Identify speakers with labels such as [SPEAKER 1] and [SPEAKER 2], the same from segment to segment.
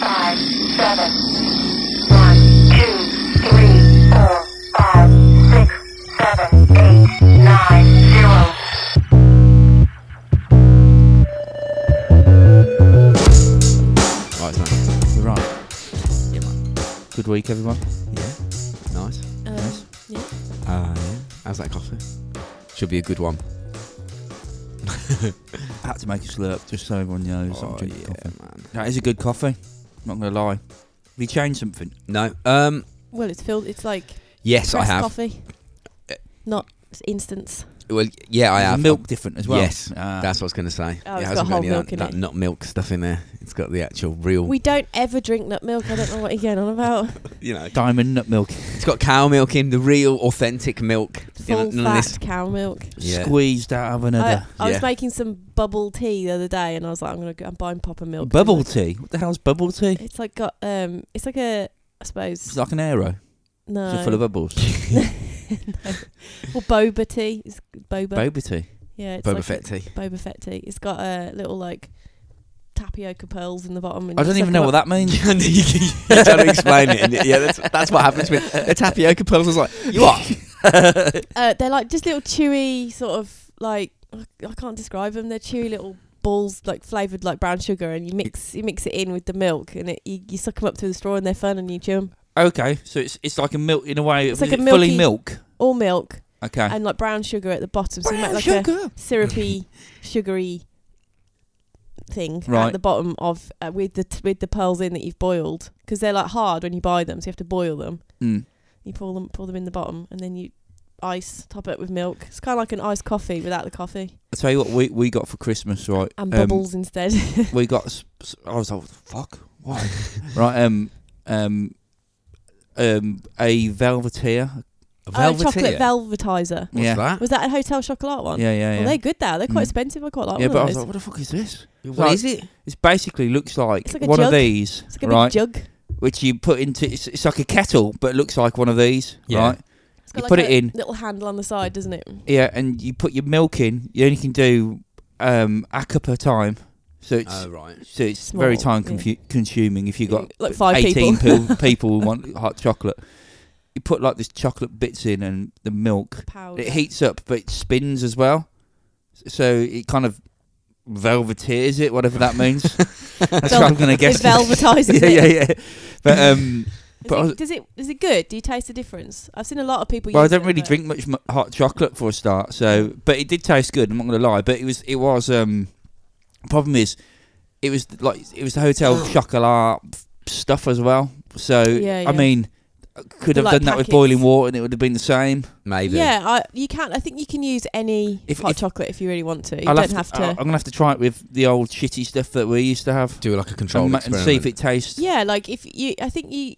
[SPEAKER 1] five, seven. One, two, three, four, five, six, seven, eight, nine, zero.
[SPEAKER 2] Right, it's nice.
[SPEAKER 3] You're right.
[SPEAKER 2] Yeah, man.
[SPEAKER 3] Good week, everyone.
[SPEAKER 2] Yeah. Nice.
[SPEAKER 4] Um, yeah.
[SPEAKER 2] Uh, yeah. How's that coffee? Should be a good one.
[SPEAKER 3] I had to make a slurp just so everyone knows I'm drinking
[SPEAKER 2] Oh, yeah,
[SPEAKER 3] coffee.
[SPEAKER 2] man.
[SPEAKER 3] That is a good coffee. Not gonna lie. Have you changed something?
[SPEAKER 2] No. Um.
[SPEAKER 4] Well, it's filled. It's like
[SPEAKER 2] Yes, I
[SPEAKER 4] pressed
[SPEAKER 2] have.
[SPEAKER 4] coffee,
[SPEAKER 2] Uh,
[SPEAKER 4] not s- instance.
[SPEAKER 2] Well, yeah, I
[SPEAKER 3] Is the
[SPEAKER 2] have.
[SPEAKER 3] milk different as well.
[SPEAKER 2] Yes,
[SPEAKER 3] Ah.
[SPEAKER 2] That's what I was going to say.
[SPEAKER 4] Oh, it's
[SPEAKER 2] hasn't
[SPEAKER 4] got whole
[SPEAKER 2] any
[SPEAKER 4] milk
[SPEAKER 2] that,
[SPEAKER 4] in
[SPEAKER 2] that
[SPEAKER 4] it.
[SPEAKER 2] nut milk stuff in there. It's got the actual real,
[SPEAKER 4] We don't ever drink nut milk. I don't know what you're going on about.
[SPEAKER 2] you know,
[SPEAKER 3] diamond nut milk.
[SPEAKER 2] it's got cow milk in the real authentic milk. You know,
[SPEAKER 4] Full
[SPEAKER 2] none
[SPEAKER 4] fat
[SPEAKER 2] of this.
[SPEAKER 4] cow milk.
[SPEAKER 2] Yeah.
[SPEAKER 3] Squeezed out of
[SPEAKER 4] I,
[SPEAKER 3] another
[SPEAKER 4] I
[SPEAKER 2] Yeah.
[SPEAKER 4] was making some bubble tea the other day, and I was like, I'm gonna go. I'm buying popper milk.
[SPEAKER 3] bubble tea. What the hell's bubble tea?
[SPEAKER 4] It's like got um. It's like a. I suppose
[SPEAKER 3] It's like an arrow.
[SPEAKER 4] no.
[SPEAKER 3] Is it full of bubbles?
[SPEAKER 4] well, boba tea. It's boba.
[SPEAKER 3] Boba tea.
[SPEAKER 4] yeah. It's
[SPEAKER 2] Boba
[SPEAKER 4] like
[SPEAKER 2] Fett
[SPEAKER 4] A,
[SPEAKER 2] tea.
[SPEAKER 4] boba Fett tea. It's got a uh, little like tapioca pearls in the bottom. And
[SPEAKER 3] I
[SPEAKER 4] you
[SPEAKER 3] don't
[SPEAKER 4] suck
[SPEAKER 3] even
[SPEAKER 4] them
[SPEAKER 3] know what
[SPEAKER 4] up.
[SPEAKER 3] that means.
[SPEAKER 2] And he- he- he tried to explain it. And yeah, that's, that's what happened to me. The tapioca pearls I was like, you what?
[SPEAKER 4] Uh, they're like just little chewy, sort of like I I can't describe them. They're chewy little balls, like flavored like brown sugar, and you mix you mix it in with the milk, and it you, you suck them up through the straw, and they're fun, and you chew 'em.
[SPEAKER 3] Okay, so it's it's like a milk in a way.
[SPEAKER 4] It's
[SPEAKER 3] was
[SPEAKER 4] like a
[SPEAKER 3] it fully
[SPEAKER 4] milky-
[SPEAKER 3] milk.
[SPEAKER 4] All milk
[SPEAKER 3] Okay.
[SPEAKER 4] and like brown sugar at the bottom, so you make like a syrupy, sugary thing
[SPEAKER 3] Right.
[SPEAKER 4] at the bottom of uh, with the t- with the pearls in that you've boiled because they're like hard when you buy them, so you have to boil them.
[SPEAKER 3] Mm.
[SPEAKER 4] You pour them pour them in the bottom, and then you ice top it with milk. It's kind of like an iced coffee without the coffee.
[SPEAKER 3] I tell you what, we we got for Christmas, right?
[SPEAKER 4] and
[SPEAKER 3] um,
[SPEAKER 4] bubbles instead.
[SPEAKER 3] we got. s- s- I was like, fuck, why? right, um, um, um, a velveteer.
[SPEAKER 4] oh, chocolate velvetizer.
[SPEAKER 2] What's
[SPEAKER 3] yeah.
[SPEAKER 2] that?
[SPEAKER 4] Was that a hotel chocolat one?
[SPEAKER 3] Yeah, yeah,
[SPEAKER 4] Well,
[SPEAKER 3] yeah. Mm.
[SPEAKER 4] they're good now. They're quite expensive. I quite like
[SPEAKER 3] yeah,
[SPEAKER 4] one
[SPEAKER 3] but I
[SPEAKER 4] of
[SPEAKER 3] was
[SPEAKER 4] those.
[SPEAKER 3] like, what the fuck is this?
[SPEAKER 2] What
[SPEAKER 3] like-
[SPEAKER 2] is it?
[SPEAKER 3] It basically looks like,
[SPEAKER 4] It's like a
[SPEAKER 3] one of
[SPEAKER 4] jug.
[SPEAKER 3] these,
[SPEAKER 4] it's like a
[SPEAKER 3] right?
[SPEAKER 4] big jug.
[SPEAKER 3] Which you put into. It's, it's like a kettle, but it looks like one of these,
[SPEAKER 2] Yeah.
[SPEAKER 3] right?
[SPEAKER 4] It's
[SPEAKER 3] You
[SPEAKER 4] got like
[SPEAKER 3] put
[SPEAKER 4] a
[SPEAKER 3] it in.
[SPEAKER 4] Little handle on the side, doesn't it?
[SPEAKER 3] Yeah, and you put your milk in. You only can do um a cup at a time, so it's
[SPEAKER 2] Oh, right.
[SPEAKER 3] so it's
[SPEAKER 4] Small,
[SPEAKER 3] very time
[SPEAKER 4] yeah.
[SPEAKER 3] confu- consuming if you got
[SPEAKER 4] like five
[SPEAKER 3] eighteen
[SPEAKER 4] people.
[SPEAKER 3] people, people who want hot chocolate. You put like this chocolate bits in and the milk.
[SPEAKER 4] Powder.
[SPEAKER 3] It heats up, but it spins as well, so it kind of velveteers it, whatever that means. That's what I'm gonna
[SPEAKER 4] It
[SPEAKER 3] guess.
[SPEAKER 4] velvetizes
[SPEAKER 3] yeah,
[SPEAKER 4] it.
[SPEAKER 3] yeah, yeah. But um,
[SPEAKER 4] Is
[SPEAKER 3] but I
[SPEAKER 4] it-
[SPEAKER 3] was-
[SPEAKER 4] does it is it good? Do you taste the difference? I've seen a lot of people.
[SPEAKER 3] Well, I
[SPEAKER 4] use
[SPEAKER 3] don't
[SPEAKER 4] it,
[SPEAKER 3] really
[SPEAKER 4] but-
[SPEAKER 3] drink much m- hot chocolate for a start, so but it did taste good. I'm not going to lie, but it was it was um problem is it was like it was the hotel chocolate stuff as well. So
[SPEAKER 4] Yeah,
[SPEAKER 3] I
[SPEAKER 4] yeah.
[SPEAKER 3] mean, I could
[SPEAKER 4] The,
[SPEAKER 3] have
[SPEAKER 4] like,
[SPEAKER 3] done that with
[SPEAKER 4] packets.
[SPEAKER 3] boiling water and it would have been the same.
[SPEAKER 2] Maybe.
[SPEAKER 4] Yeah, I, you can. I think you can use any
[SPEAKER 3] If-
[SPEAKER 4] hot
[SPEAKER 3] if-
[SPEAKER 4] chocolate if you really want to. You
[SPEAKER 3] I'll
[SPEAKER 4] don't have
[SPEAKER 3] I- I'm
[SPEAKER 4] to.
[SPEAKER 3] gonna have to try it with the old shitty stuff that we used to have
[SPEAKER 2] Do like a control
[SPEAKER 3] and, ma- and
[SPEAKER 2] experiment.
[SPEAKER 3] see if it tastes.
[SPEAKER 4] yeah, like if you, I think you.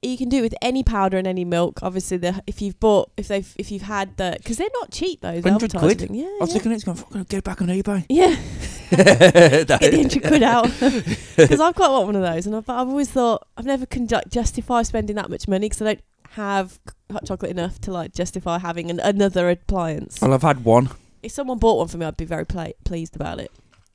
[SPEAKER 4] You can do it with any powder and any milk. Obviously, the if you've bought, if they've, if you've had the, because they're not cheap. Those
[SPEAKER 3] 100
[SPEAKER 4] velvetizer
[SPEAKER 3] quid?
[SPEAKER 4] thing. Yeah,
[SPEAKER 3] I was
[SPEAKER 4] yeah.
[SPEAKER 3] looking at it, going, "Fuck, I'm gonna get it back on eBay."
[SPEAKER 4] Yeah, get the
[SPEAKER 3] That-
[SPEAKER 4] hundred quid out because I've quite want one of those, and I've, I've always thought I've never can ju- justify spending that much money because I don't have hot chocolate enough to like justify having an, another appliance.
[SPEAKER 3] well, I've had one.
[SPEAKER 4] If someone bought one for me, I'd be very pla pleased about it.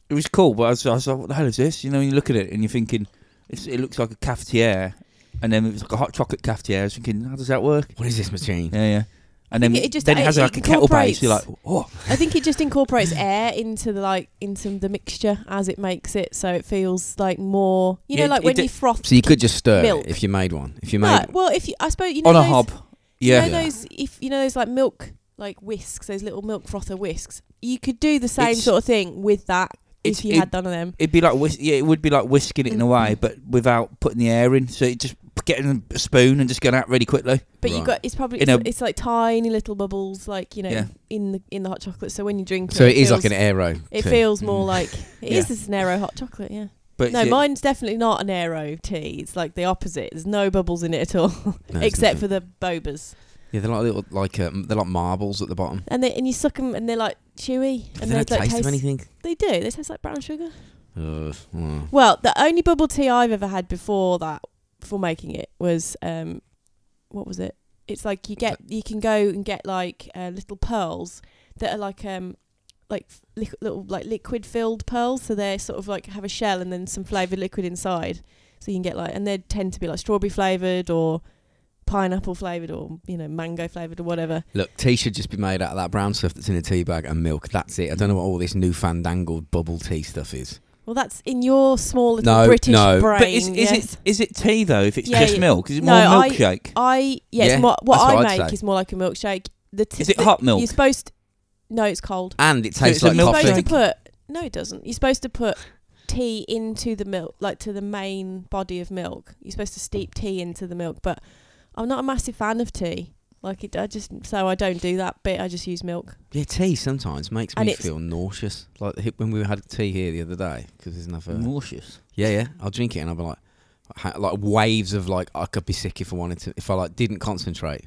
[SPEAKER 3] it was cool, but I was, I was like, what the hell is this? You know, when you look at it and you're thinking, it's, it looks like a cafetiere, and then it was like a hot chocolate cafetiere. I was thinking, how does that work?
[SPEAKER 2] What is this machine?
[SPEAKER 3] Yeah, yeah. And then
[SPEAKER 4] think it just-
[SPEAKER 3] then it has
[SPEAKER 4] it
[SPEAKER 3] like a kettle base.
[SPEAKER 4] incorporates-
[SPEAKER 3] You're like, oh,
[SPEAKER 4] I think it just incorporates air into the like into the mixture as it makes it, so it feels like more. You
[SPEAKER 3] Yeah,
[SPEAKER 4] know, like
[SPEAKER 3] it
[SPEAKER 4] when
[SPEAKER 3] d-
[SPEAKER 4] you froth.
[SPEAKER 2] So you could just stir
[SPEAKER 4] Milk.
[SPEAKER 2] it if you made one. If you made.
[SPEAKER 4] No, well, if you, I suppose you know
[SPEAKER 3] on a
[SPEAKER 4] those-
[SPEAKER 3] hob.
[SPEAKER 4] You
[SPEAKER 3] Yeah,
[SPEAKER 4] know those if you know those like milk like whisks, those little milk frother whisks. You could do the same
[SPEAKER 3] It's-
[SPEAKER 4] sort of thing with that
[SPEAKER 3] it's-
[SPEAKER 4] if you
[SPEAKER 3] it-
[SPEAKER 4] had none of them.
[SPEAKER 3] it'd be like whis- yeah, it would be like whisking it in a
[SPEAKER 4] Mm.
[SPEAKER 3] way, but without putting the air in. So it just getting a spoon and just going out really quickly.
[SPEAKER 4] But
[SPEAKER 2] Right.
[SPEAKER 4] you got it's probably
[SPEAKER 3] In
[SPEAKER 4] it's,
[SPEAKER 3] a-
[SPEAKER 4] it's like tiny little bubbles, like you know,
[SPEAKER 3] Yeah.
[SPEAKER 4] in the in the hot chocolate. So when you drink,
[SPEAKER 2] so it is
[SPEAKER 4] feels-
[SPEAKER 2] like an Mm. aero.
[SPEAKER 4] It
[SPEAKER 2] too.
[SPEAKER 4] feels more
[SPEAKER 5] Mm.
[SPEAKER 4] like it
[SPEAKER 3] Yeah.
[SPEAKER 4] is this an aero hot chocolate, yeah.
[SPEAKER 3] But
[SPEAKER 4] no,
[SPEAKER 3] it-
[SPEAKER 4] mine's definitely not an aero tea. It's like the opposite. There's no bubbles in it at all,
[SPEAKER 2] No, it's
[SPEAKER 4] except
[SPEAKER 2] nothing.
[SPEAKER 4] for the bobas.
[SPEAKER 2] Yeah, they're like little, like um, they're like marbles at the bottom.
[SPEAKER 4] And they and you suck them, and they're like chewy.
[SPEAKER 2] But
[SPEAKER 4] And
[SPEAKER 2] they don't
[SPEAKER 4] like,
[SPEAKER 2] taste, of anything.
[SPEAKER 4] They do. They taste like brown sugar.
[SPEAKER 2] Ugh. Mm.
[SPEAKER 4] Well, the only bubble tea I've ever had before that, before making it, was um, what was it? It's like you get you can go and get like uh, little pearls that are like um like li- little like liquid filled pearls. So they're sort of like have a shell and then some flavored liquid inside. So you can get like, and they tend to be like strawberry flavored or pineapple flavored or you know mango flavored or whatever.
[SPEAKER 5] Look, tea should just be made out of that brown stuff that's in a tea bag and milk. That's it. I don't know what all this newfandangled bubble tea stuff is.
[SPEAKER 4] Well, that's in your small little
[SPEAKER 5] No,
[SPEAKER 4] British
[SPEAKER 5] no.
[SPEAKER 4] brain.
[SPEAKER 3] But is, is
[SPEAKER 4] yes.
[SPEAKER 3] it is it tea though? If it's
[SPEAKER 4] Yeah,
[SPEAKER 3] just
[SPEAKER 4] yeah.
[SPEAKER 3] milk, is it
[SPEAKER 4] No,
[SPEAKER 3] more
[SPEAKER 4] I-
[SPEAKER 3] milkshake?
[SPEAKER 4] I yes,
[SPEAKER 5] Yeah,
[SPEAKER 4] mo- what
[SPEAKER 5] that's
[SPEAKER 4] I
[SPEAKER 5] what I'd
[SPEAKER 4] make
[SPEAKER 5] say.
[SPEAKER 4] is more like a milkshake. The t-
[SPEAKER 3] is it
[SPEAKER 4] the-
[SPEAKER 3] hot milk?
[SPEAKER 4] You're supposed. No, it's cold.
[SPEAKER 5] And it
[SPEAKER 3] So
[SPEAKER 5] tastes
[SPEAKER 3] it's a
[SPEAKER 5] like
[SPEAKER 3] milk
[SPEAKER 4] You're supposed
[SPEAKER 5] coffee.
[SPEAKER 4] to
[SPEAKER 3] think-
[SPEAKER 4] put no, it doesn't. You're supposed to put tea into the milk, like to the main body of milk. You're supposed to steep tea into the milk, but I'm not a massive fan of tea. Like it, I just so I don't do that bit. I just use milk.
[SPEAKER 5] Yeah, tea sometimes makes
[SPEAKER 4] And
[SPEAKER 5] me
[SPEAKER 4] it's-
[SPEAKER 5] feel nauseous. Like the- when we had tea here the other day, because there's nothing.
[SPEAKER 3] Nauseous.
[SPEAKER 5] Yeah, yeah. I'll drink it and I'll be like, ha- like waves of like I could be sick if I wanted to. If I like didn't concentrate,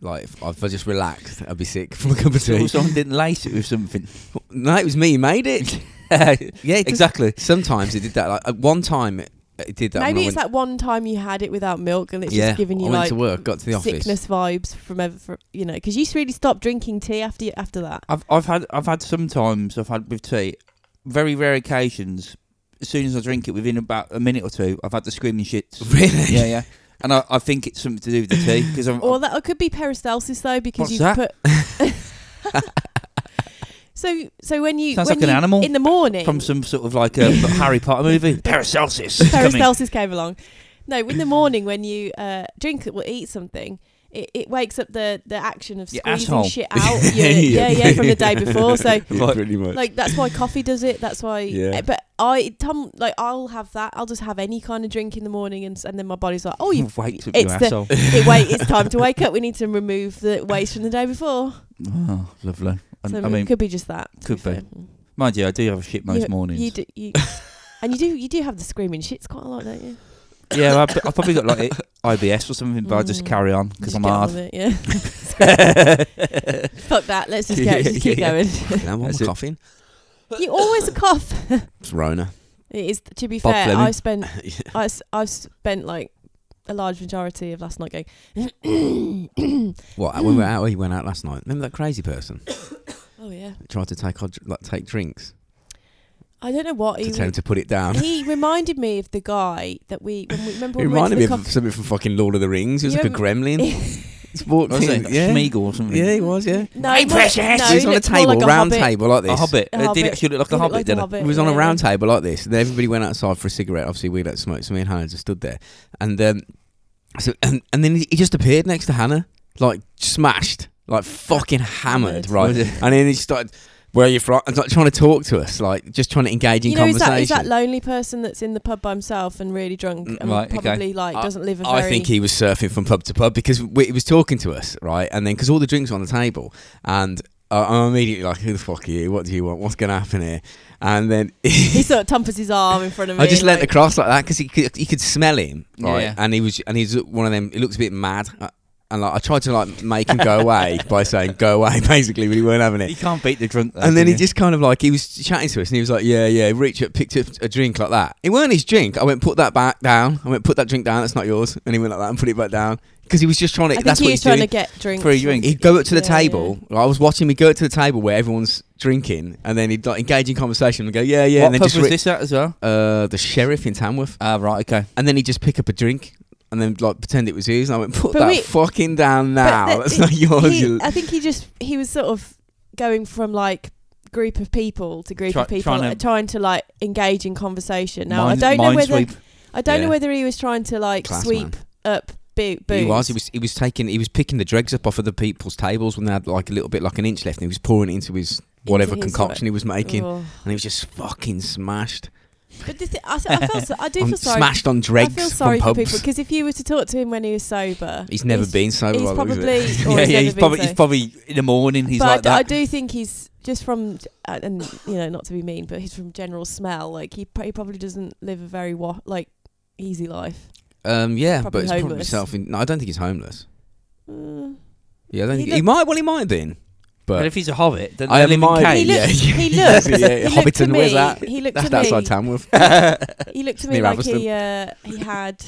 [SPEAKER 5] like if, if I just relaxed, I'd be sick from a cup of
[SPEAKER 3] So
[SPEAKER 5] tea.
[SPEAKER 3] someone didn't lace it with something.
[SPEAKER 5] no, it was me who made it. yeah, it does-
[SPEAKER 3] exactly.
[SPEAKER 5] Sometimes it did that. Like at one time, it, it did that. when
[SPEAKER 4] Maybe
[SPEAKER 5] I
[SPEAKER 4] it's
[SPEAKER 5] went,
[SPEAKER 4] that one time you had it without milk, and it's
[SPEAKER 5] yeah,
[SPEAKER 4] just giving you
[SPEAKER 5] I went
[SPEAKER 4] like
[SPEAKER 5] to work, got to the office.
[SPEAKER 4] sickness vibes from ever, fr you know, because you s- really stopped drinking tea after you, after that.
[SPEAKER 3] I've I've had I've had sometimes I've had with tea, very rare occasions. As soon as I drink it, within about a minute or two, I've had the screaming shits.
[SPEAKER 5] Really?
[SPEAKER 3] yeah, yeah. And I, I think it's something to do with the tea because I'm.
[SPEAKER 4] Or that it could be peristalsis though, because
[SPEAKER 3] What's
[SPEAKER 4] you've
[SPEAKER 3] that?
[SPEAKER 4] put. so so when you
[SPEAKER 3] Sounds
[SPEAKER 4] when
[SPEAKER 3] like an
[SPEAKER 4] you-
[SPEAKER 3] animal
[SPEAKER 4] in the morning
[SPEAKER 3] from some sort of like a Harry Potter movie. Paracelsus. is coming.
[SPEAKER 4] peristalsis came along. No, in the morning when you uh, drink or eat something. It, it wakes up the, the action of
[SPEAKER 3] Your
[SPEAKER 4] squeezing
[SPEAKER 3] asshole.
[SPEAKER 4] shit out. your- yeah, yeah, from the day before. So
[SPEAKER 3] Like-
[SPEAKER 5] pretty much.
[SPEAKER 4] like that's why coffee does it. That's why. eh,
[SPEAKER 5] Yeah.
[SPEAKER 4] But I Tom like I'll have that. I'll just have any kind of drink in the morning, and s- and then my body's like, oh, you
[SPEAKER 3] You've waked up
[SPEAKER 4] it's
[SPEAKER 3] your
[SPEAKER 4] the-
[SPEAKER 3] asshole.
[SPEAKER 4] it wait, it's time to wake up. We need to remove the waste from the day before.
[SPEAKER 3] Oh, lovely. And,
[SPEAKER 4] So
[SPEAKER 3] I mean,
[SPEAKER 4] it could be just that. to
[SPEAKER 3] could be.
[SPEAKER 4] fair.
[SPEAKER 3] mind you, I do have a shit most
[SPEAKER 4] you,
[SPEAKER 3] mornings.
[SPEAKER 4] You do, you, and you do, you do have the screaming shits quite a lot, don't you?
[SPEAKER 3] Yeah, I've, I've probably got like IBS or something, but I just
[SPEAKER 4] Mm.
[SPEAKER 3] carry on because
[SPEAKER 4] Just
[SPEAKER 3] I'm
[SPEAKER 4] get on
[SPEAKER 3] hard.
[SPEAKER 4] with it, yeah. Fuck that. Let's just, go,
[SPEAKER 3] Yeah,
[SPEAKER 4] just keep
[SPEAKER 3] yeah,
[SPEAKER 4] going.
[SPEAKER 5] now I'm
[SPEAKER 3] That's it.
[SPEAKER 5] coughing.
[SPEAKER 4] you always cough.
[SPEAKER 5] It's Rona.
[SPEAKER 4] It is. To be
[SPEAKER 5] Bob
[SPEAKER 4] fair,
[SPEAKER 5] Fleming.
[SPEAKER 4] I spent, I, s- I've spent like a large majority of last night going.
[SPEAKER 5] What? When we were out, you went out last night. Remember that crazy person
[SPEAKER 4] oh yeah.
[SPEAKER 5] that tried to take our dr- like take drinks
[SPEAKER 4] I don't know what
[SPEAKER 5] to
[SPEAKER 4] he.
[SPEAKER 5] tell him to put it down.
[SPEAKER 4] he reminded me of the guy that we when we remember
[SPEAKER 5] It
[SPEAKER 4] when we went to
[SPEAKER 5] reminded
[SPEAKER 4] the
[SPEAKER 5] me
[SPEAKER 4] cock-
[SPEAKER 5] of something from fucking Lord of the Rings. He was
[SPEAKER 4] You
[SPEAKER 5] like a gremlin. Just walked
[SPEAKER 3] Was
[SPEAKER 5] in.
[SPEAKER 3] it
[SPEAKER 5] Yeah.
[SPEAKER 3] Schmeagol or something?
[SPEAKER 5] yeah, he was, yeah.
[SPEAKER 4] No, he was- no,
[SPEAKER 5] he was on a
[SPEAKER 4] looked more
[SPEAKER 5] table,
[SPEAKER 4] like a
[SPEAKER 5] round
[SPEAKER 4] hobbit.
[SPEAKER 5] table like this.
[SPEAKER 3] A hobbit.
[SPEAKER 4] A
[SPEAKER 3] Uh, Did
[SPEAKER 4] hobbit.
[SPEAKER 3] it actually look like
[SPEAKER 4] He
[SPEAKER 3] a
[SPEAKER 4] looked
[SPEAKER 3] hobbit?
[SPEAKER 4] like
[SPEAKER 3] did
[SPEAKER 4] a
[SPEAKER 3] it?
[SPEAKER 4] hobbit,
[SPEAKER 5] It was on a
[SPEAKER 4] yeah.
[SPEAKER 5] round table like this, and everybody went outside for a cigarette. Obviously, we don't smoke, so me and Hannah just stood there, and um, so and, and then he he just appeared next to Hannah, like smashed, like fucking hammered,
[SPEAKER 4] Hammered.
[SPEAKER 5] right? and then he started, "Where are you from?" And like trying to talk to us, like just trying to engage in
[SPEAKER 4] You know, is
[SPEAKER 5] conversation.
[SPEAKER 4] that, is that lonely person that's in the pub by himself and really drunk
[SPEAKER 5] Mm,
[SPEAKER 4] and
[SPEAKER 3] right, okay.
[SPEAKER 4] probably like
[SPEAKER 5] I-
[SPEAKER 4] doesn't live a very.
[SPEAKER 5] I think he was surfing from pub to pub because we, he was talking to us, right? And then because all the drinks were on the table, and uh, I'm immediately like, "Who the fuck are you? What do you want? What's going to happen here?" And then
[SPEAKER 4] he sort of tumpers his arm in front of me.
[SPEAKER 5] I just leant
[SPEAKER 4] like,
[SPEAKER 5] across like that because he could, he could smell him, right?
[SPEAKER 3] Yeah.
[SPEAKER 5] And he was and he's one of them. He looks a bit mad, uh, and like I tried to like make him go away by saying "go away," basically, but he weren't having
[SPEAKER 3] You
[SPEAKER 5] it.
[SPEAKER 3] can't beat the drunk. Though,
[SPEAKER 5] And then
[SPEAKER 3] can
[SPEAKER 5] he
[SPEAKER 3] you?
[SPEAKER 5] just kind of like he was chatting to us, and he was like, "Yeah, yeah." Reach up, picked up a drink like that. It weren't his drink. I went put that back down. I went put that drink down. That's not yours. And he went like that and put it back down because he was just trying to.
[SPEAKER 4] I think
[SPEAKER 5] that's
[SPEAKER 4] he
[SPEAKER 5] what
[SPEAKER 4] was
[SPEAKER 5] he's
[SPEAKER 4] trying
[SPEAKER 5] doing.
[SPEAKER 4] to get drinks
[SPEAKER 3] For a drink.
[SPEAKER 5] He'd go up to the
[SPEAKER 4] Yeah,
[SPEAKER 5] table. I was watching him go up to the table where everyone's drinking, and then he'd like engage in conversation and go, "Yeah, yeah."
[SPEAKER 3] what
[SPEAKER 5] and then
[SPEAKER 3] pub
[SPEAKER 5] just
[SPEAKER 3] was
[SPEAKER 5] re-
[SPEAKER 3] this at as well?
[SPEAKER 5] Uh, the sheriff in Tamworth
[SPEAKER 3] Ah, right. Okay.
[SPEAKER 5] and then he'd just pick up a drink and then like pretend it was his. And I went, put
[SPEAKER 4] But
[SPEAKER 5] that
[SPEAKER 4] we-
[SPEAKER 5] fucking down
[SPEAKER 4] But
[SPEAKER 5] now.
[SPEAKER 4] the-
[SPEAKER 5] That's
[SPEAKER 4] he-
[SPEAKER 5] not yours.
[SPEAKER 4] he-
[SPEAKER 5] you-
[SPEAKER 4] I think he just he was sort of going from like group of people to group
[SPEAKER 3] Try-
[SPEAKER 4] of people,
[SPEAKER 3] trying
[SPEAKER 4] trying
[SPEAKER 3] to-
[SPEAKER 4] to, trying to like engage in conversation. Now
[SPEAKER 3] Mind-
[SPEAKER 4] I don't know
[SPEAKER 3] mind
[SPEAKER 4] whether
[SPEAKER 3] sweep.
[SPEAKER 4] I don't
[SPEAKER 5] Yeah.
[SPEAKER 4] know whether he was trying to like
[SPEAKER 5] Class
[SPEAKER 4] sweep up bo- booze.
[SPEAKER 5] He was. He was. He was taking. He was picking the dregs up off of the people's tables when they had like a little bit, like an inch left, and he was pouring it into his whatever
[SPEAKER 4] his uh,
[SPEAKER 5] concoction he was making,
[SPEAKER 4] Oh.
[SPEAKER 5] and he was just fucking smashed.
[SPEAKER 4] But the thi- I, s- I felt so- I do
[SPEAKER 5] on-
[SPEAKER 4] feel sorry.
[SPEAKER 5] smashed on
[SPEAKER 4] I
[SPEAKER 5] dregs
[SPEAKER 4] feel sorry
[SPEAKER 5] from
[SPEAKER 4] for
[SPEAKER 5] pubs.
[SPEAKER 4] people because if you were to talk to him when he was sober,
[SPEAKER 5] he's never been sober.
[SPEAKER 4] he's
[SPEAKER 5] by the looks of it.
[SPEAKER 4] probably or he's
[SPEAKER 3] yeah, yeah.
[SPEAKER 4] never
[SPEAKER 3] He's
[SPEAKER 4] been
[SPEAKER 3] probably
[SPEAKER 4] so.
[SPEAKER 3] he's probably in the morning. He's
[SPEAKER 4] but I
[SPEAKER 3] like
[SPEAKER 4] d- I,
[SPEAKER 3] that.
[SPEAKER 4] do think he's just from, uh, and you know, not to be mean, but he's from general smell. Like he, pr- he probably doesn't live a very wa- like easy life.
[SPEAKER 5] Um, yeah,
[SPEAKER 4] probably
[SPEAKER 5] but it's probably
[SPEAKER 4] homeless.
[SPEAKER 5] self. No, I don't think he's homeless. Uh,
[SPEAKER 4] Mm.
[SPEAKER 5] Yeah, I don't
[SPEAKER 4] He
[SPEAKER 5] think, he
[SPEAKER 4] looked-
[SPEAKER 5] might. Well, he might have been,
[SPEAKER 3] But
[SPEAKER 5] but
[SPEAKER 3] if he's a hobbit, then
[SPEAKER 5] I
[SPEAKER 3] they live in
[SPEAKER 5] admire-
[SPEAKER 4] he
[SPEAKER 3] caves.
[SPEAKER 5] yeah,
[SPEAKER 4] looked. He
[SPEAKER 5] yeah,
[SPEAKER 4] looked.
[SPEAKER 5] yeah,
[SPEAKER 4] he looked to
[SPEAKER 5] Hobbiton, where's
[SPEAKER 4] me.
[SPEAKER 5] that?
[SPEAKER 4] He looked
[SPEAKER 5] that's
[SPEAKER 4] to me.
[SPEAKER 5] outside Tamworth.
[SPEAKER 4] He looked to
[SPEAKER 5] Near
[SPEAKER 4] me like
[SPEAKER 5] Aberystwyth.
[SPEAKER 4] he uh, he had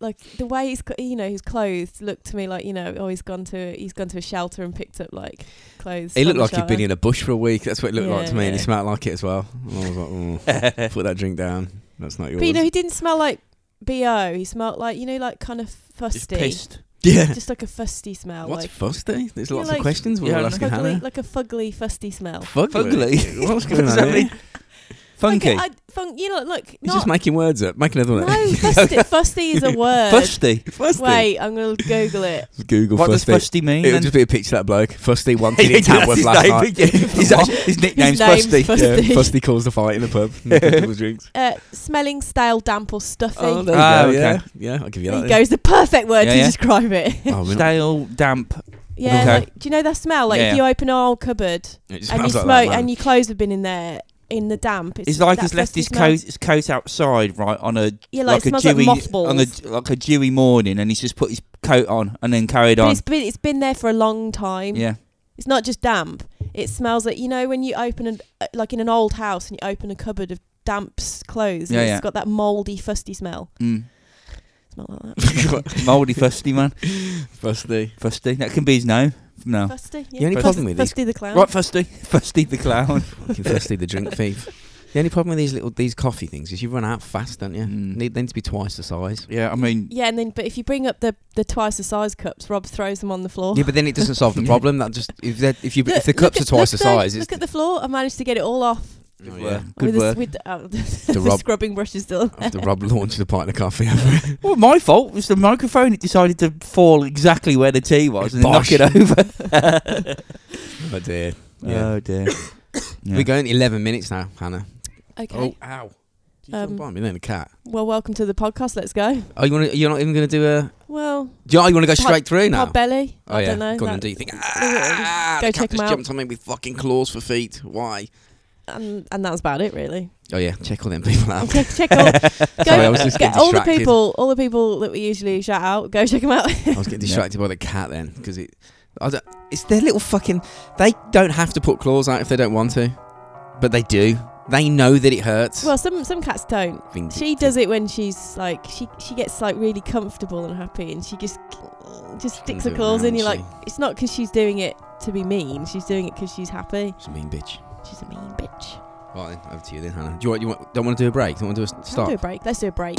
[SPEAKER 4] like the way he's co- you know his clothes looked to me like you know oh he's gone to he's gone to a shelter and picked up like clothes.
[SPEAKER 5] He looked
[SPEAKER 4] from the
[SPEAKER 5] like he'd been
[SPEAKER 4] shelter.
[SPEAKER 5] in a bush for a week. That's what it looked like
[SPEAKER 4] Yeah,
[SPEAKER 5] to me, and he
[SPEAKER 4] yeah.
[SPEAKER 5] smelled like it as well. And I was like, "Mm, put that drink down. That's not yours.
[SPEAKER 4] But you know he didn't smell like bo. He smelled like you know, like kind of
[SPEAKER 3] Just
[SPEAKER 4] fusty,
[SPEAKER 3] pissed.
[SPEAKER 5] Yeah.
[SPEAKER 4] just like a fusty smell,
[SPEAKER 5] What's
[SPEAKER 4] like
[SPEAKER 5] fusty? There's
[SPEAKER 4] Yeah,
[SPEAKER 5] lots
[SPEAKER 4] like-
[SPEAKER 5] of questions we're
[SPEAKER 3] Yeah,
[SPEAKER 5] all
[SPEAKER 3] like
[SPEAKER 5] asking
[SPEAKER 4] fugly,
[SPEAKER 5] Hannah.
[SPEAKER 4] like a fugly, fusty smell.
[SPEAKER 5] Fugly?
[SPEAKER 3] Fugly?
[SPEAKER 5] What's going
[SPEAKER 3] Does
[SPEAKER 5] on
[SPEAKER 3] that
[SPEAKER 5] here?
[SPEAKER 3] mean- Funky.
[SPEAKER 4] Like, I, fun, you know, like
[SPEAKER 5] He's
[SPEAKER 4] not.
[SPEAKER 5] just making words up. Make another one.
[SPEAKER 4] no, fusty, fusty is a word.
[SPEAKER 3] Fusty.
[SPEAKER 5] Fusty.
[SPEAKER 4] Wait, I'm gonna Google it.
[SPEAKER 5] Google
[SPEAKER 3] What does
[SPEAKER 5] fusty.
[SPEAKER 3] fusty mean?
[SPEAKER 5] It'll
[SPEAKER 3] then?
[SPEAKER 5] just be a picture of that bloke. Fusty wanted
[SPEAKER 3] Yeah,
[SPEAKER 5] in Tamworth
[SPEAKER 3] that's his
[SPEAKER 5] last
[SPEAKER 3] name
[SPEAKER 5] night.
[SPEAKER 3] again. His actual- his nickname's
[SPEAKER 4] His name's
[SPEAKER 3] Fusty.
[SPEAKER 4] Fusty.
[SPEAKER 5] Yeah, Fusty calls the fight in the pub. Double drinks.
[SPEAKER 4] Uh, smelling stale, damp, or stuffy.
[SPEAKER 5] Oh, there
[SPEAKER 4] there
[SPEAKER 5] you
[SPEAKER 3] Ah,
[SPEAKER 5] go.
[SPEAKER 3] okay.
[SPEAKER 5] Yeah. yeah, I'll give you that.
[SPEAKER 4] you go. Is the perfect word
[SPEAKER 3] Yeah,
[SPEAKER 4] to
[SPEAKER 3] yeah.
[SPEAKER 4] describe it.
[SPEAKER 5] then. Oh, man.
[SPEAKER 3] Stale, damp.
[SPEAKER 4] yeah.
[SPEAKER 3] Okay.
[SPEAKER 4] Like, do you know that smell? Like
[SPEAKER 3] Yeah,
[SPEAKER 4] if
[SPEAKER 3] yeah.
[SPEAKER 4] you open an old cupboard
[SPEAKER 5] It just
[SPEAKER 4] and you
[SPEAKER 5] smells like
[SPEAKER 4] smoke
[SPEAKER 5] that, man.
[SPEAKER 4] and your clothes have been in there in the damp.
[SPEAKER 3] It's like
[SPEAKER 4] that
[SPEAKER 3] he's left
[SPEAKER 4] fusty
[SPEAKER 3] his
[SPEAKER 4] smell.
[SPEAKER 3] coat, his coat outside, right, on a
[SPEAKER 4] Yeah, like, it
[SPEAKER 3] a
[SPEAKER 4] smells
[SPEAKER 3] dewy
[SPEAKER 4] like mothballs.
[SPEAKER 3] on a like a dewy morning, and he's just put his coat on and then carried
[SPEAKER 4] but
[SPEAKER 3] on.
[SPEAKER 4] it's been it's been there for a long time.
[SPEAKER 3] Yeah,
[SPEAKER 4] It's not just damp. It smells like you know when you open an uh, like in an old house and you open a cupboard of damp s- clothes.
[SPEAKER 3] Yeah,
[SPEAKER 4] and
[SPEAKER 3] yeah.
[SPEAKER 4] It's got that mouldy, fusty smell.
[SPEAKER 3] mm.
[SPEAKER 4] Smell like that.
[SPEAKER 3] mouldy, fusty man,
[SPEAKER 5] Fusty.
[SPEAKER 3] fusty. That can be his name from now.
[SPEAKER 4] fusty. Yeah.
[SPEAKER 5] The only
[SPEAKER 4] Fus-
[SPEAKER 5] problem with these
[SPEAKER 4] Fusty the clown.
[SPEAKER 3] Right, fusty, fusty the clown.
[SPEAKER 5] Fucking Fusty the drink thief. The only problem with these little these coffee things is you run out fast, don't you?
[SPEAKER 3] Mm.
[SPEAKER 5] Need them to be twice the size.
[SPEAKER 3] Yeah, I mean,
[SPEAKER 4] Yeah, and then but if you bring up the the twice the size cups, Rob throws them on the floor.
[SPEAKER 5] Yeah, but then it doesn't solve the
[SPEAKER 3] Yeah.
[SPEAKER 5] problem. That just if that if you
[SPEAKER 4] Look-
[SPEAKER 5] if the
[SPEAKER 4] Oh. look
[SPEAKER 5] cups
[SPEAKER 4] at-
[SPEAKER 5] are twice the
[SPEAKER 4] look
[SPEAKER 5] size,
[SPEAKER 4] Though,
[SPEAKER 5] it's
[SPEAKER 4] look at the floor. I managed to get it all off
[SPEAKER 5] Oh,
[SPEAKER 3] good
[SPEAKER 5] yeah.
[SPEAKER 3] work. Good
[SPEAKER 4] with, the s-
[SPEAKER 3] work.
[SPEAKER 4] with the, oh, the, the
[SPEAKER 5] Rob-
[SPEAKER 4] scrubbing brush is still.
[SPEAKER 5] after Rob launched a pint of coffee over it.
[SPEAKER 3] Well, my fault. It was the microphone. It decided to fall exactly where the tea was and
[SPEAKER 5] Bosh.
[SPEAKER 3] knock it over.
[SPEAKER 5] Oh dear. Yeah.
[SPEAKER 3] Oh dear. Yeah.
[SPEAKER 5] We're going eleven minutes now, Hannah.
[SPEAKER 4] Okay.
[SPEAKER 5] Oh ow. Did you
[SPEAKER 4] Um,
[SPEAKER 5] jump on me then the cat?
[SPEAKER 4] Well, welcome to the podcast. Let's go.
[SPEAKER 5] Oh you wanna you're not even gonna do a
[SPEAKER 4] Well,
[SPEAKER 5] do you, oh, you wanna go
[SPEAKER 4] Pod-
[SPEAKER 5] straight through now?
[SPEAKER 4] pod belly.
[SPEAKER 5] Oh
[SPEAKER 4] I
[SPEAKER 5] yeah.
[SPEAKER 4] don't know.
[SPEAKER 5] Go on
[SPEAKER 4] that-
[SPEAKER 5] and do you think
[SPEAKER 4] already.
[SPEAKER 5] ah,
[SPEAKER 4] Go
[SPEAKER 5] the
[SPEAKER 4] check
[SPEAKER 5] cat
[SPEAKER 4] 'em
[SPEAKER 5] just
[SPEAKER 4] out.
[SPEAKER 5] jumped on me with fucking claws for feet. Why?
[SPEAKER 4] and, and that's about it, really.
[SPEAKER 5] Oh yeah, check all them people out.
[SPEAKER 4] Check, check all, go,
[SPEAKER 5] Sorry, I was just
[SPEAKER 4] get
[SPEAKER 5] getting
[SPEAKER 4] all the
[SPEAKER 5] distracted.
[SPEAKER 4] people, all the people that we usually shout out. Go check them out.
[SPEAKER 5] I was getting
[SPEAKER 3] Yeah.
[SPEAKER 5] distracted by the cat then because it. I don't, it's their little fucking. They don't have to put claws out if they don't want to, but they do. They know that it hurts.
[SPEAKER 4] well, some some cats don't.
[SPEAKER 5] Thing-
[SPEAKER 4] She does it when she's like she she gets like really comfortable and happy, and she just just sticks
[SPEAKER 5] do
[SPEAKER 4] her
[SPEAKER 5] it
[SPEAKER 4] claws
[SPEAKER 5] now,
[SPEAKER 4] in you. Like
[SPEAKER 5] doesn't
[SPEAKER 4] it's not because she's doing it to be mean. She's doing it because she's happy.
[SPEAKER 5] She's a mean bitch.
[SPEAKER 4] She's a mean bitch.
[SPEAKER 5] Right, then, over to you then, Hannah. Do you want? You want? Don't want to do a break? Don't want to do a
[SPEAKER 4] Can we
[SPEAKER 5] stop?
[SPEAKER 4] do a break. Let's do a break.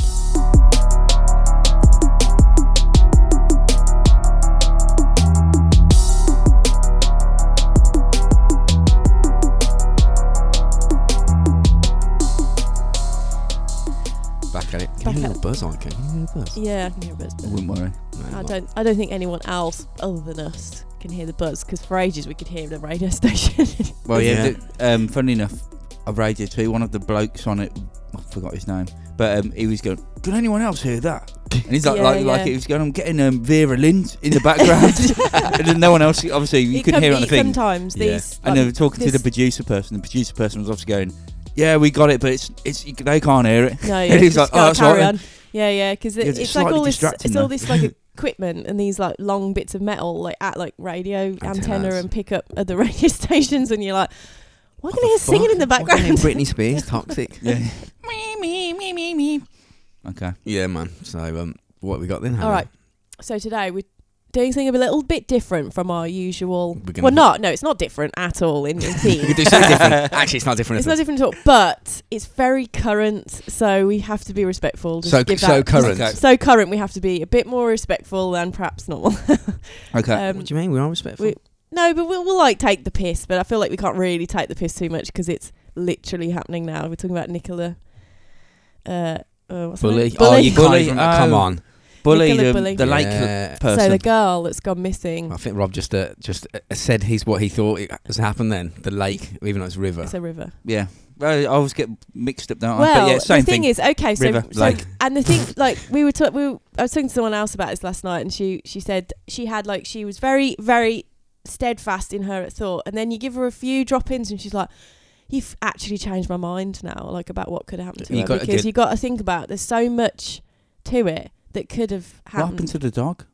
[SPEAKER 5] Back at it. Can
[SPEAKER 4] Back
[SPEAKER 5] you hear a
[SPEAKER 4] at
[SPEAKER 5] little buzz on? Can you hear a little buzz?
[SPEAKER 4] Yeah, I can hear a buzz.
[SPEAKER 3] I
[SPEAKER 4] but
[SPEAKER 3] wouldn't worry.
[SPEAKER 5] No,
[SPEAKER 4] I
[SPEAKER 5] well,
[SPEAKER 4] don't. I don't think anyone else other than us can hear the buzz because for ages we could hear the radio station.
[SPEAKER 3] Well, yeah.
[SPEAKER 5] Yeah.
[SPEAKER 3] th- um, funny enough, I radio two. One of the blokes on it, I forgot his name, but um, he was going. Can anyone else hear that? And he's like,
[SPEAKER 4] Yeah,
[SPEAKER 3] like, like
[SPEAKER 4] yeah.
[SPEAKER 3] he was going. I'm getting um, Vera Lind in the background, and then no one else. Obviously, you
[SPEAKER 4] It
[SPEAKER 3] couldn't
[SPEAKER 4] can
[SPEAKER 3] hear it
[SPEAKER 4] be
[SPEAKER 3] on the thing.
[SPEAKER 4] Sometimes
[SPEAKER 5] Yeah.
[SPEAKER 4] these.
[SPEAKER 3] And
[SPEAKER 4] like,
[SPEAKER 3] they were talking to the
[SPEAKER 4] this-
[SPEAKER 3] producer person. The producer person was obviously going, "Yeah, we got it, but it's it's they can't hear it."
[SPEAKER 4] No,
[SPEAKER 3] And
[SPEAKER 4] yeah,
[SPEAKER 3] he's
[SPEAKER 4] just
[SPEAKER 3] like, "Oh,
[SPEAKER 4] gotta
[SPEAKER 3] that's
[SPEAKER 4] carry
[SPEAKER 3] right
[SPEAKER 4] on. Yeah, yeah, because
[SPEAKER 3] Yeah,
[SPEAKER 4] it,
[SPEAKER 3] it's
[SPEAKER 4] it's, like
[SPEAKER 3] slightly
[SPEAKER 4] all this,
[SPEAKER 3] distracting
[SPEAKER 4] it's all
[SPEAKER 3] though.
[SPEAKER 4] this like equipment and these like long bits of metal, like at like radio antenna
[SPEAKER 5] Antennas.
[SPEAKER 4] and pick up at the radio stations, and you're like, why can I hear
[SPEAKER 5] the
[SPEAKER 4] singing
[SPEAKER 5] fuck?
[SPEAKER 4] in the
[SPEAKER 5] Why can't I hear
[SPEAKER 4] background?
[SPEAKER 5] Britney Spears, toxic.
[SPEAKER 3] Yeah. me me me me me. Okay.
[SPEAKER 5] yeah, man. So, um, what have we got then? Hannah?
[SPEAKER 4] all right, so today we're doing something a little bit different from our usual.
[SPEAKER 5] We're gonna-
[SPEAKER 4] Well, not no, it's not different at all in, in
[SPEAKER 5] We
[SPEAKER 4] theme.
[SPEAKER 5] could do something different. Actually, it's not different.
[SPEAKER 4] It's
[SPEAKER 5] at all.
[SPEAKER 4] not different at all, but it's very current, so we have to be respectful. Just
[SPEAKER 5] So-
[SPEAKER 4] give
[SPEAKER 5] so
[SPEAKER 4] that-
[SPEAKER 5] current.
[SPEAKER 4] just- so current. We have to be a bit more respectful than perhaps normal.
[SPEAKER 3] Okay.
[SPEAKER 4] um,
[SPEAKER 5] what do you mean? We're all respectful.
[SPEAKER 4] we- No, but we'll, we'll like take the piss, but I feel like we can't really take the piss too much because it's literally happening now. We're talking about Nicola. Uh, uh, what's her
[SPEAKER 5] bully.
[SPEAKER 4] name?
[SPEAKER 5] Oh, you
[SPEAKER 3] Bully.
[SPEAKER 5] can't even. Come
[SPEAKER 3] Oh.
[SPEAKER 5] on.
[SPEAKER 3] bully
[SPEAKER 4] Nicola
[SPEAKER 3] the,
[SPEAKER 4] Bully.
[SPEAKER 3] the lake
[SPEAKER 5] Yeah.
[SPEAKER 3] person.
[SPEAKER 4] So the girl that's gone missing.
[SPEAKER 5] I think Rob just uh, just uh, said he's what he thought it has happened. Then the lake,
[SPEAKER 4] Mm-hmm.
[SPEAKER 5] even though it's river.
[SPEAKER 4] It's a river.
[SPEAKER 3] yeah. I always get mixed up, don't I?
[SPEAKER 4] well,
[SPEAKER 3] But yeah, same
[SPEAKER 4] the thing,
[SPEAKER 3] thing.
[SPEAKER 4] is, okay, so,
[SPEAKER 3] River,
[SPEAKER 4] so-
[SPEAKER 3] lake.
[SPEAKER 4] and the thing, like we were, ta- we were, I was talking to someone else about this last night, and she she said she had like she was very very steadfast in her thought, and then you give her a few drop ins, and she's like. You've actually changed my mind now, like about what could have happened to
[SPEAKER 5] You
[SPEAKER 4] her,
[SPEAKER 5] gotta
[SPEAKER 4] because
[SPEAKER 5] get-
[SPEAKER 4] you got to think about. There's so much to it that could have
[SPEAKER 3] what happened
[SPEAKER 4] happened.
[SPEAKER 3] to the dog?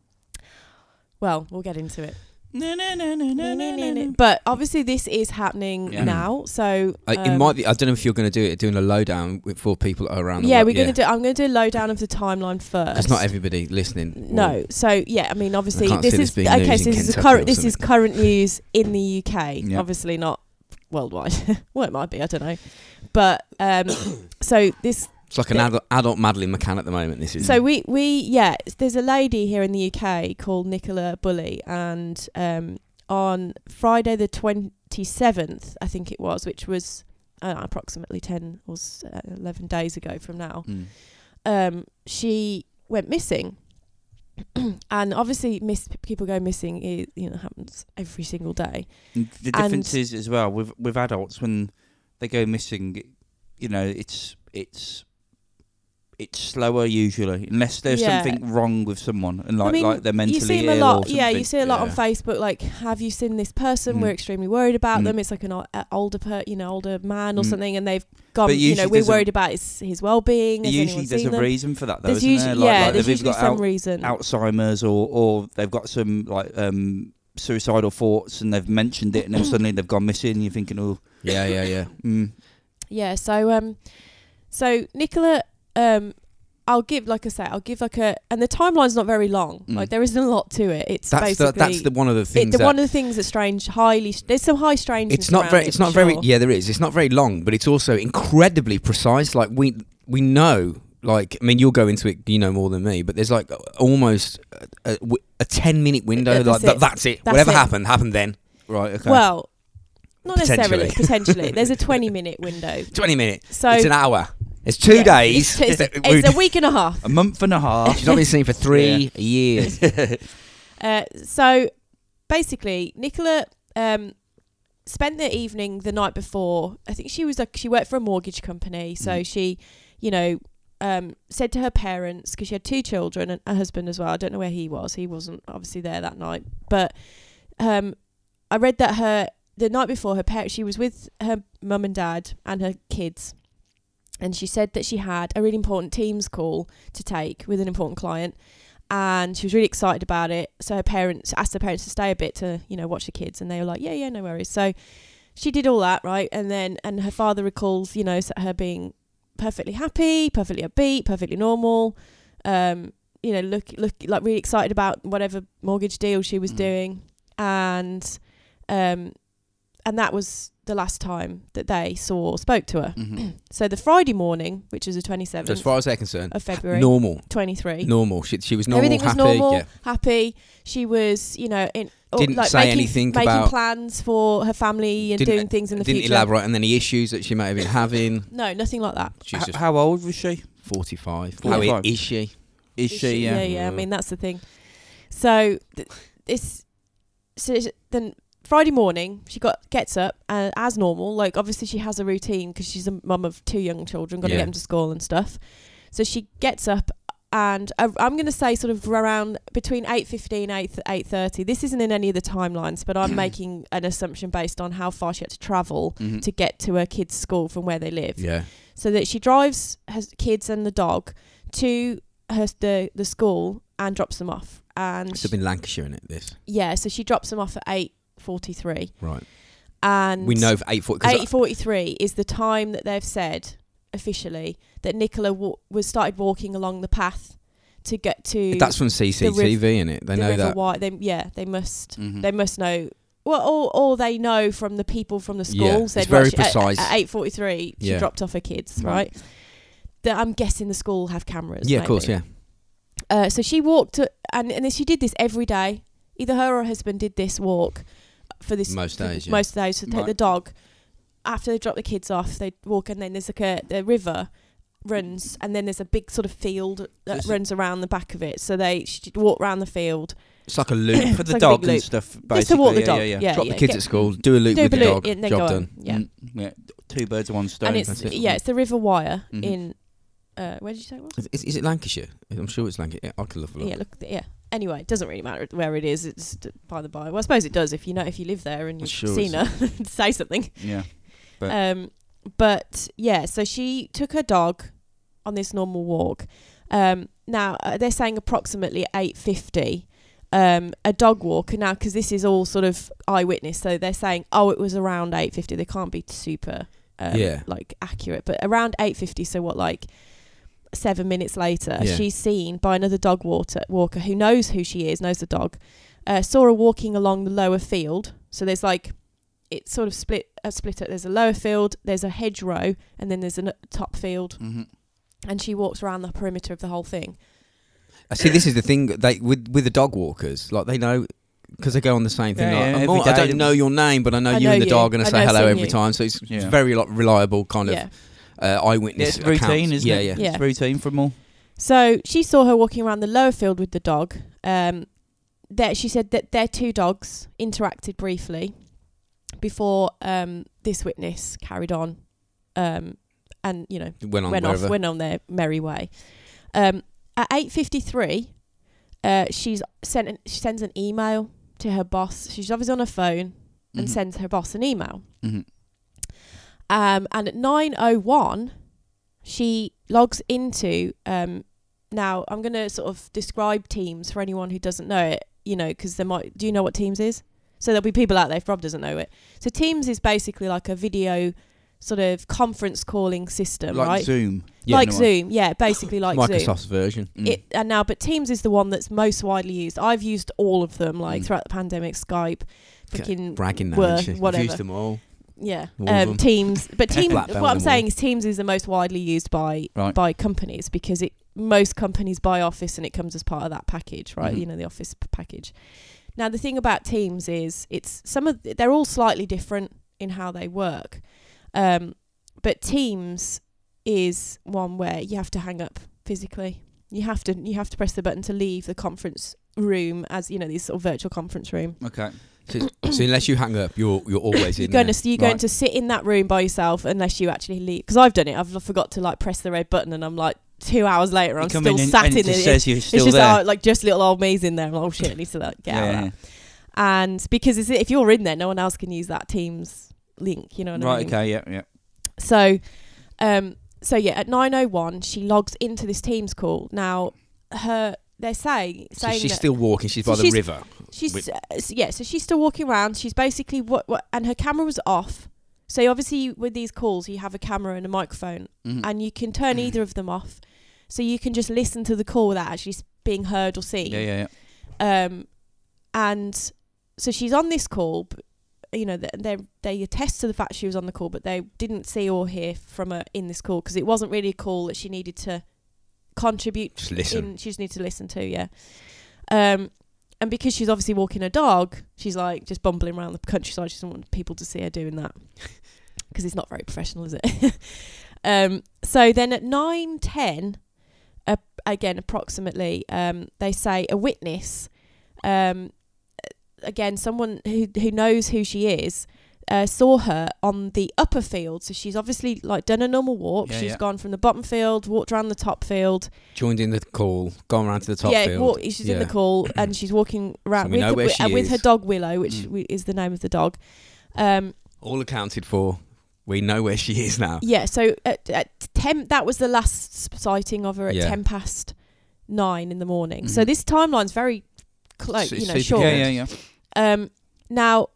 [SPEAKER 4] Well, we'll get into it.
[SPEAKER 3] No, no, no, no,
[SPEAKER 4] But obviously, this is happening
[SPEAKER 3] Yeah.
[SPEAKER 4] now, so
[SPEAKER 5] I, Uh, it
[SPEAKER 4] um,
[SPEAKER 5] might be. I don't know if you're going to do it. Doing a lowdown with four people around.
[SPEAKER 4] um, Yeah,
[SPEAKER 5] the wo-
[SPEAKER 4] we're gonna do. I'm gonna do a lowdown of the timeline first.
[SPEAKER 5] Because not everybody listening.
[SPEAKER 4] No, so yeah, I mean, obviously,
[SPEAKER 5] can't
[SPEAKER 4] this
[SPEAKER 5] see this
[SPEAKER 4] is
[SPEAKER 5] being
[SPEAKER 4] okay.
[SPEAKER 5] news
[SPEAKER 4] So
[SPEAKER 5] in
[SPEAKER 4] this is the
[SPEAKER 5] Kentucky or
[SPEAKER 4] current. This is
[SPEAKER 5] something.
[SPEAKER 4] current news in the UK.
[SPEAKER 3] Yeah.
[SPEAKER 4] Obviously, not worldwide. well, it might be. I don't know. But um, so this
[SPEAKER 5] It's like an
[SPEAKER 4] Yeah.
[SPEAKER 5] adult, adult Madeline McCann at the moment. This is
[SPEAKER 4] So we we yeah, s- there's a lady here in the UK called Nicola Bully, and um, on Friday the twenty seventh, I think it was, which was uh, approximately ten or s- uh, eleven days ago from now,
[SPEAKER 3] Mm.
[SPEAKER 4] um, she went missing. and obviously, miss people go missing. It you know happens every single day.
[SPEAKER 3] And The
[SPEAKER 4] And-
[SPEAKER 3] difference is as well with with adults when they go missing, you know, it's it's it's slower usually, unless there's
[SPEAKER 4] Yeah.
[SPEAKER 3] something wrong with someone and like
[SPEAKER 4] I mean,
[SPEAKER 3] like they're mentally
[SPEAKER 4] you see 'em
[SPEAKER 3] ill
[SPEAKER 4] a
[SPEAKER 3] or
[SPEAKER 4] lot.
[SPEAKER 3] something.
[SPEAKER 4] Yeah, you see a lot on
[SPEAKER 5] Yeah.
[SPEAKER 4] Facebook. Like, have you seen this person?
[SPEAKER 3] Mm.
[SPEAKER 4] We're extremely worried about
[SPEAKER 3] Mm.
[SPEAKER 4] them. It's like an o- a older, per, you know, older man or
[SPEAKER 3] Mm.
[SPEAKER 4] something, and they've gone.
[SPEAKER 3] But
[SPEAKER 4] You know,
[SPEAKER 3] usually
[SPEAKER 4] we're
[SPEAKER 3] there's a-
[SPEAKER 4] worried about his his well being.
[SPEAKER 3] usually there's a reason for that though,
[SPEAKER 4] There's
[SPEAKER 3] isn't
[SPEAKER 4] usually
[SPEAKER 3] there? Like,
[SPEAKER 4] yeah.
[SPEAKER 3] like
[SPEAKER 4] there's
[SPEAKER 3] they've
[SPEAKER 4] usually
[SPEAKER 3] got
[SPEAKER 4] some
[SPEAKER 3] al-
[SPEAKER 4] reason.
[SPEAKER 3] Alzheimer's or or they've got some like um suicidal thoughts and they've mentioned it and then suddenly they've gone missing. You're thinking, oh,
[SPEAKER 5] yeah, yeah, yeah.
[SPEAKER 3] mm,
[SPEAKER 4] Yeah. So um, so Nicola um. I'll give, like I say, I'll give like a, and the timeline's not very long.
[SPEAKER 3] Mm.
[SPEAKER 4] Like there isn't a lot to it. It's
[SPEAKER 5] That's the,
[SPEAKER 4] basically
[SPEAKER 5] that's the one of the
[SPEAKER 4] it,
[SPEAKER 5] things.
[SPEAKER 4] the
[SPEAKER 5] that
[SPEAKER 4] one of the things that's strange, highly. There's some high strangeness.
[SPEAKER 5] it's not
[SPEAKER 4] around
[SPEAKER 5] very.
[SPEAKER 4] it,
[SPEAKER 5] It's
[SPEAKER 4] for
[SPEAKER 5] not very.
[SPEAKER 4] sure.
[SPEAKER 5] Yeah, there is. It's not very long, but it's also incredibly precise. Like we we know. Like I mean, you'll go into it. You know more than me, but there's like uh, almost a, a, a ten minute window.
[SPEAKER 4] That's
[SPEAKER 5] like that.
[SPEAKER 4] it.
[SPEAKER 5] That's it.
[SPEAKER 4] That's
[SPEAKER 5] Whatever
[SPEAKER 4] it.
[SPEAKER 5] happened, happened then.
[SPEAKER 3] right, okay.
[SPEAKER 4] Well, not necessarily.
[SPEAKER 5] Potentially.
[SPEAKER 4] Potentially, there's a 20 minute window.
[SPEAKER 5] Twenty minutes.
[SPEAKER 4] So
[SPEAKER 5] it's an hour. It's two
[SPEAKER 4] yeah,
[SPEAKER 5] days.
[SPEAKER 4] It's, it's-
[SPEAKER 5] that we-
[SPEAKER 4] it's a week and a half.
[SPEAKER 3] a month and a half.
[SPEAKER 5] She's not been seen for three years.
[SPEAKER 4] Uh, so basically, Nicola um, spent the evening the night before. I think she was like she worked for a mortgage company, so
[SPEAKER 3] Mhm.
[SPEAKER 4] she, you know. Um, said to her parents because she had two children and a husband as well. I don't know where he was. He wasn't obviously there that night. But um, I read that her the night before her parents she was with her mum and dad and her kids, and she said that she had a really important Teams call to take with an important client, and she was really excited about it. So her parents asked her parents to stay a bit to you know watch the kids, and they were like, yeah, yeah, no worries. So she did all that right, and then and her father recalls you know s- her being perfectly happy, perfectly upbeat, perfectly normal. Um, you know, look, look, like really excited about whatever mortgage deal she was
[SPEAKER 3] Mhm.
[SPEAKER 4] doing, and um, and that was the last time that they saw or spoke to her.
[SPEAKER 3] Mhm.
[SPEAKER 4] So the Friday morning, which is the twenty
[SPEAKER 5] So as
[SPEAKER 4] seventh
[SPEAKER 5] far as they're concerned,
[SPEAKER 4] of February,
[SPEAKER 5] normal,
[SPEAKER 4] twenty three.
[SPEAKER 5] normal. She, she was normal,
[SPEAKER 4] Everything was
[SPEAKER 5] happy.
[SPEAKER 4] normal,
[SPEAKER 5] Yeah.
[SPEAKER 4] happy. She was, you know, in or,
[SPEAKER 5] Didn't
[SPEAKER 4] like
[SPEAKER 5] say
[SPEAKER 4] making,
[SPEAKER 5] anything
[SPEAKER 4] making
[SPEAKER 5] about-
[SPEAKER 4] plans for her family and
[SPEAKER 5] Didn't-
[SPEAKER 4] doing things in the
[SPEAKER 5] Didn't
[SPEAKER 4] future.
[SPEAKER 5] elaborate on any issues that she might have been having.
[SPEAKER 4] No, nothing like that.
[SPEAKER 5] She's
[SPEAKER 3] H-
[SPEAKER 5] just
[SPEAKER 3] how old was she?
[SPEAKER 5] 45. How i-
[SPEAKER 3] 45.
[SPEAKER 5] is she?
[SPEAKER 3] Is she?
[SPEAKER 4] yeah, I mean, that's the thing. So th- this, so sh- then Friday morning, she got gets up uh, as normal. Like obviously, she has a routine because she's a mum of two young children, got to
[SPEAKER 5] Yeah.
[SPEAKER 4] get them to school and stuff. So she gets up. And uh, I'm going to say sort of around between 8.15 8, 8.30. This isn't in any of the timelines, but I'm making an assumption based on how far she had to travel
[SPEAKER 3] Mhm.
[SPEAKER 4] to get to her kids' school from where they live
[SPEAKER 5] Yeah.
[SPEAKER 4] so that she drives her kids and the dog to her the, the school and drops them off and
[SPEAKER 5] It's up in Lancashire, in it, this?
[SPEAKER 4] yeah so she drops them off at 8.43
[SPEAKER 5] Right.
[SPEAKER 4] and
[SPEAKER 5] we know for 8 foot. 'cause I-
[SPEAKER 4] 8.43 is the time that they've said officially that nicola wa- was started walking along the path to get to
[SPEAKER 5] That's from CCTV, in it. They
[SPEAKER 4] the
[SPEAKER 5] know
[SPEAKER 4] river
[SPEAKER 5] that.
[SPEAKER 4] Wye. they, yeah they must
[SPEAKER 3] Mhm.
[SPEAKER 5] Mm.
[SPEAKER 4] they must know well, or, or they know from the people from the
[SPEAKER 5] Yeah,
[SPEAKER 4] school.
[SPEAKER 5] it's
[SPEAKER 4] said,
[SPEAKER 5] very
[SPEAKER 4] right, she- at-
[SPEAKER 5] precise.
[SPEAKER 4] At, eight forty-three, she
[SPEAKER 5] Yeah. Mm.
[SPEAKER 4] dropped off her kids.
[SPEAKER 3] Right.
[SPEAKER 4] Right. That I'm guessing the school have cameras.
[SPEAKER 5] Yeah, of course,
[SPEAKER 4] maybe.
[SPEAKER 5] yeah.
[SPEAKER 4] Uh, so she walked, to, and and she did this every day. Either her or her husband did this walk for this
[SPEAKER 5] Most
[SPEAKER 4] for
[SPEAKER 5] days, yeah.
[SPEAKER 4] Most days to take
[SPEAKER 3] Right.
[SPEAKER 4] the dog. After they drop the kids off, they walk, and then there's like a the river runs, and then there's a big sort of field that
[SPEAKER 3] Is it-
[SPEAKER 4] runs around the back of it. So they she walk round the field
[SPEAKER 5] It's like a loop.
[SPEAKER 3] for
[SPEAKER 4] It's
[SPEAKER 3] the
[SPEAKER 4] like a
[SPEAKER 3] dog
[SPEAKER 4] big
[SPEAKER 3] and
[SPEAKER 4] loop.
[SPEAKER 3] stuff. Basically.
[SPEAKER 4] just to walk the
[SPEAKER 3] yeah,
[SPEAKER 4] dog.
[SPEAKER 3] Yeah, yeah.
[SPEAKER 5] Drop the
[SPEAKER 4] yeah,
[SPEAKER 5] kids
[SPEAKER 4] get-
[SPEAKER 5] at school, do a loop
[SPEAKER 4] do a
[SPEAKER 5] with the
[SPEAKER 4] balloon,
[SPEAKER 5] dog.
[SPEAKER 4] yeah, and then
[SPEAKER 5] Job
[SPEAKER 4] go
[SPEAKER 5] done.
[SPEAKER 4] on. Yeah.
[SPEAKER 3] Mm, yeah. Two birds, one stone.
[SPEAKER 4] and it's
[SPEAKER 5] That's it.
[SPEAKER 4] yeah, it's the River Wire
[SPEAKER 5] Mm-hmm.
[SPEAKER 3] Mhm.
[SPEAKER 4] in uh, where did you say it was?
[SPEAKER 5] Is, is it Lancashire? I'm sure it's Lancashire. Yeah, I could love a look.
[SPEAKER 4] Yeah, look, yeah. Anyway, it doesn't really matter where it is. It's d- by the by. Well, I suppose it does if you know if you live there and
[SPEAKER 5] Well,
[SPEAKER 4] you've
[SPEAKER 5] sure,
[SPEAKER 4] seen her. say something.
[SPEAKER 3] yeah.
[SPEAKER 4] Um, but yeah, so she took her dog on this normal walk. Um, now uh, they're saying approximately eight fifty. Um, a dog walker now because this is all sort of eyewitness, so they're saying oh it was around eight fifty. They can't be super um,
[SPEAKER 5] Yeah.
[SPEAKER 4] like accurate, but around eight fifty. So what like seven minutes later,
[SPEAKER 5] Yeah.
[SPEAKER 4] she's seen by another dog water, walker who knows who she is, knows the dog. Uh, saw her walking along the lower field. So there's like it's sort of split a split up. There's a lower field, there's a hedgerow, and then there's a n- top field.
[SPEAKER 3] Mhm.
[SPEAKER 4] and she walks around the perimeter of the whole thing.
[SPEAKER 5] I see. This is the thing they with with the dog walkers, like they know because they go on the same thing.
[SPEAKER 3] Yeah,
[SPEAKER 5] like,
[SPEAKER 3] yeah,
[SPEAKER 5] I'm
[SPEAKER 3] every
[SPEAKER 5] all- I
[SPEAKER 3] day
[SPEAKER 5] don't
[SPEAKER 3] they-
[SPEAKER 5] know your name, but I know
[SPEAKER 4] I
[SPEAKER 5] you
[SPEAKER 4] know
[SPEAKER 5] and the
[SPEAKER 4] you.
[SPEAKER 5] done dog, and I,
[SPEAKER 4] I
[SPEAKER 5] say
[SPEAKER 4] know
[SPEAKER 5] hello
[SPEAKER 4] I've seen
[SPEAKER 5] every
[SPEAKER 4] you.
[SPEAKER 5] time. So it's it's
[SPEAKER 3] Yeah.
[SPEAKER 5] very like reliable kind
[SPEAKER 4] yeah.
[SPEAKER 5] of uh, eyewitness.
[SPEAKER 3] It's routine,
[SPEAKER 5] accounts.
[SPEAKER 3] isn't
[SPEAKER 5] yeah,
[SPEAKER 3] it?
[SPEAKER 5] Yeah,
[SPEAKER 4] Yeah.
[SPEAKER 3] It's routine for them all.
[SPEAKER 4] So she saw her walking around the lower field with the dog. Um, that she said that their two dogs interacted briefly before um, this witness carried on, um, and you know
[SPEAKER 5] Went on
[SPEAKER 4] went
[SPEAKER 5] wherever.
[SPEAKER 4] off went on their merry way. Um, at eight fifty three, uh, she's sent an, she sends an email to her boss. She's obviously on her phone and
[SPEAKER 5] Mm-hmm.
[SPEAKER 3] Mhm.
[SPEAKER 4] sends her boss an email.
[SPEAKER 3] Mhm.
[SPEAKER 4] Um, and at nine oh one, she logs into. Um, now I'm gonna sort of describe Teams for anyone who doesn't know it. You know, because they might. Do you know what Teams is? So there'll be people out there if Rob doesn't know it. So Teams is basically like a video sort of conference calling system,
[SPEAKER 3] like
[SPEAKER 4] right?
[SPEAKER 3] Zoom.
[SPEAKER 4] like
[SPEAKER 3] No,
[SPEAKER 4] Zoom, yeah, basically like Zoom.
[SPEAKER 5] Microsoft's version.
[SPEAKER 3] Mm.
[SPEAKER 4] It, and now, but Teams is the one that's most widely used. I've used all of them, like
[SPEAKER 3] Mm.
[SPEAKER 4] throughout the pandemic, Skype,
[SPEAKER 5] Okay,
[SPEAKER 4] freaking
[SPEAKER 5] Bragging now,
[SPEAKER 4] Were-
[SPEAKER 5] isn't she? We've
[SPEAKER 4] whatever.
[SPEAKER 5] Used them all.
[SPEAKER 4] yeah,
[SPEAKER 5] All of them.
[SPEAKER 4] um, Teams. But Teams,
[SPEAKER 5] Black belt
[SPEAKER 4] what I'm
[SPEAKER 5] them
[SPEAKER 4] saying is Teams is the most widely used by
[SPEAKER 3] Right.
[SPEAKER 4] by companies because it most companies buy Office and it comes as part of that package, right?
[SPEAKER 5] Mm-hmm.
[SPEAKER 3] Mhm.
[SPEAKER 4] You know, the Office p- package. Now, the thing about Teams is it's some of they're all slightly different in how they work, um, but Teams is one where you have to hang up physically. You have to you have to press the button to leave the conference room as you know this sort of virtual conference room.
[SPEAKER 3] Okay.
[SPEAKER 5] So, it's- so unless you hang up, you're you're always
[SPEAKER 4] You're
[SPEAKER 5] in.
[SPEAKER 4] going
[SPEAKER 5] there.
[SPEAKER 4] to you're going
[SPEAKER 3] Right.
[SPEAKER 4] to sit in that room by yourself unless you actually leave. Because I've done it. I've forgot to like press the red button, and I'm like two hours later, I'm
[SPEAKER 3] You come
[SPEAKER 4] still
[SPEAKER 3] and-
[SPEAKER 4] sat
[SPEAKER 3] and
[SPEAKER 4] in
[SPEAKER 3] it. just
[SPEAKER 4] it.
[SPEAKER 3] says you're
[SPEAKER 4] It's
[SPEAKER 3] still
[SPEAKER 4] just
[SPEAKER 3] there.
[SPEAKER 4] our, like just little old me's in there. I'm like, oh shit, I need to like, get out of that. And because it's, if you're in there, no one else can use that Teams link. You know what I
[SPEAKER 3] Right.
[SPEAKER 4] mean?
[SPEAKER 3] Okay. Yeah. Yeah.
[SPEAKER 4] So, um, so yeah, at 9:01, she logs into this Teams call. Now, her they're saying
[SPEAKER 5] So
[SPEAKER 4] saying
[SPEAKER 5] she's
[SPEAKER 4] that-
[SPEAKER 5] still walking. She's
[SPEAKER 4] So
[SPEAKER 5] by the
[SPEAKER 4] she's-
[SPEAKER 5] river.
[SPEAKER 4] She's
[SPEAKER 5] with-
[SPEAKER 4] uh, s- yeah, so she's still walking around. She's basically what, what and her camera was off. So obviously with these calls, you have a camera and a microphone,
[SPEAKER 3] Mhm.
[SPEAKER 4] and you can turn either of them off, so you can just listen to the call without actually s- being heard or seen.
[SPEAKER 3] Yeah. Yeah. Yeah.
[SPEAKER 4] Um, and so she's on this call. But, you know, th- they they attest to the fact she was on the call, but they didn't see or hear from her in this call because it wasn't really a call that she needed to contribute
[SPEAKER 5] Just listen.
[SPEAKER 4] in, she just needs to listen to, yeah. Um, and because she's obviously walking her dog, she's like just bumbling around the countryside. She doesn't want people to see her doing that because it's not very professional, is it? um, so then at nine ten, uh, again approximately, um, they say a witness, um, again someone who who knows who she is. Uh, saw her on the upper field, so she's obviously like done a normal walk.
[SPEAKER 3] Yeah,
[SPEAKER 4] She's
[SPEAKER 3] yeah.
[SPEAKER 4] gone from the bottom field, walked around the top field,
[SPEAKER 5] Joined in the call. Gone around to the top
[SPEAKER 4] yeah,
[SPEAKER 5] field.
[SPEAKER 4] walk- she's in the
[SPEAKER 5] Yeah.
[SPEAKER 4] call and she's walking around
[SPEAKER 5] So we
[SPEAKER 4] with,
[SPEAKER 5] know
[SPEAKER 4] the-
[SPEAKER 5] where
[SPEAKER 4] with,
[SPEAKER 5] she
[SPEAKER 4] uh, with her
[SPEAKER 5] is.
[SPEAKER 4] dog Willow, which
[SPEAKER 3] Mm.
[SPEAKER 4] we- is the name of the dog. Um,
[SPEAKER 5] All accounted for. We know where she is now.
[SPEAKER 4] yeah, so at, at ten, that was the last s- sighting of her at
[SPEAKER 5] Yeah. Mm.
[SPEAKER 4] ten past nine in the morning. So
[SPEAKER 3] Mhm.
[SPEAKER 4] this timeline's very close,
[SPEAKER 5] So-
[SPEAKER 4] you know,
[SPEAKER 5] so you
[SPEAKER 4] short.
[SPEAKER 5] can-
[SPEAKER 3] Yeah. Yeah. Yeah.
[SPEAKER 4] Um, now,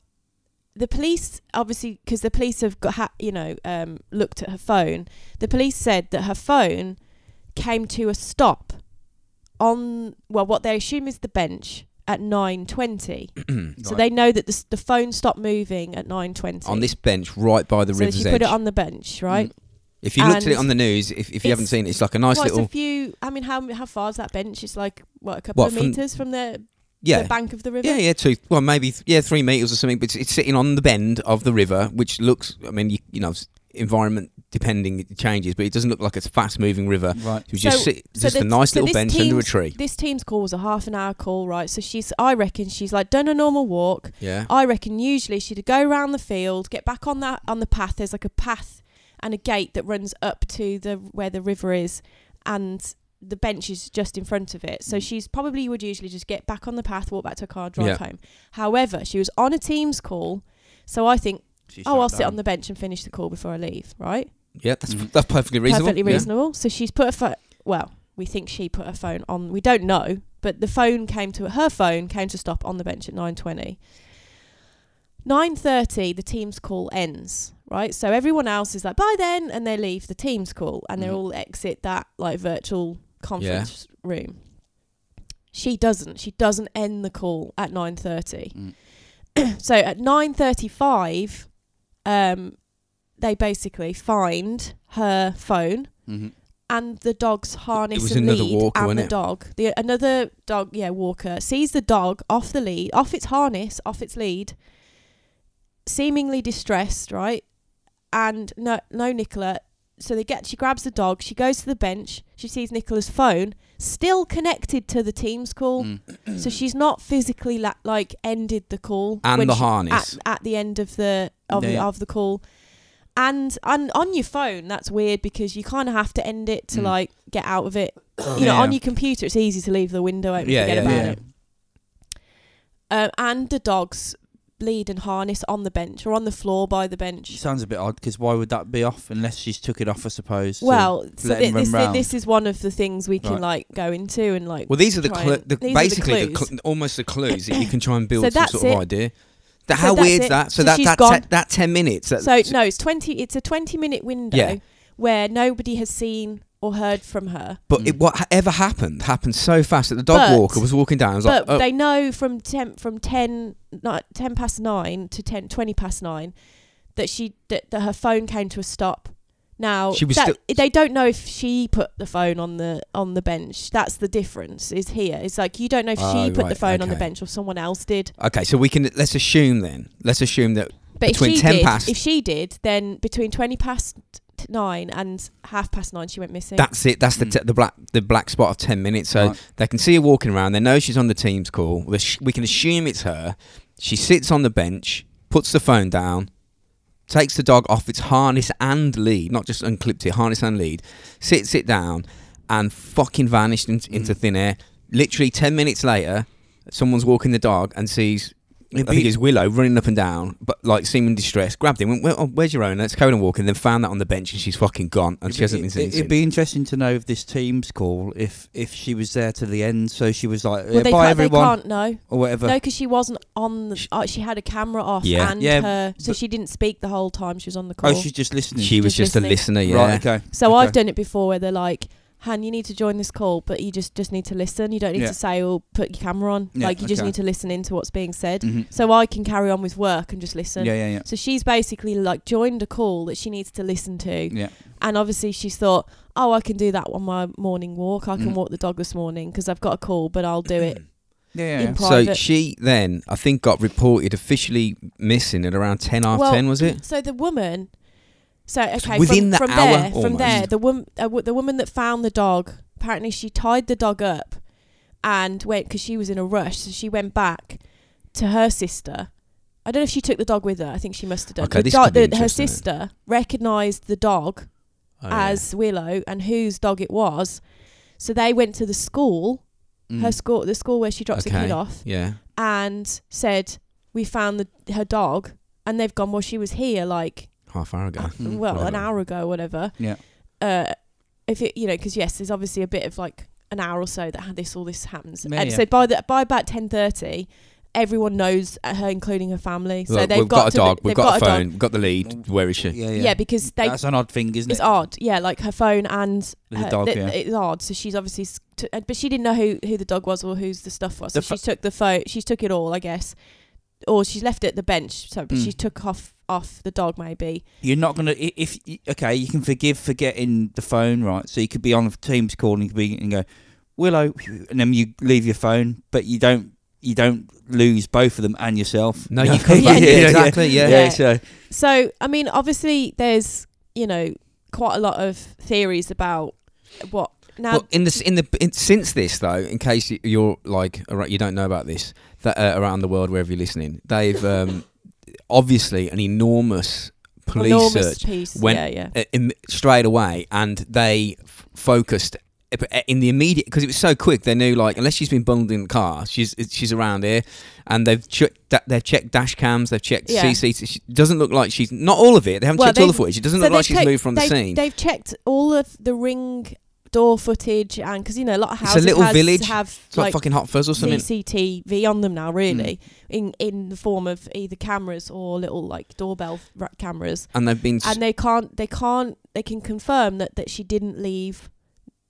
[SPEAKER 4] the police obviously, because the police have got, ha- you know, um, looked at her phone. The police said that her phone came to a stop on well, what they assume is the bench at nine twenty. So
[SPEAKER 3] Right.
[SPEAKER 4] they know that the, s- the phone stopped moving at nine twenty.
[SPEAKER 5] on this bench right by the
[SPEAKER 4] so
[SPEAKER 5] river's
[SPEAKER 4] she
[SPEAKER 5] edge. Mm,
[SPEAKER 4] put it on the bench, right?
[SPEAKER 5] if you looked at
[SPEAKER 4] and
[SPEAKER 5] it on the news, if, if you haven't
[SPEAKER 4] it's-
[SPEAKER 5] seen it, it's like a nice
[SPEAKER 4] well,
[SPEAKER 5] little
[SPEAKER 4] it's a few. I mean, how how far is that bench? It's like what a couple
[SPEAKER 5] What,
[SPEAKER 4] of
[SPEAKER 5] from-
[SPEAKER 4] meters from the,
[SPEAKER 5] yeah
[SPEAKER 4] the bank of the river.
[SPEAKER 5] yeah yeah two well maybe th- yeah three meters or something. But it's, it's sitting on the bend of the river, which looks I mean you, you know s- environment depending it changes, but it doesn't look like it's a fast moving river.
[SPEAKER 3] Right.
[SPEAKER 5] It was
[SPEAKER 4] So-
[SPEAKER 5] just sit,
[SPEAKER 4] so
[SPEAKER 5] just a
[SPEAKER 4] this-
[SPEAKER 5] nice
[SPEAKER 4] so
[SPEAKER 5] little
[SPEAKER 4] this
[SPEAKER 5] bench under a
[SPEAKER 4] team's-
[SPEAKER 5] tree.
[SPEAKER 4] This team's call was a half an hour call, right? So she's, I reckon, she's like done a normal walk.
[SPEAKER 5] Yeah,
[SPEAKER 4] I reckon usually she'd go round the field, get back on that on the path. There's like a path and a gate that runs up to the where the river is, and the bench is just in front of it. So she's probably would usually just get back on the path, walk back to her car, drive
[SPEAKER 5] Mm. Yeah.
[SPEAKER 4] home. However, she was on a team's call, so I think, oh, I'll sit on the bench and finish the call before I leave, right?
[SPEAKER 5] yeah, that's
[SPEAKER 3] Mhm.
[SPEAKER 5] that's perfectly reasonable.
[SPEAKER 4] perfectly
[SPEAKER 5] yeah.
[SPEAKER 4] reasonable. So she's put her phone. Well, we think she put her phone on. We don't know, but the phone came to her phone came to stop on the bench at nine twenty. Nine thirty, the team's call ends. Right, so everyone else is like bye then, and they leave the team's call, and they
[SPEAKER 3] Mhm.
[SPEAKER 5] Mm-hmm.
[SPEAKER 4] all exit that like virtual conference room. She doesn't. She doesn't end the call at nine thirty. so at nine thirty-five, um, they basically find her phone
[SPEAKER 3] Mhm.
[SPEAKER 4] and the dog's harness
[SPEAKER 5] It was
[SPEAKER 4] and
[SPEAKER 5] another
[SPEAKER 4] lead
[SPEAKER 5] walker,
[SPEAKER 4] and
[SPEAKER 5] wasn't
[SPEAKER 4] the
[SPEAKER 5] it?
[SPEAKER 4] dog. The another dog, yeah, walker sees the dog off the lead, off its harness, off its lead, seemingly distressed, right? And no, no, Nicola. So they get. She grabs the dog. She goes to the bench. She sees Nicola's phone still connected to the team's call.
[SPEAKER 5] Mm.
[SPEAKER 4] So she's not physically la- like ended the call
[SPEAKER 5] And
[SPEAKER 4] when
[SPEAKER 5] the
[SPEAKER 4] she-
[SPEAKER 5] harness.
[SPEAKER 4] at, at the end of the of, the,
[SPEAKER 3] Yeah.
[SPEAKER 4] of the call. And on on your phone, that's weird because you kind of have to end it to
[SPEAKER 3] Mm.
[SPEAKER 4] like get out of it. You know,
[SPEAKER 3] Yeah.
[SPEAKER 4] on your computer, it's easy to leave the window open,
[SPEAKER 5] Yeah,
[SPEAKER 4] forget
[SPEAKER 5] yeah,
[SPEAKER 4] about
[SPEAKER 5] yeah.
[SPEAKER 4] it. Um, and the dog's lead and harness on the bench or on the floor by the bench.
[SPEAKER 3] Sounds a bit odd because why would that be off unless she's took it off? I suppose. to-
[SPEAKER 4] Well, so
[SPEAKER 3] let
[SPEAKER 4] thi-
[SPEAKER 3] him
[SPEAKER 4] this,
[SPEAKER 3] run
[SPEAKER 4] thi- this is one of the things we can
[SPEAKER 3] Right.
[SPEAKER 4] like go into and like.
[SPEAKER 5] Well, these are the,
[SPEAKER 4] try
[SPEAKER 5] clu-
[SPEAKER 4] and-
[SPEAKER 5] the
[SPEAKER 4] these are
[SPEAKER 5] basically the
[SPEAKER 4] clues.
[SPEAKER 5] cl- almost the clues that you can try and build
[SPEAKER 4] So
[SPEAKER 5] some
[SPEAKER 4] that's
[SPEAKER 5] sort of
[SPEAKER 4] it.
[SPEAKER 5] idea. The,
[SPEAKER 4] So
[SPEAKER 5] how
[SPEAKER 4] that's
[SPEAKER 5] weird's
[SPEAKER 4] it.
[SPEAKER 5] that? So,
[SPEAKER 4] So
[SPEAKER 5] that
[SPEAKER 4] she's
[SPEAKER 5] that,
[SPEAKER 4] gone.
[SPEAKER 5] te- that ten minutes. That,
[SPEAKER 4] so no, it's twenty. It's a twenty-minute window
[SPEAKER 5] Yeah.
[SPEAKER 4] where nobody has seen or heard from her.
[SPEAKER 5] but it, whatever happened happened so fast that the dog
[SPEAKER 4] Mm. But-
[SPEAKER 5] walker was walking down. I was like,
[SPEAKER 4] but
[SPEAKER 5] oh,
[SPEAKER 4] they know from ten from 10, ni- 10 past nine to 10, 20 past nine that she that, that her phone came to a stop. Now
[SPEAKER 5] She was
[SPEAKER 4] that-
[SPEAKER 5] still-
[SPEAKER 4] they don't know if she put the phone on the on the bench. That's the difference. Is here. It's like you don't know if
[SPEAKER 5] Oh,
[SPEAKER 4] she put the
[SPEAKER 5] right,
[SPEAKER 4] phone on the
[SPEAKER 5] okay.
[SPEAKER 4] bench or someone else did.
[SPEAKER 5] okay. So we can let's assume then. Let's assume that
[SPEAKER 4] But
[SPEAKER 5] Between
[SPEAKER 4] if she
[SPEAKER 5] 10
[SPEAKER 4] did,
[SPEAKER 5] past-
[SPEAKER 4] if she did, then between twenty past nine and half past nine, she went missing.
[SPEAKER 5] that's it. That's the
[SPEAKER 3] Mm.
[SPEAKER 5] te- the black the black spot of ten minutes. So
[SPEAKER 3] Right.
[SPEAKER 5] they can see her walking around. They know she's on the team's call. We sh- We can assume it's her. She sits on the bench, puts the phone down, takes the dog off its harness and lead, not just unclipped it, harness and lead, sits it down, and fucking vanished
[SPEAKER 3] Mm.
[SPEAKER 5] in- into thin air. Literally ten minutes later, someone's walking the dog and sees. I
[SPEAKER 3] It'd
[SPEAKER 5] think
[SPEAKER 3] be-
[SPEAKER 5] it's Willow running up and down, but like seeming distressed. Grabbed him, went, "Where- oh, "Where's your owner?" Let's go and walk, and then found that on the bench, and she's fucking gone, and she hasn't been seen.
[SPEAKER 3] It,
[SPEAKER 5] since.
[SPEAKER 3] would be interesting to know if this team's call if if she was there to the end, so she was like,
[SPEAKER 4] well,
[SPEAKER 3] "Yeah,
[SPEAKER 4] they,
[SPEAKER 3] "Bye,
[SPEAKER 4] can't, they
[SPEAKER 3] everyone,"
[SPEAKER 4] can't know.
[SPEAKER 3] or whatever.
[SPEAKER 4] No, because she wasn't on the. Uh, she had a camera off
[SPEAKER 5] Yeah.
[SPEAKER 4] and
[SPEAKER 3] Yeah,
[SPEAKER 4] her, so
[SPEAKER 3] but-
[SPEAKER 4] she didn't speak the whole time she was on the call.
[SPEAKER 3] oh, she's just listening.
[SPEAKER 5] She was
[SPEAKER 4] Just
[SPEAKER 5] just a listener,
[SPEAKER 4] listening.
[SPEAKER 5] yeah.
[SPEAKER 3] Right. Okay.
[SPEAKER 4] so
[SPEAKER 3] okay.
[SPEAKER 4] I've done it before where they're like, "Han, you need to join this call, but you just just need to listen. You don't need
[SPEAKER 3] Yeah.
[SPEAKER 4] to say or put your camera on.
[SPEAKER 3] Yeah,
[SPEAKER 4] like you just
[SPEAKER 3] okay.
[SPEAKER 4] need to listen into what's being said."
[SPEAKER 3] Mhm.
[SPEAKER 4] So I can carry on with work and just
[SPEAKER 3] Yeah,
[SPEAKER 4] listen.
[SPEAKER 3] yeah, yeah.
[SPEAKER 4] So she's basically like joined a call that she needs to listen to,
[SPEAKER 3] Yeah.
[SPEAKER 4] and obviously she's thought, "Oh, I can do that on my morning walk. I can
[SPEAKER 3] Mm.
[SPEAKER 4] walk the dog this morning because I've got a call, but I'll do it
[SPEAKER 3] Yeah,
[SPEAKER 4] in
[SPEAKER 3] yeah.
[SPEAKER 4] private."
[SPEAKER 5] So she then, I think, got reported officially missing at around ten half
[SPEAKER 4] Well,
[SPEAKER 5] ten, was it?
[SPEAKER 4] So the woman, so okay,
[SPEAKER 5] within
[SPEAKER 4] from,
[SPEAKER 5] the
[SPEAKER 4] from
[SPEAKER 5] hour
[SPEAKER 4] there, from
[SPEAKER 5] almost.
[SPEAKER 4] there, the woman, uh, w- the woman that found the dog, apparently she tied the dog up and went because she was in a rush, so she went back to her sister. I don't know if she took the dog with her. I think she must have done.
[SPEAKER 5] Okay,
[SPEAKER 4] The
[SPEAKER 5] this
[SPEAKER 4] dog-
[SPEAKER 5] could be
[SPEAKER 4] the- her
[SPEAKER 5] interesting, Oh,
[SPEAKER 4] sister recognised the dog as Willow and whose dog it was, so they went to the school,
[SPEAKER 3] Mm.
[SPEAKER 4] her school, the school where she drops the
[SPEAKER 5] Hmm. Okay.
[SPEAKER 4] kid off,
[SPEAKER 5] yeah.
[SPEAKER 4] and said, "We found the, her dog," and they've gone. Well, she was here like
[SPEAKER 5] half hour ago.
[SPEAKER 3] Mm,
[SPEAKER 4] well
[SPEAKER 5] Hmm. right.
[SPEAKER 4] an hour ago, or whatever.
[SPEAKER 3] Yeah.
[SPEAKER 4] Uh, if it, you know, because yes, there's obviously a bit of like an hour or so that had this all this happens,
[SPEAKER 3] Yeah,
[SPEAKER 4] and
[SPEAKER 3] yeah.
[SPEAKER 4] so by the by about ten thirty, everyone knows uh, her, including her family. So
[SPEAKER 5] Look,
[SPEAKER 4] they've
[SPEAKER 5] we've
[SPEAKER 4] got,
[SPEAKER 5] got,
[SPEAKER 4] to
[SPEAKER 5] a
[SPEAKER 4] be-
[SPEAKER 5] dog. We've
[SPEAKER 4] they've
[SPEAKER 5] got,
[SPEAKER 4] got,
[SPEAKER 5] a
[SPEAKER 4] dog.
[SPEAKER 5] phone. We've got the lead. Where is she?
[SPEAKER 3] Yeah,
[SPEAKER 4] Yeah.
[SPEAKER 3] yeah.
[SPEAKER 4] because they.
[SPEAKER 3] That's an odd thing, isn't it?
[SPEAKER 4] it's odd, yeah. Like her phone and
[SPEAKER 3] With the
[SPEAKER 4] her-
[SPEAKER 3] dog,
[SPEAKER 4] th-
[SPEAKER 3] yeah.
[SPEAKER 4] it's odd. So she's obviously, s- t- uh, but she didn't know who, who the dog was or whose the stuff was. So
[SPEAKER 3] The fa-
[SPEAKER 4] she took the phone. She took it all, I guess, or she's left it at the bench. So but
[SPEAKER 3] Mm.
[SPEAKER 4] she
[SPEAKER 5] Hmm.
[SPEAKER 4] took off off the dog maybe.
[SPEAKER 3] You're not gonna i- if y- okay. You can forgive for getting the phone right, so you could be on a Teams call and you could be and go Willow, and then you leave your phone, but you don't you don't lose both of them and yourself.
[SPEAKER 5] No, you come back.
[SPEAKER 4] Yeah,
[SPEAKER 5] Yeah,
[SPEAKER 4] yeah,
[SPEAKER 5] exactly. Yeah.
[SPEAKER 3] Yeah,
[SPEAKER 4] Yeah.
[SPEAKER 3] so
[SPEAKER 4] So, I mean, obviously, there's you know quite a lot of theories about what now.
[SPEAKER 5] well, in the s- in the in, since this though, in case y- you're like ar- you don't know about this, that uh, around the world wherever you're listening, they've um, obviously an enormous police
[SPEAKER 4] enormous
[SPEAKER 5] search
[SPEAKER 4] piece,
[SPEAKER 5] when-
[SPEAKER 4] yeah, yeah.
[SPEAKER 5] uh, im- straight away, and they f- focused i- in the immediate because it was so quick. They knew like unless she's been bundled in the car, she's uh, she's around here, and they've checked da- they've checked dash cams, they've checked
[SPEAKER 4] Yeah.
[SPEAKER 5] CCTV. She doesn't look like she's not all of it. They haven't
[SPEAKER 4] Well,
[SPEAKER 5] checked all the
[SPEAKER 4] they've-
[SPEAKER 5] footage. It doesn't
[SPEAKER 4] So
[SPEAKER 5] look like
[SPEAKER 4] they've
[SPEAKER 5] she's
[SPEAKER 4] checked-
[SPEAKER 5] moved from the
[SPEAKER 4] they've-
[SPEAKER 5] scene.
[SPEAKER 4] They've checked all of the ring door footage and because you know a lot
[SPEAKER 5] It's
[SPEAKER 4] of
[SPEAKER 5] a
[SPEAKER 4] houses
[SPEAKER 5] little
[SPEAKER 4] has-
[SPEAKER 5] village.
[SPEAKER 4] have
[SPEAKER 5] It's like, fucking hot fuzz or something.
[SPEAKER 4] CCTV on them now,
[SPEAKER 5] Mm.
[SPEAKER 4] really, in in the form of either cameras or little like doorbell ra- cameras,
[SPEAKER 5] and they've been s-
[SPEAKER 4] and they can't they can't they can confirm that that she didn't leave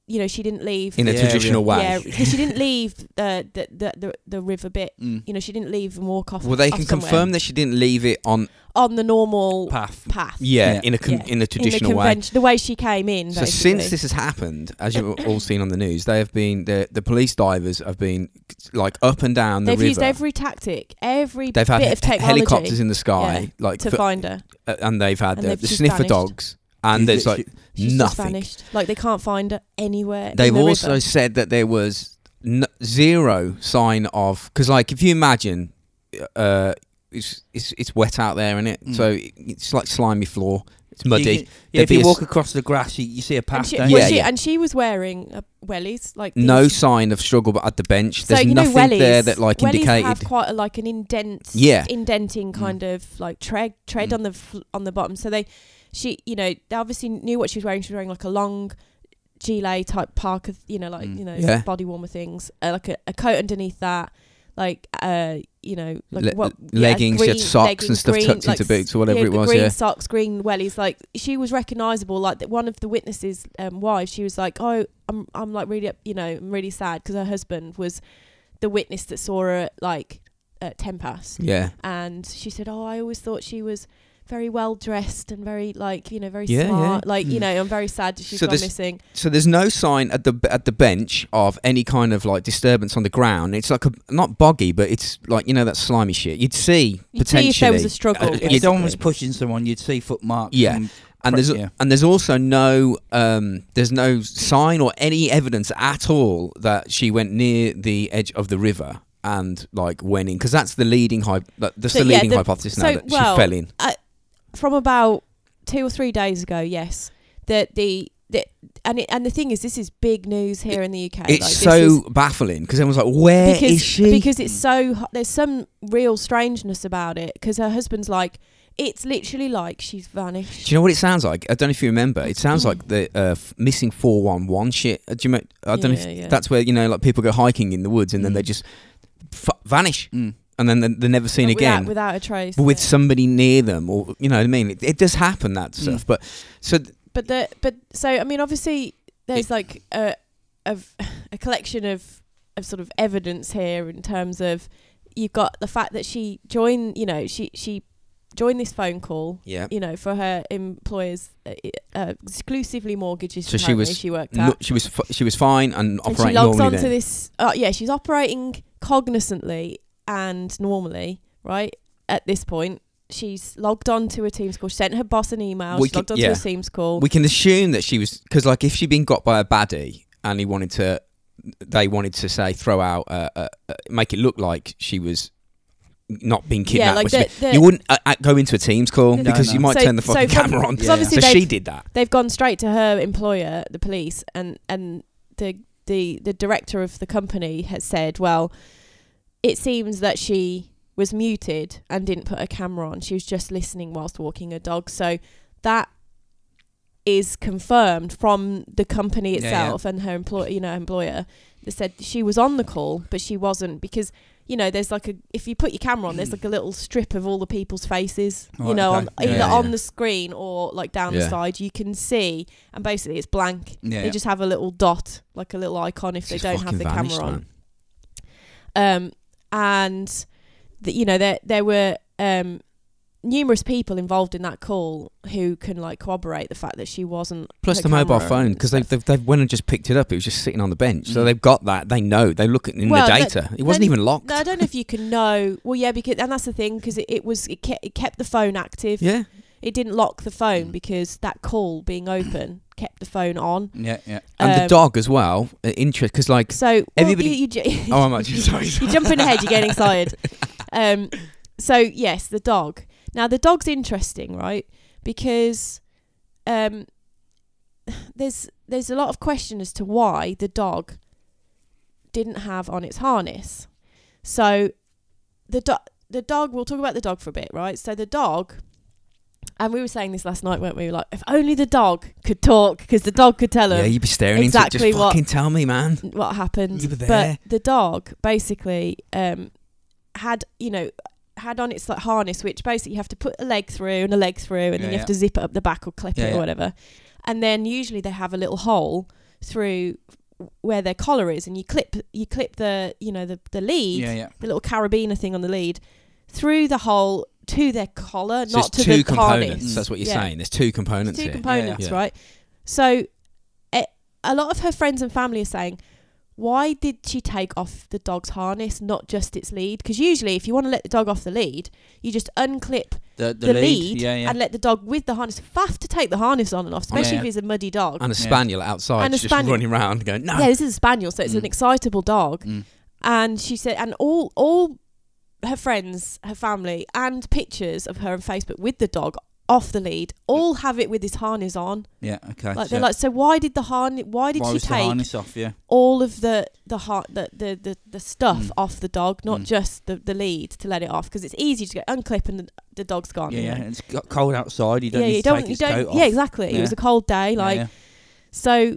[SPEAKER 4] you know, she didn't leave.
[SPEAKER 5] in a
[SPEAKER 3] Yeah,
[SPEAKER 5] traditional way.
[SPEAKER 4] yeah, 'cause she didn't leave uh, the, the the the river bit.
[SPEAKER 3] Mm.
[SPEAKER 4] You know, she didn't leave and walk off.
[SPEAKER 5] Well, they
[SPEAKER 4] off
[SPEAKER 5] can
[SPEAKER 4] somewhere.
[SPEAKER 5] confirm that she didn't leave it on.
[SPEAKER 4] on the normal
[SPEAKER 3] Path.
[SPEAKER 4] path.
[SPEAKER 5] Yeah,
[SPEAKER 3] Yeah.
[SPEAKER 5] in a con-
[SPEAKER 4] Yeah.
[SPEAKER 5] in a traditional
[SPEAKER 4] in the,
[SPEAKER 5] way.
[SPEAKER 4] convention- the way she came in.
[SPEAKER 5] So
[SPEAKER 4] basically.
[SPEAKER 5] since this has happened, as you've all seen on the news, they have been the the police divers have been like up and down the
[SPEAKER 4] they've
[SPEAKER 5] river.
[SPEAKER 4] used every tactic, every
[SPEAKER 5] They've had
[SPEAKER 4] bit of
[SPEAKER 5] he-
[SPEAKER 4] technology
[SPEAKER 5] helicopters in the sky, like
[SPEAKER 4] to
[SPEAKER 5] for-
[SPEAKER 4] find her,
[SPEAKER 5] uh, and they've had
[SPEAKER 4] And
[SPEAKER 5] the,
[SPEAKER 4] they've-
[SPEAKER 5] the
[SPEAKER 4] she's
[SPEAKER 5] sniffer
[SPEAKER 4] vanished.
[SPEAKER 5] dogs, and there's like
[SPEAKER 4] she's just
[SPEAKER 5] nothing.
[SPEAKER 4] vanished. Like they can't find her anywhere. in
[SPEAKER 5] They've
[SPEAKER 4] the
[SPEAKER 5] also
[SPEAKER 4] river.
[SPEAKER 5] said that there was n- zero sign of because, like, if you imagine, uh, it's it's it's wet out there, isn't it?
[SPEAKER 3] Mm.
[SPEAKER 5] So it- it's like slimy floor. It's
[SPEAKER 3] You
[SPEAKER 5] muddy.
[SPEAKER 3] can- yeah,
[SPEAKER 5] There'd
[SPEAKER 3] if
[SPEAKER 5] be
[SPEAKER 3] you
[SPEAKER 5] a
[SPEAKER 3] walk
[SPEAKER 5] s-
[SPEAKER 3] across the grass, you, you see a
[SPEAKER 4] And
[SPEAKER 3] path.
[SPEAKER 4] she,
[SPEAKER 3] don't
[SPEAKER 4] well,
[SPEAKER 5] Yeah,
[SPEAKER 4] she-
[SPEAKER 5] yeah.
[SPEAKER 4] and she was wearing uh, wellies, like
[SPEAKER 5] no
[SPEAKER 4] these.
[SPEAKER 5] sign of struggle, but at the bench,
[SPEAKER 4] So
[SPEAKER 5] there's
[SPEAKER 4] you know,
[SPEAKER 5] nothing
[SPEAKER 4] wellies,
[SPEAKER 5] there that like
[SPEAKER 4] wellies have
[SPEAKER 5] indicated.
[SPEAKER 4] quite a, like an indent,
[SPEAKER 5] Yeah. Mm.
[SPEAKER 4] indenting kind of like tread tread
[SPEAKER 3] Mm.
[SPEAKER 4] on the fl- on the bottom. So they, she, you know, they obviously knew what she was wearing. She was wearing like a long gilet type parka, you know, like
[SPEAKER 3] Mm.
[SPEAKER 4] you know
[SPEAKER 5] Yeah.
[SPEAKER 4] body warmer things, uh, like a, a coat underneath that, like uh, you know, like
[SPEAKER 5] Le-
[SPEAKER 4] what yeah,
[SPEAKER 5] leggings, she had socks and stuff tucked into
[SPEAKER 4] s-
[SPEAKER 5] boots or whatever
[SPEAKER 4] yeah,
[SPEAKER 5] it
[SPEAKER 4] the
[SPEAKER 5] was,
[SPEAKER 4] Green
[SPEAKER 5] yeah.
[SPEAKER 4] socks, green wellies. Like she was recognisable. Like that one of the witnesses' um, wife, she was like, "Oh, I'm, I'm like really, you know, I'm really sad because her husband was the witness that saw her at like at ten past,
[SPEAKER 5] Yeah,
[SPEAKER 4] and she said, "Oh, I always thought she was." Very well dressed and very like you know very
[SPEAKER 5] Yeah, yeah.
[SPEAKER 4] smart like you
[SPEAKER 3] Mm.
[SPEAKER 4] know I'm very sad that she's
[SPEAKER 5] So
[SPEAKER 4] gone
[SPEAKER 5] this-
[SPEAKER 4] missing.
[SPEAKER 5] so there's no sign at the at the bench of any kind of like disturbance on the ground. It's like a, not boggy, but it's like you know that slimy shit. You'd see
[SPEAKER 4] You'd
[SPEAKER 5] potentially
[SPEAKER 4] see if there was a struggle.
[SPEAKER 5] Uh,
[SPEAKER 3] you? If someone was
[SPEAKER 4] basically.
[SPEAKER 3] pushing someone, you'd see footmarks.
[SPEAKER 5] Yeah.
[SPEAKER 3] and-
[SPEAKER 5] and there's
[SPEAKER 3] Yeah.
[SPEAKER 5] and there's also no um, there's no sign or any evidence at all that she went near the edge of the river and like went in because that's the leading hy- that, that's
[SPEAKER 4] So,
[SPEAKER 5] the
[SPEAKER 4] yeah,
[SPEAKER 5] leading
[SPEAKER 4] the-
[SPEAKER 5] hypothesis now
[SPEAKER 4] so,
[SPEAKER 5] that
[SPEAKER 4] well,
[SPEAKER 5] she fell in.
[SPEAKER 4] from about two or three days ago. Yes, that the, the and it, and the thing is, this is big news here in the UK.
[SPEAKER 5] It's
[SPEAKER 4] Like, this
[SPEAKER 5] so
[SPEAKER 4] is-
[SPEAKER 5] baffling because everyone's like, "Where is
[SPEAKER 4] because
[SPEAKER 5] she?"
[SPEAKER 4] because it's so h- there's some real strangeness about it because her husband's like it's literally like she's vanished.
[SPEAKER 5] do you know what it sounds like? I don't know if you remember. It sounds like the uh, f- missing four one one shit. Uh, Do you? Mo- I don't know
[SPEAKER 4] Yeah,
[SPEAKER 5] if
[SPEAKER 4] yeah.
[SPEAKER 5] that's where you know, like people go hiking in the woods and then
[SPEAKER 3] Mm.
[SPEAKER 5] they just f- vanish
[SPEAKER 3] Mm.
[SPEAKER 5] and then they're, they're never seen
[SPEAKER 4] But
[SPEAKER 5] again.
[SPEAKER 4] without, without a trace.
[SPEAKER 5] but with
[SPEAKER 4] yeah.
[SPEAKER 5] somebody near them, or you know what I mean. It, it does happen that
[SPEAKER 4] Mm.
[SPEAKER 5] stuff, but so th-
[SPEAKER 4] but the but so I mean obviously there's like a of a collection of of sort of evidence here in terms of you've got the fact that she joined you know she she joined this phone call
[SPEAKER 5] yeah,
[SPEAKER 4] you know, for her employers, uh, uh, exclusively mortgages.
[SPEAKER 5] So she
[SPEAKER 4] she
[SPEAKER 5] was
[SPEAKER 4] she worked
[SPEAKER 5] no,
[SPEAKER 4] at.
[SPEAKER 5] she was f- she was fine and
[SPEAKER 4] And
[SPEAKER 5] operating
[SPEAKER 4] she logs on
[SPEAKER 5] normally.
[SPEAKER 4] to
[SPEAKER 5] Then.
[SPEAKER 4] this. Uh, yeah, she's operating cognizantly and normally, right? At this point, she's logged on to a Teams call. She sent her boss an email.
[SPEAKER 5] We
[SPEAKER 4] she's
[SPEAKER 5] can-
[SPEAKER 4] logged on
[SPEAKER 5] yeah.
[SPEAKER 4] to a Teams call.
[SPEAKER 5] We can assume that she was because like if she'd been got by a baddie and he wanted to, they wanted to say throw out, uh, uh, uh, make it look like she was not being kidnapped.
[SPEAKER 4] yeah, like
[SPEAKER 5] which
[SPEAKER 4] the,
[SPEAKER 5] mean-
[SPEAKER 4] the,
[SPEAKER 5] you wouldn't uh, uh, go into a Teams call
[SPEAKER 4] No,
[SPEAKER 5] because
[SPEAKER 3] no.
[SPEAKER 5] you might
[SPEAKER 4] So-
[SPEAKER 5] turn the
[SPEAKER 4] so
[SPEAKER 5] fucking
[SPEAKER 4] from-
[SPEAKER 5] camera on.
[SPEAKER 4] so
[SPEAKER 3] Yeah.
[SPEAKER 4] obviously
[SPEAKER 5] So
[SPEAKER 4] they've-
[SPEAKER 5] she did that.
[SPEAKER 4] they've gone straight to her employer, the police, and and the the the director of the company has said, well, it seems that she was muted and didn't put her camera on. She was just listening whilst walking her dog. So that is confirmed from the company
[SPEAKER 3] Yeah, yeah.
[SPEAKER 4] itself and her employer, you know, employer. They said she was on the call, but she wasn't because you know there's like a if you put your camera on, there's like a little strip of all the people's faces, you
[SPEAKER 3] Right,
[SPEAKER 4] know,
[SPEAKER 3] okay.
[SPEAKER 4] on,
[SPEAKER 3] Yeah,
[SPEAKER 4] either
[SPEAKER 5] yeah.
[SPEAKER 4] on the screen or like down
[SPEAKER 5] Yeah.
[SPEAKER 4] the side. You can see and basically it's blank.
[SPEAKER 3] Yeah,
[SPEAKER 4] they
[SPEAKER 3] yeah.
[SPEAKER 4] just have a little dot, like a little icon if
[SPEAKER 5] She's
[SPEAKER 4] they don't
[SPEAKER 5] fucking
[SPEAKER 4] have the
[SPEAKER 5] vanished,
[SPEAKER 4] camera on.
[SPEAKER 5] man.
[SPEAKER 4] Um, and the, you know there there were um, numerous people involved in that call who can like corroborate the fact that she wasn't.
[SPEAKER 5] Plus
[SPEAKER 4] her
[SPEAKER 5] the mobile
[SPEAKER 4] camera
[SPEAKER 5] phone
[SPEAKER 4] and
[SPEAKER 5] because they
[SPEAKER 4] stuff.
[SPEAKER 5] they they went and just picked it up. It was just sitting on the bench, so
[SPEAKER 3] Mm.
[SPEAKER 5] they've got that. They know. They look at in
[SPEAKER 4] Well,
[SPEAKER 5] the
[SPEAKER 4] that-
[SPEAKER 5] data. it wasn't
[SPEAKER 4] then-
[SPEAKER 5] even locked.
[SPEAKER 4] No, I don't know if you can know. Well, yeah, because and that's the thing because it, it was it kept, it kept the phone active.
[SPEAKER 5] yeah. Mm.
[SPEAKER 4] It didn't lock the phone because that call being open kept the phone on.
[SPEAKER 3] Yeah, yeah.
[SPEAKER 5] and the
[SPEAKER 4] Um,
[SPEAKER 5] dog as well. uh, Interest because like
[SPEAKER 4] So well,
[SPEAKER 5] Everybody-
[SPEAKER 4] you, you, ju-
[SPEAKER 5] oh, I'm actually sorry.
[SPEAKER 4] You're jumping ahead. You're getting excited. Um, so yes, the dog. Now the dog's interesting, right? Because um, there's there's a lot of question as to why the dog didn't have on its harness. So the dog the dog. We'll talk about the dog for a bit, right? So the dog. And we were saying this last night, weren't we? Like, if only the dog could talk, because the dog could tell
[SPEAKER 5] yeah,
[SPEAKER 4] him
[SPEAKER 5] you'd be staring into it.
[SPEAKER 4] exactly
[SPEAKER 5] Just
[SPEAKER 4] what-
[SPEAKER 5] fucking tell me, man.
[SPEAKER 4] what happened.
[SPEAKER 5] You were there.
[SPEAKER 4] But the dog basically um, had, you know, had on its like harness, which basically you have to put a leg through and a leg through, and
[SPEAKER 3] Yeah,
[SPEAKER 4] then you
[SPEAKER 3] yeah.
[SPEAKER 4] have to zip it up the back or clip
[SPEAKER 3] Yeah,
[SPEAKER 4] it
[SPEAKER 3] yeah.
[SPEAKER 4] or whatever. And then usually they have a little hole through where their collar is, and you clip you clip the you know the the lead,
[SPEAKER 3] Yeah, yeah.
[SPEAKER 4] the little carabiner thing on the lead, through the hole to their collar,
[SPEAKER 5] So
[SPEAKER 4] not
[SPEAKER 5] it's
[SPEAKER 4] to
[SPEAKER 5] two
[SPEAKER 4] the
[SPEAKER 5] components.
[SPEAKER 4] harness.
[SPEAKER 5] That's what you're
[SPEAKER 4] Yeah.
[SPEAKER 5] saying. There's two components
[SPEAKER 4] It's two
[SPEAKER 5] here.
[SPEAKER 4] components,
[SPEAKER 5] Yeah.
[SPEAKER 4] right? So, a, a lot of her friends and family are saying, why did she take off the dog's harness, not just its lead? Because usually, if you want to let the dog off the lead, you just unclip
[SPEAKER 3] The,
[SPEAKER 4] the,
[SPEAKER 3] the,
[SPEAKER 4] lead,
[SPEAKER 3] Yeah, yeah.
[SPEAKER 4] and let the dog with the harness. Faff to take the harness on and off, especially
[SPEAKER 3] yeah.
[SPEAKER 4] if he's a muddy dog.
[SPEAKER 5] And a
[SPEAKER 3] Yeah.
[SPEAKER 5] spaniel outside
[SPEAKER 4] And a
[SPEAKER 5] just
[SPEAKER 4] spaniel.
[SPEAKER 5] running around going, no.
[SPEAKER 4] Yeah, this is a spaniel, so it's
[SPEAKER 3] Mm.
[SPEAKER 4] an excitable dog.
[SPEAKER 3] Mm.
[SPEAKER 4] And she said, and all all her friends, her family, and pictures of her on Facebook with the dog off the lead, all have it with his harness on.
[SPEAKER 3] yeah, okay.
[SPEAKER 4] Like
[SPEAKER 3] so
[SPEAKER 4] they're like, so why did the harness? Why did
[SPEAKER 3] why
[SPEAKER 4] she
[SPEAKER 3] was the
[SPEAKER 4] take
[SPEAKER 3] harness off? Yeah,
[SPEAKER 4] all of the the heart the the the, the stuff
[SPEAKER 3] Mm.
[SPEAKER 4] off the dog, not
[SPEAKER 3] Mm.
[SPEAKER 4] just the the lead to let it off? Because it's easy to go unclip and the, the dog's gone.
[SPEAKER 3] yeah,
[SPEAKER 4] you
[SPEAKER 3] Oh, yeah.
[SPEAKER 4] know?
[SPEAKER 3] and It's got cold outside. You don't
[SPEAKER 4] yeah.
[SPEAKER 3] need
[SPEAKER 4] You
[SPEAKER 3] to
[SPEAKER 4] don't
[SPEAKER 3] take
[SPEAKER 4] you
[SPEAKER 3] its
[SPEAKER 4] don't
[SPEAKER 3] coat
[SPEAKER 4] yeah
[SPEAKER 3] off.
[SPEAKER 4] exactly. It
[SPEAKER 3] Yeah.
[SPEAKER 4] was a cold day,
[SPEAKER 3] Yeah,
[SPEAKER 4] like
[SPEAKER 3] yeah.
[SPEAKER 4] so.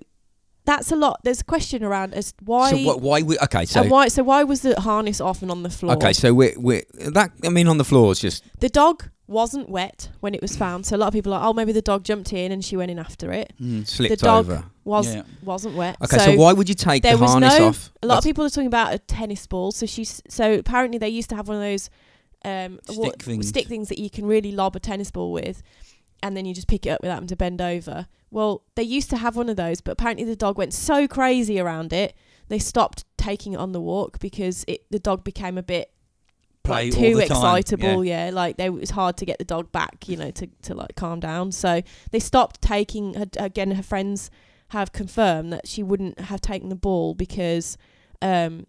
[SPEAKER 4] That's a lot. There's a question around as why
[SPEAKER 5] So what, why we? Okay, so
[SPEAKER 4] and why so why was the harness off and on the floor?
[SPEAKER 5] okay, so we're we are that. I mean, on the floor is just
[SPEAKER 4] The dog wasn't wet when it was found, so a lot of people are like, oh, maybe the dog jumped in and she went in after it.
[SPEAKER 3] Mm.
[SPEAKER 5] slipped
[SPEAKER 4] dog-
[SPEAKER 5] over.
[SPEAKER 4] Was
[SPEAKER 3] Yeah.
[SPEAKER 4] wasn't wet.
[SPEAKER 5] Okay, so, why would you take
[SPEAKER 4] there
[SPEAKER 5] the
[SPEAKER 4] was
[SPEAKER 5] harness
[SPEAKER 4] no-
[SPEAKER 5] off?
[SPEAKER 4] A lot of people are talking about a tennis ball. So she's so apparently they used to have one of those um,
[SPEAKER 3] Stick
[SPEAKER 4] what-
[SPEAKER 3] things.
[SPEAKER 4] stick things that you can really lob a tennis ball with, and then you just pick it up without them to bend over. Well, they used to have one of those, but apparently the dog went so crazy around it they stopped taking it on the walk because it the dog became a bit
[SPEAKER 3] Play
[SPEAKER 4] like,
[SPEAKER 3] all
[SPEAKER 4] too
[SPEAKER 3] the time,
[SPEAKER 4] excitable. Yeah. like they, it was hard to get the dog back, you know, to, to like calm down. So they stopped taking. Her, again, her friends have confirmed that she wouldn't have taken the ball because, um,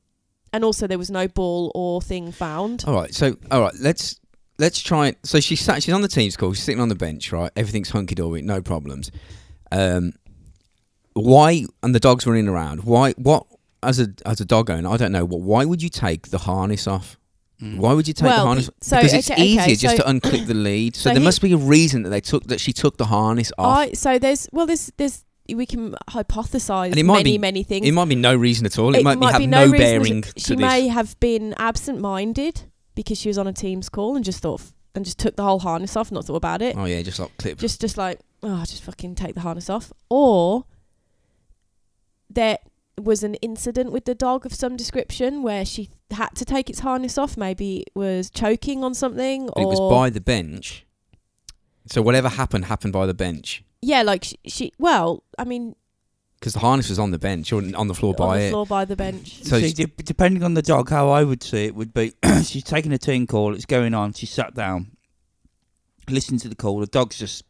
[SPEAKER 4] and also there was no ball or thing found.
[SPEAKER 5] All right, so all right, let's let's try. it. So she's sat, she's on the team's call. She's sitting on the bench, right? Everything's hunky dory, no problems. Um, why? And the dog's running around. Why? What? As a as a dog owner, I don't know. Well, why would you take the harness off?
[SPEAKER 3] Mm.
[SPEAKER 5] Why would you take the
[SPEAKER 4] Well,
[SPEAKER 5] harness?
[SPEAKER 4] so,
[SPEAKER 5] because it's
[SPEAKER 4] okay, okay,
[SPEAKER 5] easier just
[SPEAKER 4] so-
[SPEAKER 5] to unclip the lead. So,
[SPEAKER 4] so
[SPEAKER 5] there
[SPEAKER 4] he-
[SPEAKER 5] must be a reason that they took that she took the harness off.
[SPEAKER 4] I so there's well there's there's we can hypothesize
[SPEAKER 5] And it might
[SPEAKER 4] many
[SPEAKER 5] be-
[SPEAKER 4] many things.
[SPEAKER 5] it might be no reason at all. It, might, be have
[SPEAKER 4] no
[SPEAKER 5] no,
[SPEAKER 4] reason to-
[SPEAKER 5] bearing to,
[SPEAKER 4] she
[SPEAKER 5] this.
[SPEAKER 4] may have been absent-minded because she was on a team's call and just thought and just took the whole harness off, not thought about it.
[SPEAKER 5] oh yeah, just like clip.
[SPEAKER 4] just just like oh just fucking take the harness off or there was an incident with the dog of some description where she had to take its harness off maybe it was choking on something or
[SPEAKER 5] it was by the bench. So whatever happened happened by the bench
[SPEAKER 4] yeah like she, she well i mean
[SPEAKER 5] because the harness was on the bench or on the floor
[SPEAKER 4] on
[SPEAKER 5] by
[SPEAKER 4] the
[SPEAKER 5] it.
[SPEAKER 4] floor by the bench
[SPEAKER 5] So
[SPEAKER 3] See,
[SPEAKER 5] it's-
[SPEAKER 3] de- depending on the dog, how I would see it would be: she's taking a team call, it's going on. She sat down, listened to the call. The dog's just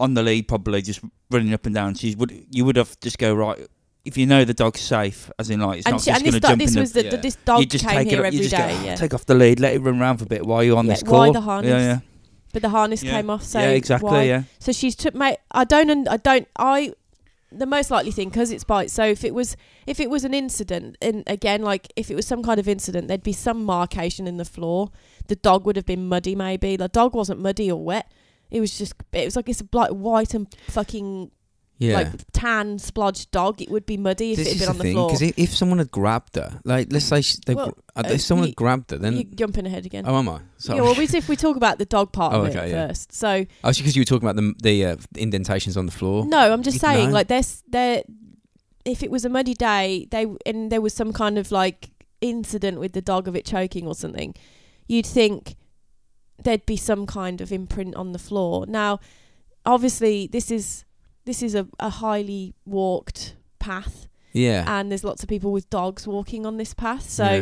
[SPEAKER 3] on the lead, probably just running up and down. She would, you would have just go right if you know the dog's safe, as in like it's
[SPEAKER 4] and,
[SPEAKER 3] not
[SPEAKER 4] she,
[SPEAKER 3] just
[SPEAKER 4] and
[SPEAKER 3] going
[SPEAKER 4] this,
[SPEAKER 3] to
[SPEAKER 4] dog-
[SPEAKER 3] jump
[SPEAKER 4] this
[SPEAKER 3] in
[SPEAKER 4] was
[SPEAKER 3] the.
[SPEAKER 4] the,
[SPEAKER 5] yeah.
[SPEAKER 4] this dog
[SPEAKER 3] you just
[SPEAKER 4] came
[SPEAKER 3] take
[SPEAKER 4] here
[SPEAKER 3] it. up- You
[SPEAKER 4] every
[SPEAKER 3] just
[SPEAKER 4] day
[SPEAKER 3] go, "Oh,
[SPEAKER 4] yeah
[SPEAKER 3] take off the lead, let it run around for a bit while you're on
[SPEAKER 4] Yeah,
[SPEAKER 3] this call.
[SPEAKER 4] why the
[SPEAKER 3] Yeah,
[SPEAKER 4] harness?
[SPEAKER 3] yeah,
[SPEAKER 4] but the harness
[SPEAKER 3] Yeah.
[SPEAKER 4] came off so
[SPEAKER 3] yeah, exactly.
[SPEAKER 4] why-
[SPEAKER 3] Yeah,
[SPEAKER 4] So she's took mate. I don't. un- I don't. I. The most likely thing because it's bites. So if it was, if it was an incident, and again, like if it was some kind of incident, there'd be some markation in the floor. The dog would have been muddy, maybe. The dog wasn't muddy or wet. It was just. It was like it's like white and fucking
[SPEAKER 5] yeah.
[SPEAKER 4] like tan splodged dog. It would be muddy if
[SPEAKER 5] this
[SPEAKER 4] it had
[SPEAKER 5] is the
[SPEAKER 4] been on the
[SPEAKER 5] thing
[SPEAKER 4] floor.
[SPEAKER 5] because if, if someone had grabbed her, like let's say she, they,
[SPEAKER 4] Well,
[SPEAKER 5] gra-
[SPEAKER 4] uh,
[SPEAKER 5] if someone
[SPEAKER 4] you-
[SPEAKER 5] had grabbed her,
[SPEAKER 4] You're
[SPEAKER 5] then
[SPEAKER 4] jumping ahead again.
[SPEAKER 5] oh am I? Sorry.
[SPEAKER 4] yeah, well, we, if we talk about the dog part
[SPEAKER 5] Oh,
[SPEAKER 4] of it
[SPEAKER 5] okay, yeah.
[SPEAKER 4] first, so
[SPEAKER 5] Actually, because you were talking about the the uh, indentations on the floor.
[SPEAKER 4] No, I'm just
[SPEAKER 5] Did-
[SPEAKER 4] saying,
[SPEAKER 5] no?
[SPEAKER 4] like, there's there. If it was a muddy day, they and there was some kind of like incident with the dog of it choking or something, you'd think there'd be some kind of imprint on the floor. Now, obviously, this is this is a, a highly walked path,
[SPEAKER 5] Yeah.
[SPEAKER 4] and there's lots of people with dogs walking on this path. Uh, So,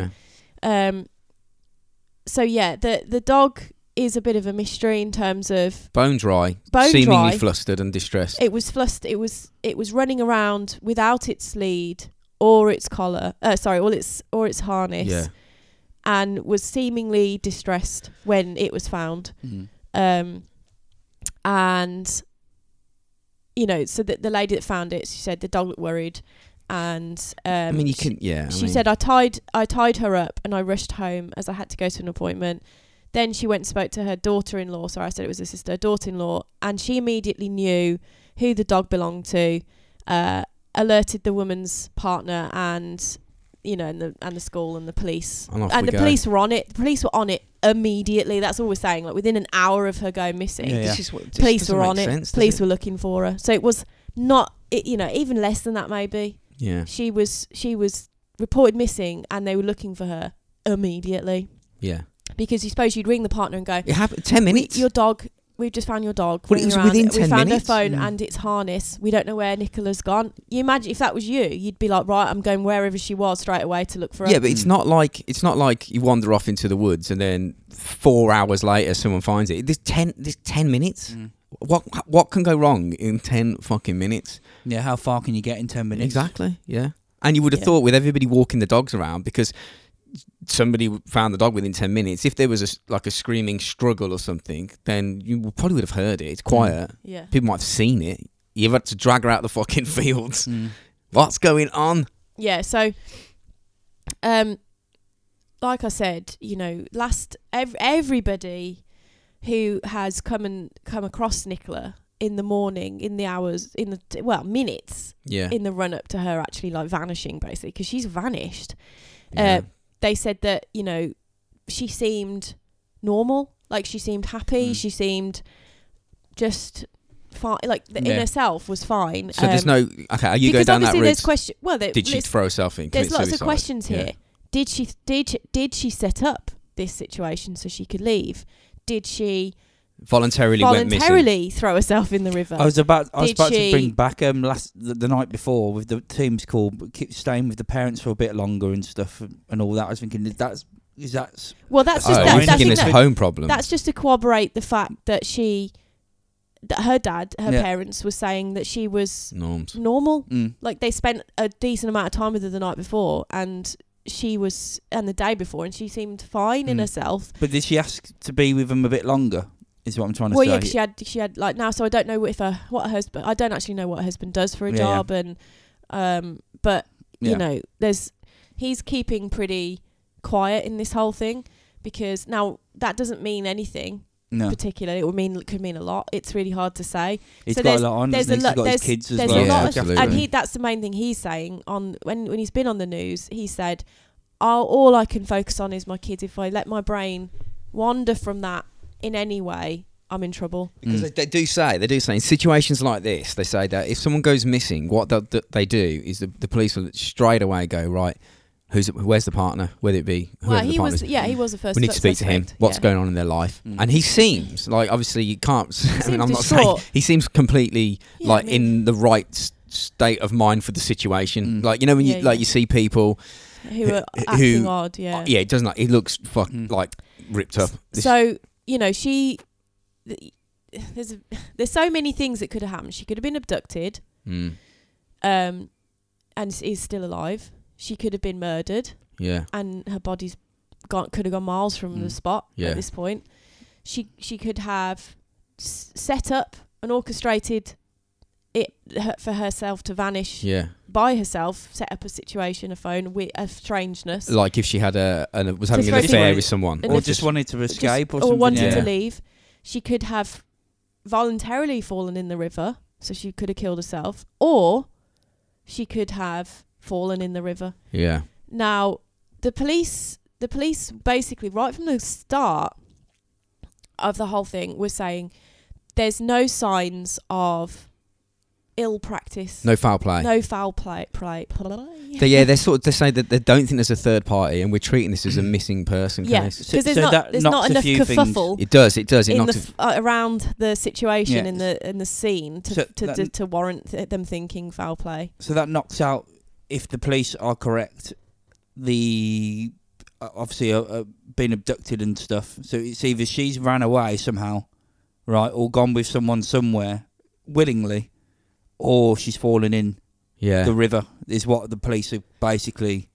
[SPEAKER 5] Yeah.
[SPEAKER 4] um, so yeah, the the dog is a bit of a mystery in terms of
[SPEAKER 5] bone dry,
[SPEAKER 4] Bone
[SPEAKER 5] seemingly
[SPEAKER 4] dry.
[SPEAKER 5] flustered and distressed.
[SPEAKER 4] it was flust it was it was running around without its lead or its collar uh, sorry or its or its harness
[SPEAKER 5] yeah.
[SPEAKER 4] and was seemingly distressed when it was found
[SPEAKER 3] Mm.
[SPEAKER 4] um and you know so that the lady that found it she said the dog looked worried and um
[SPEAKER 5] I mean, you
[SPEAKER 4] she-
[SPEAKER 5] can. Yeah. I
[SPEAKER 4] she
[SPEAKER 5] mean,
[SPEAKER 4] said I tied I tied her up and I rushed home as I had to go to an appointment. Then she went and spoke to her daughter-in-law. Sorry, I said it was her sister, her daughter-in-law, and she immediately knew who the dog belonged to. Uh, alerted the woman's partner and you know and the and the school and the police
[SPEAKER 5] And off we
[SPEAKER 4] the
[SPEAKER 5] go.
[SPEAKER 4] police were on it. The police were on it immediately. That's all we're saying. Like within an hour of her going missing,
[SPEAKER 3] Yeah, yeah.
[SPEAKER 5] This is what, this
[SPEAKER 4] police
[SPEAKER 5] doesn't
[SPEAKER 4] were
[SPEAKER 5] make
[SPEAKER 4] on it.
[SPEAKER 5] sense, does
[SPEAKER 4] police
[SPEAKER 5] it?
[SPEAKER 4] were looking for her. So it was not it, you know even less than that maybe.
[SPEAKER 5] Yeah.
[SPEAKER 4] She was she was reported missing, and they were looking for her immediately
[SPEAKER 5] Yeah.
[SPEAKER 4] because you suppose you'd ring the partner and go,
[SPEAKER 5] It happened. Ten minutes.
[SPEAKER 4] Your dog. We've just found your dog.
[SPEAKER 5] Well, it
[SPEAKER 4] running
[SPEAKER 5] was
[SPEAKER 4] around.
[SPEAKER 5] within
[SPEAKER 4] We
[SPEAKER 5] 10
[SPEAKER 4] found
[SPEAKER 5] minutes.
[SPEAKER 4] her phone
[SPEAKER 5] Mm.
[SPEAKER 4] and its harness. We don't know where Nicola's gone. You imagine if that was you, you'd be like, right, I'm going wherever she was straight away to look for her.
[SPEAKER 5] yeah, but it's
[SPEAKER 3] Mm.
[SPEAKER 5] not like it's not like you wander off into the woods and then four hours later someone finds it. There's ten. There's ten minutes.
[SPEAKER 3] Mm.
[SPEAKER 5] What what can go wrong in ten fucking minutes?
[SPEAKER 3] Yeah, how far can you get in ten minutes?
[SPEAKER 5] Exactly. Yeah. And you would have
[SPEAKER 4] Yeah.
[SPEAKER 5] thought with everybody walking the dogs around because somebody found the dog within 10 minutes if there was a s like a screaming struggle or something then you w- probably would have heard it it's quiet
[SPEAKER 4] yeah.
[SPEAKER 5] people might have seen it you've had to drag her out the fucking fields
[SPEAKER 3] Mm.
[SPEAKER 5] what's going on
[SPEAKER 4] yeah so um like i said you know last ev- everybody who has come and come across nicola in the morning in the hours in the t- well minutes
[SPEAKER 5] yeah,
[SPEAKER 4] in the run up to her actually like vanishing basically because she's vanished
[SPEAKER 5] yeah.
[SPEAKER 4] uh, they said that you know she seemed normal like she seemed happy
[SPEAKER 3] Mm.
[SPEAKER 4] she seemed just fine like th- in
[SPEAKER 5] Yeah.
[SPEAKER 4] herself was fine
[SPEAKER 5] so there's
[SPEAKER 4] Um,
[SPEAKER 5] no okay are you going
[SPEAKER 4] because
[SPEAKER 5] down that
[SPEAKER 4] obviously
[SPEAKER 5] route
[SPEAKER 4] there's question well there,
[SPEAKER 5] did she
[SPEAKER 4] let's-
[SPEAKER 5] throw herself in
[SPEAKER 4] there's
[SPEAKER 5] commit
[SPEAKER 4] lots
[SPEAKER 5] suicide?
[SPEAKER 4] of questions
[SPEAKER 5] Yeah.
[SPEAKER 4] here. Did she did she, did she set up this situation so she could leave? Did she
[SPEAKER 5] voluntarily, went missing
[SPEAKER 4] voluntarily throw herself in the river?
[SPEAKER 3] I was about I was
[SPEAKER 4] Did
[SPEAKER 3] about
[SPEAKER 4] she-
[SPEAKER 3] to bring back um last the, the night before with the team's call, but keep staying with the parents for a bit longer and stuff and, and all that. I was thinking that's is that's
[SPEAKER 4] well, that's
[SPEAKER 5] oh,
[SPEAKER 4] just
[SPEAKER 3] Oh,
[SPEAKER 5] you're
[SPEAKER 4] that's, I
[SPEAKER 5] thinking
[SPEAKER 4] think
[SPEAKER 5] it's a
[SPEAKER 4] that-
[SPEAKER 5] home problem
[SPEAKER 4] that's just to corroborate the fact that she that her dad, her
[SPEAKER 3] Yeah.
[SPEAKER 4] parents were saying that she was
[SPEAKER 5] norms
[SPEAKER 4] normal.
[SPEAKER 3] mm,
[SPEAKER 4] Like they spent a decent amount of time with her the night before and she was and the day before and she seemed fine in
[SPEAKER 3] Mm.
[SPEAKER 4] herself.
[SPEAKER 3] But did she ask to be with them a bit longer? Is what I'm trying to
[SPEAKER 4] Well,
[SPEAKER 3] say.
[SPEAKER 4] yeah, 'cause she had she had like now, so I don't know if her what her husband. I don't actually know what her husband does for a
[SPEAKER 3] Yeah, yeah.
[SPEAKER 4] job, and um, but
[SPEAKER 3] Yeah.
[SPEAKER 4] you know, there's he's keeping pretty quiet in this whole thing because now that doesn't mean anything
[SPEAKER 3] no,
[SPEAKER 4] particularly. It would mean it could mean a lot. It's really hard to say.
[SPEAKER 3] he's
[SPEAKER 4] so
[SPEAKER 3] got
[SPEAKER 4] there's-
[SPEAKER 3] a lot on.
[SPEAKER 4] there's
[SPEAKER 3] hasn't
[SPEAKER 4] a
[SPEAKER 3] he? He's
[SPEAKER 4] lot-
[SPEAKER 3] got his
[SPEAKER 4] there's-
[SPEAKER 3] kids as
[SPEAKER 4] there's
[SPEAKER 5] a lot
[SPEAKER 3] well. to
[SPEAKER 5] of-
[SPEAKER 3] look after.
[SPEAKER 4] And
[SPEAKER 5] Absolutely.
[SPEAKER 4] he that's the main thing he's saying on when when he's been on the news. He said, "Oh, all I can focus on is my kids. If I let my brain wander from that in any way, I'm in trouble."
[SPEAKER 5] Because
[SPEAKER 3] Mm.
[SPEAKER 5] they, they do say, they do say, in situations like this, they say that if someone goes missing, what they, th they do is the, the police will straight away go, right, who's where's the partner? Whether it be whoever
[SPEAKER 4] Well,
[SPEAKER 5] the
[SPEAKER 4] he
[SPEAKER 5] partner
[SPEAKER 4] was.
[SPEAKER 5] is.
[SPEAKER 4] Yeah, he was the first.
[SPEAKER 5] we need to speak to him.
[SPEAKER 4] suspect,
[SPEAKER 5] What's
[SPEAKER 4] yeah.
[SPEAKER 5] going on in their life?
[SPEAKER 3] Mm.
[SPEAKER 5] And he seems like obviously you can't. I mean,
[SPEAKER 4] seems
[SPEAKER 5] I'm not saying
[SPEAKER 4] distraught.
[SPEAKER 5] he seems completely
[SPEAKER 4] Yeah,
[SPEAKER 5] like
[SPEAKER 4] I mean-
[SPEAKER 5] in the right s- state of mind for the situation.
[SPEAKER 3] Mm.
[SPEAKER 5] Like you know when you
[SPEAKER 4] Yeah,
[SPEAKER 5] like
[SPEAKER 4] yeah.
[SPEAKER 5] you see people,
[SPEAKER 4] who are
[SPEAKER 5] who- uh,
[SPEAKER 4] acting odd. Yeah.
[SPEAKER 5] Oh, yeah, it doesn't like he looks fuck
[SPEAKER 3] Mm.
[SPEAKER 5] like ripped up. This-
[SPEAKER 4] So you know she, th- there's a, there's so many things that could have happened. She could have been abducted,
[SPEAKER 5] Mm.
[SPEAKER 4] um, and s- is still alive. She could have been murdered,
[SPEAKER 5] yeah,
[SPEAKER 4] and her body's gone. Could have gone miles from
[SPEAKER 3] Mm.
[SPEAKER 4] the spot
[SPEAKER 5] Yeah.
[SPEAKER 4] at this point. She she could have s- set up and orchestrated it her, for herself to vanish
[SPEAKER 5] yeah.
[SPEAKER 4] by herself. Set up a situation, a phone, with a strangeness.
[SPEAKER 5] Like if she had a, an was having an
[SPEAKER 4] throw people-
[SPEAKER 5] affair with someone,
[SPEAKER 4] And
[SPEAKER 3] Or
[SPEAKER 4] if-
[SPEAKER 3] just wanted to
[SPEAKER 4] just-
[SPEAKER 3] escape or something.
[SPEAKER 4] wanted
[SPEAKER 3] yeah.
[SPEAKER 4] to leave. She could have voluntarily fallen in the river, so she could have killed herself, or she could have fallen in the river.
[SPEAKER 5] yeah.
[SPEAKER 4] Now, the police, the police, basically right from the start of the whole thing, were saying there's no signs of ill practice,
[SPEAKER 5] No foul play.
[SPEAKER 4] no foul play, play.
[SPEAKER 5] They, yeah, they're sort of they say that they don't think there's a third party, and we're treating this
[SPEAKER 3] Mm.
[SPEAKER 5] as a missing person
[SPEAKER 4] yeah,
[SPEAKER 5] case.
[SPEAKER 4] because
[SPEAKER 3] So-
[SPEAKER 4] there's
[SPEAKER 3] so
[SPEAKER 4] not
[SPEAKER 3] that
[SPEAKER 4] there's
[SPEAKER 3] knocks
[SPEAKER 4] not
[SPEAKER 3] a
[SPEAKER 4] enough
[SPEAKER 3] few things-
[SPEAKER 4] kerfuffle.
[SPEAKER 5] It does. It does. It
[SPEAKER 4] in the
[SPEAKER 5] knocks.
[SPEAKER 4] f- uh, around the situation
[SPEAKER 3] Yeah.
[SPEAKER 4] in the in the scene to
[SPEAKER 3] So
[SPEAKER 4] to,
[SPEAKER 3] that-
[SPEAKER 4] to, to warrant th- them thinking foul play.
[SPEAKER 3] So that knocks out, if the police are correct, the uh, obviously uh, uh, been abducted and stuff. So it's either she's ran away somehow, right, or gone with someone somewhere willingly, or she's fallen in
[SPEAKER 5] yeah,
[SPEAKER 3] the river. Is what the police are basically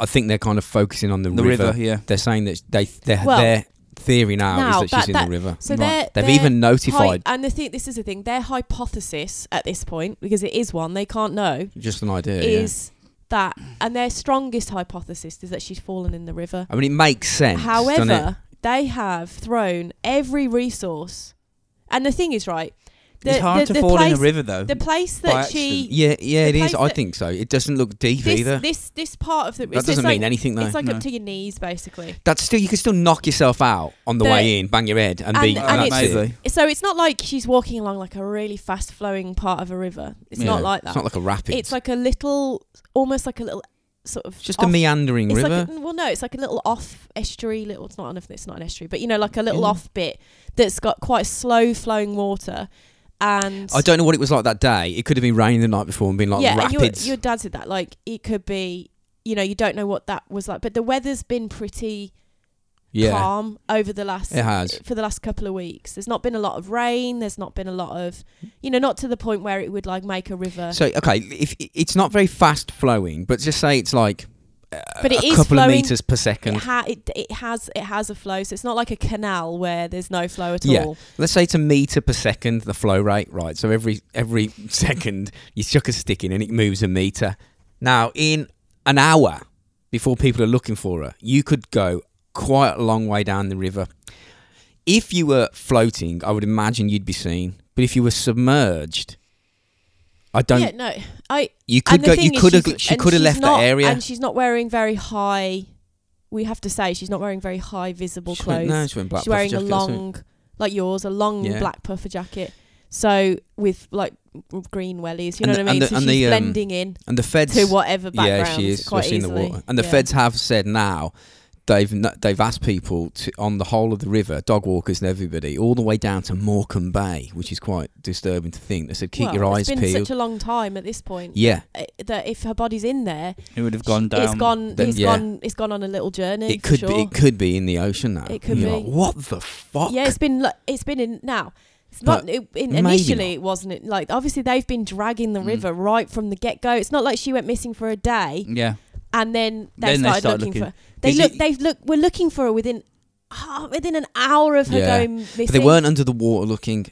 [SPEAKER 5] I think they're kind of focusing on the,
[SPEAKER 3] the
[SPEAKER 5] river.
[SPEAKER 3] river. Yeah,
[SPEAKER 5] They're saying that they their
[SPEAKER 4] Well,
[SPEAKER 5] their theory now,
[SPEAKER 4] now,
[SPEAKER 5] is that she's
[SPEAKER 4] that-
[SPEAKER 5] in
[SPEAKER 4] that-
[SPEAKER 5] the river.
[SPEAKER 4] So
[SPEAKER 3] Right.
[SPEAKER 4] they're,
[SPEAKER 5] They've
[SPEAKER 4] they're
[SPEAKER 5] even
[SPEAKER 4] Hi-
[SPEAKER 5] notified.
[SPEAKER 4] and the thing, this is the thing. Their hypothesis at this point, because it is one they can't know,
[SPEAKER 5] just an idea. yeah.
[SPEAKER 4] is that, and their strongest hypothesis is that she's fallen in the river.
[SPEAKER 5] I mean, it makes sense. doesn't it?
[SPEAKER 4] However, they have thrown every resource, and the thing is, right?
[SPEAKER 3] it's hard to fall in
[SPEAKER 4] place,
[SPEAKER 3] a river though.
[SPEAKER 4] The place
[SPEAKER 3] by
[SPEAKER 4] that
[SPEAKER 3] accident.
[SPEAKER 4] she
[SPEAKER 5] Yeah, yeah,
[SPEAKER 4] The
[SPEAKER 5] it is.
[SPEAKER 4] place
[SPEAKER 5] I
[SPEAKER 4] that-
[SPEAKER 5] think so. It doesn't look deep
[SPEAKER 4] this,
[SPEAKER 5] either.
[SPEAKER 4] this this part of the
[SPEAKER 5] that
[SPEAKER 4] so it's
[SPEAKER 5] doesn't
[SPEAKER 4] like,
[SPEAKER 5] mean anything though.
[SPEAKER 4] It's like
[SPEAKER 3] No.
[SPEAKER 4] up to your knees basically.
[SPEAKER 5] That's still you can still knock yourself out on the
[SPEAKER 4] The-
[SPEAKER 5] way in, bang your head, and,
[SPEAKER 4] and-
[SPEAKER 5] be.
[SPEAKER 4] and
[SPEAKER 5] that's
[SPEAKER 4] it's-
[SPEAKER 5] it.
[SPEAKER 3] Maybe.
[SPEAKER 4] So it's not like she's walking along like a really fast flowing part of a river. It's
[SPEAKER 3] Yeah.
[SPEAKER 4] not like that.
[SPEAKER 5] It's not like a rapid.
[SPEAKER 4] It's like a little, almost like a little sort of
[SPEAKER 5] It's just a
[SPEAKER 4] off-
[SPEAKER 5] meandering
[SPEAKER 4] It's
[SPEAKER 5] river.
[SPEAKER 4] like a, well, no, it's like a little off estuary. Little, it's not an it's not an estuary, but you know, like a little
[SPEAKER 5] Yeah.
[SPEAKER 4] off bit that's got quite slow flowing water, and
[SPEAKER 5] I don't know what it was like that day. It could have been raining the night before and been like
[SPEAKER 4] yeah, and your,
[SPEAKER 5] rapids.
[SPEAKER 4] your dad said that like it could be, you know, you don't know what that was like, but the weather's been pretty
[SPEAKER 5] yeah,
[SPEAKER 4] calm over the last
[SPEAKER 5] it has.
[SPEAKER 4] for the last couple of weeks. There's not been a lot of rain. There's not been a lot of, you know, not to the point where it would like make a river.
[SPEAKER 5] So okay, if it's not very fast flowing, but just say it's like uh,
[SPEAKER 4] But it
[SPEAKER 5] a
[SPEAKER 4] is
[SPEAKER 5] couple of
[SPEAKER 4] flowing.
[SPEAKER 5] meters per
[SPEAKER 4] it,
[SPEAKER 5] second.
[SPEAKER 4] ha- it, it has it has a flow, so it's not like a canal where there's no flow at
[SPEAKER 5] Yeah.
[SPEAKER 4] all.
[SPEAKER 5] Let's say it's a meter per second, the flow rate, right? So every every second you chuck a stick in and it moves a meter. Now, in an hour before people are looking for her, you could go quite a long way down the river. If you were floating, I would imagine you'd be seen. But if you were submerged, I don't.
[SPEAKER 4] yeah, no, I
[SPEAKER 5] you could
[SPEAKER 4] and the
[SPEAKER 5] go. You
[SPEAKER 4] thing is
[SPEAKER 5] could have.
[SPEAKER 4] she's-
[SPEAKER 5] She
[SPEAKER 4] and
[SPEAKER 5] could have
[SPEAKER 4] she's
[SPEAKER 5] left
[SPEAKER 4] not-
[SPEAKER 5] that area.
[SPEAKER 4] And she's not wearing very high. We have to say she's not wearing very high visible
[SPEAKER 5] She
[SPEAKER 4] clothes.
[SPEAKER 5] went- no, she went black
[SPEAKER 4] she's
[SPEAKER 5] puffer
[SPEAKER 4] wearing a
[SPEAKER 5] jacket or something.
[SPEAKER 4] long, like yours, a long
[SPEAKER 5] Yeah.
[SPEAKER 4] black puffer jacket. So with like w- green wellies, you
[SPEAKER 5] And
[SPEAKER 4] know
[SPEAKER 5] the-
[SPEAKER 4] what I
[SPEAKER 5] and
[SPEAKER 4] mean.
[SPEAKER 5] the-
[SPEAKER 4] so
[SPEAKER 5] and
[SPEAKER 4] she's
[SPEAKER 5] the, um,
[SPEAKER 4] blending in
[SPEAKER 5] And the feds.
[SPEAKER 4] to whatever background.
[SPEAKER 5] Yeah, she is.
[SPEAKER 4] Quite
[SPEAKER 5] especially in
[SPEAKER 4] easily.
[SPEAKER 5] the water. And the
[SPEAKER 4] Yeah.
[SPEAKER 5] feds have said now they've n- they've asked people to, on the whole of the river, dog walkers and everybody, all the way down to Morecambe Bay, which is quite disturbing to think. They said keep
[SPEAKER 4] Well,
[SPEAKER 5] your eyes
[SPEAKER 4] It's been
[SPEAKER 5] peeled.
[SPEAKER 4] such a long time at this point
[SPEAKER 5] yeah,
[SPEAKER 4] uh, that if her body's in there,
[SPEAKER 3] It would have gone down.
[SPEAKER 4] it's gone.
[SPEAKER 5] then-
[SPEAKER 4] it's
[SPEAKER 5] yeah.
[SPEAKER 4] gone. It's gone on a little journey.
[SPEAKER 5] it
[SPEAKER 4] for
[SPEAKER 5] could
[SPEAKER 4] sure.
[SPEAKER 5] be. It could be in the ocean now.
[SPEAKER 4] It could
[SPEAKER 5] You're
[SPEAKER 4] be.
[SPEAKER 5] like, what the fuck?
[SPEAKER 4] Yeah, it's been like, it's been in now. It's
[SPEAKER 5] But
[SPEAKER 4] not it, in,
[SPEAKER 5] maybe
[SPEAKER 4] initially it wasn't it like obviously they've been dragging the
[SPEAKER 3] Mm.
[SPEAKER 4] river right from the get go. It's not like she went missing for a day
[SPEAKER 3] Yeah.
[SPEAKER 4] and then they
[SPEAKER 3] Then they
[SPEAKER 4] started
[SPEAKER 3] started
[SPEAKER 4] looking,
[SPEAKER 3] looking.
[SPEAKER 4] for. They
[SPEAKER 3] Is
[SPEAKER 4] look.
[SPEAKER 3] it-
[SPEAKER 4] They've look. We're looking for her within ah, within an hour of her
[SPEAKER 5] Yeah.
[SPEAKER 4] going missing.
[SPEAKER 5] But they weren't under the water looking.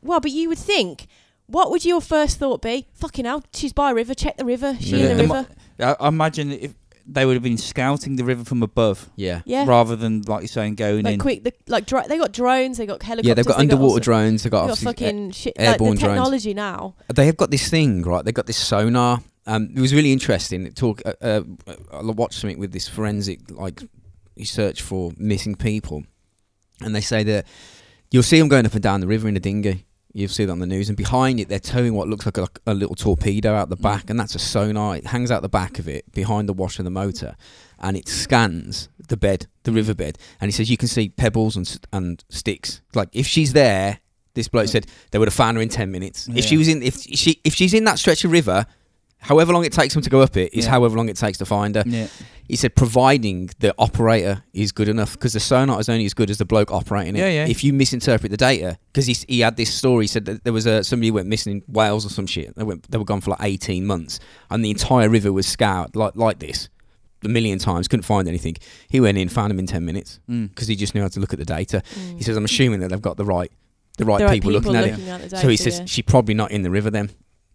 [SPEAKER 4] Well, but you would think. What would your first thought be? Fucking hell, she's by a river. Check the river. She
[SPEAKER 5] Yeah.
[SPEAKER 4] in
[SPEAKER 5] The
[SPEAKER 4] the
[SPEAKER 3] mo-
[SPEAKER 4] river.
[SPEAKER 3] I, I imagine if they would have been scouting the river from above
[SPEAKER 5] Yeah.
[SPEAKER 4] Yeah.
[SPEAKER 3] rather than, like you're saying, going
[SPEAKER 4] Like
[SPEAKER 3] in.
[SPEAKER 4] quick, the, like dr- they got drones, they got helicopters.
[SPEAKER 5] Yeah, they've got
[SPEAKER 4] they
[SPEAKER 5] underwater
[SPEAKER 4] also-
[SPEAKER 5] drones. They've got,
[SPEAKER 4] They've got
[SPEAKER 5] obviously-
[SPEAKER 4] fucking shit. Like the
[SPEAKER 5] airborne drones.
[SPEAKER 4] technology now.
[SPEAKER 5] they have got this thing, right? They've got this sonar. Um, it was really interesting. Talk. Uh, uh, I watched something with this forensic like research for missing people, and they say that you'll see them going up and down the river in a dinghy. You'll see that on the news, and behind it, they're towing what looks like a, a little torpedo out the back, and that's a sonar. It hangs out the back of it behind the wash of the motor, and it scans the bed, the riverbed, and he says you can see pebbles and s- and sticks. Like if she's there, this bloke said they would have found her in ten minutes. If she
[SPEAKER 3] Yeah.
[SPEAKER 5] was in, if she if she's in that stretch of river, however long it takes them to go up it is
[SPEAKER 3] Yeah.
[SPEAKER 5] however long it takes to find her.
[SPEAKER 3] Yeah.
[SPEAKER 5] He said providing the operator is good enough because the sonar is only as good as the bloke operating it.
[SPEAKER 3] Yeah, yeah.
[SPEAKER 5] If you misinterpret the data, because he, s- he had this story, he said that there was a somebody who went missing in Wales or some shit. They went they were gone for like eighteen months, and the entire river was scoured like like this a million times. Couldn't find anything. He went in, found him in ten minutes
[SPEAKER 3] Mm.
[SPEAKER 5] because he just knew how to look at the data.
[SPEAKER 4] Mm.
[SPEAKER 5] He says, I'm assuming that they've got the right the right,
[SPEAKER 4] There are
[SPEAKER 5] people, looking at it.
[SPEAKER 4] at the
[SPEAKER 5] So he
[SPEAKER 4] data,
[SPEAKER 5] says oh,
[SPEAKER 4] yeah.
[SPEAKER 5] she's probably not in the river then,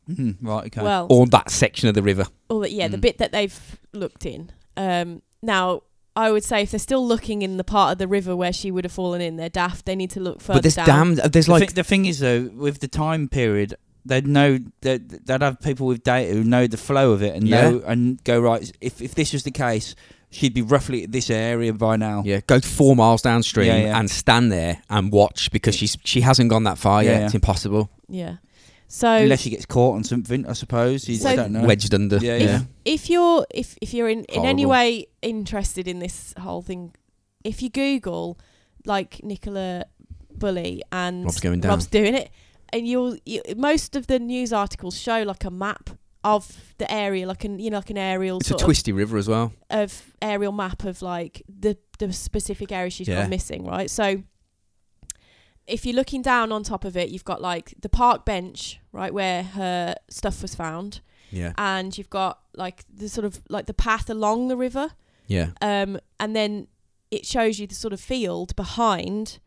[SPEAKER 3] Mhm, Right, okay.
[SPEAKER 4] Well,
[SPEAKER 5] or that section of the river.
[SPEAKER 4] all the, yeah, the
[SPEAKER 3] Mm.
[SPEAKER 4] bit that they've looked in. Um, now, I would say if they're still looking in the part of the river where she would have fallen in, they're daft. They need to look further
[SPEAKER 5] but there's
[SPEAKER 4] down.
[SPEAKER 5] damned. There's
[SPEAKER 3] the,
[SPEAKER 5] like
[SPEAKER 3] thi- the thing is, though, with the time period, they'd know that they'd have people with data who know the flow of it and
[SPEAKER 5] Yeah.
[SPEAKER 3] know and go right. If if this was the case, she'd be roughly at this area by now.
[SPEAKER 5] Yeah, go four miles downstream
[SPEAKER 3] Oh. Yeah, yeah.
[SPEAKER 5] and stand there and watch because she's she hasn't gone that far yet.
[SPEAKER 3] Yeah, yeah.
[SPEAKER 5] It's impossible.
[SPEAKER 4] yeah. So
[SPEAKER 3] Unless she gets caught on something, I suppose. You
[SPEAKER 4] So-
[SPEAKER 3] I don't know.
[SPEAKER 5] Wedged under.
[SPEAKER 3] Yeah,
[SPEAKER 4] if,
[SPEAKER 3] yeah.
[SPEAKER 4] if you're if if you're in in any
[SPEAKER 5] Horrible.
[SPEAKER 4] way interested in this whole thing, if you Google like Nicola Bully and
[SPEAKER 5] Rob's going down.
[SPEAKER 4] Rob's doing it, and you'll you, most of the news articles show like a map of the area, like an you know like an aerial
[SPEAKER 5] It's a
[SPEAKER 4] sort of
[SPEAKER 5] twisty river as well.
[SPEAKER 4] of aerial map of like the the specific area she's
[SPEAKER 5] Yeah.
[SPEAKER 4] gone missing, right? So if you're looking down on top of it, you've got like the park bench, right, where her stuff was found,
[SPEAKER 5] Yeah,
[SPEAKER 4] and you've got like the sort of like the path along the river,
[SPEAKER 5] yeah.
[SPEAKER 4] um, and then it shows you the sort of field behind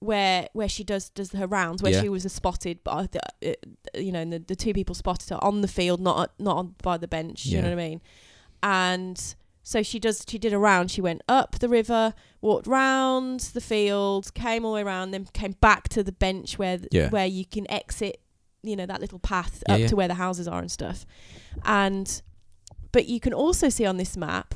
[SPEAKER 4] where where she does does her rounds where
[SPEAKER 5] Yeah.
[SPEAKER 4] she was spotted by the, uh, you know and the, the two people spotted her on the field not not on, by the bench
[SPEAKER 5] Yeah.
[SPEAKER 4] you know what i mean and So she does. She did a round. She went up the river, walked round the field, came all the way around, then came back to the bench where th-
[SPEAKER 5] Yeah.
[SPEAKER 4] where you can exit. You know that little path
[SPEAKER 5] Yeah,
[SPEAKER 4] up
[SPEAKER 5] yeah.
[SPEAKER 4] to where the houses are and stuff. And but you can also see on this map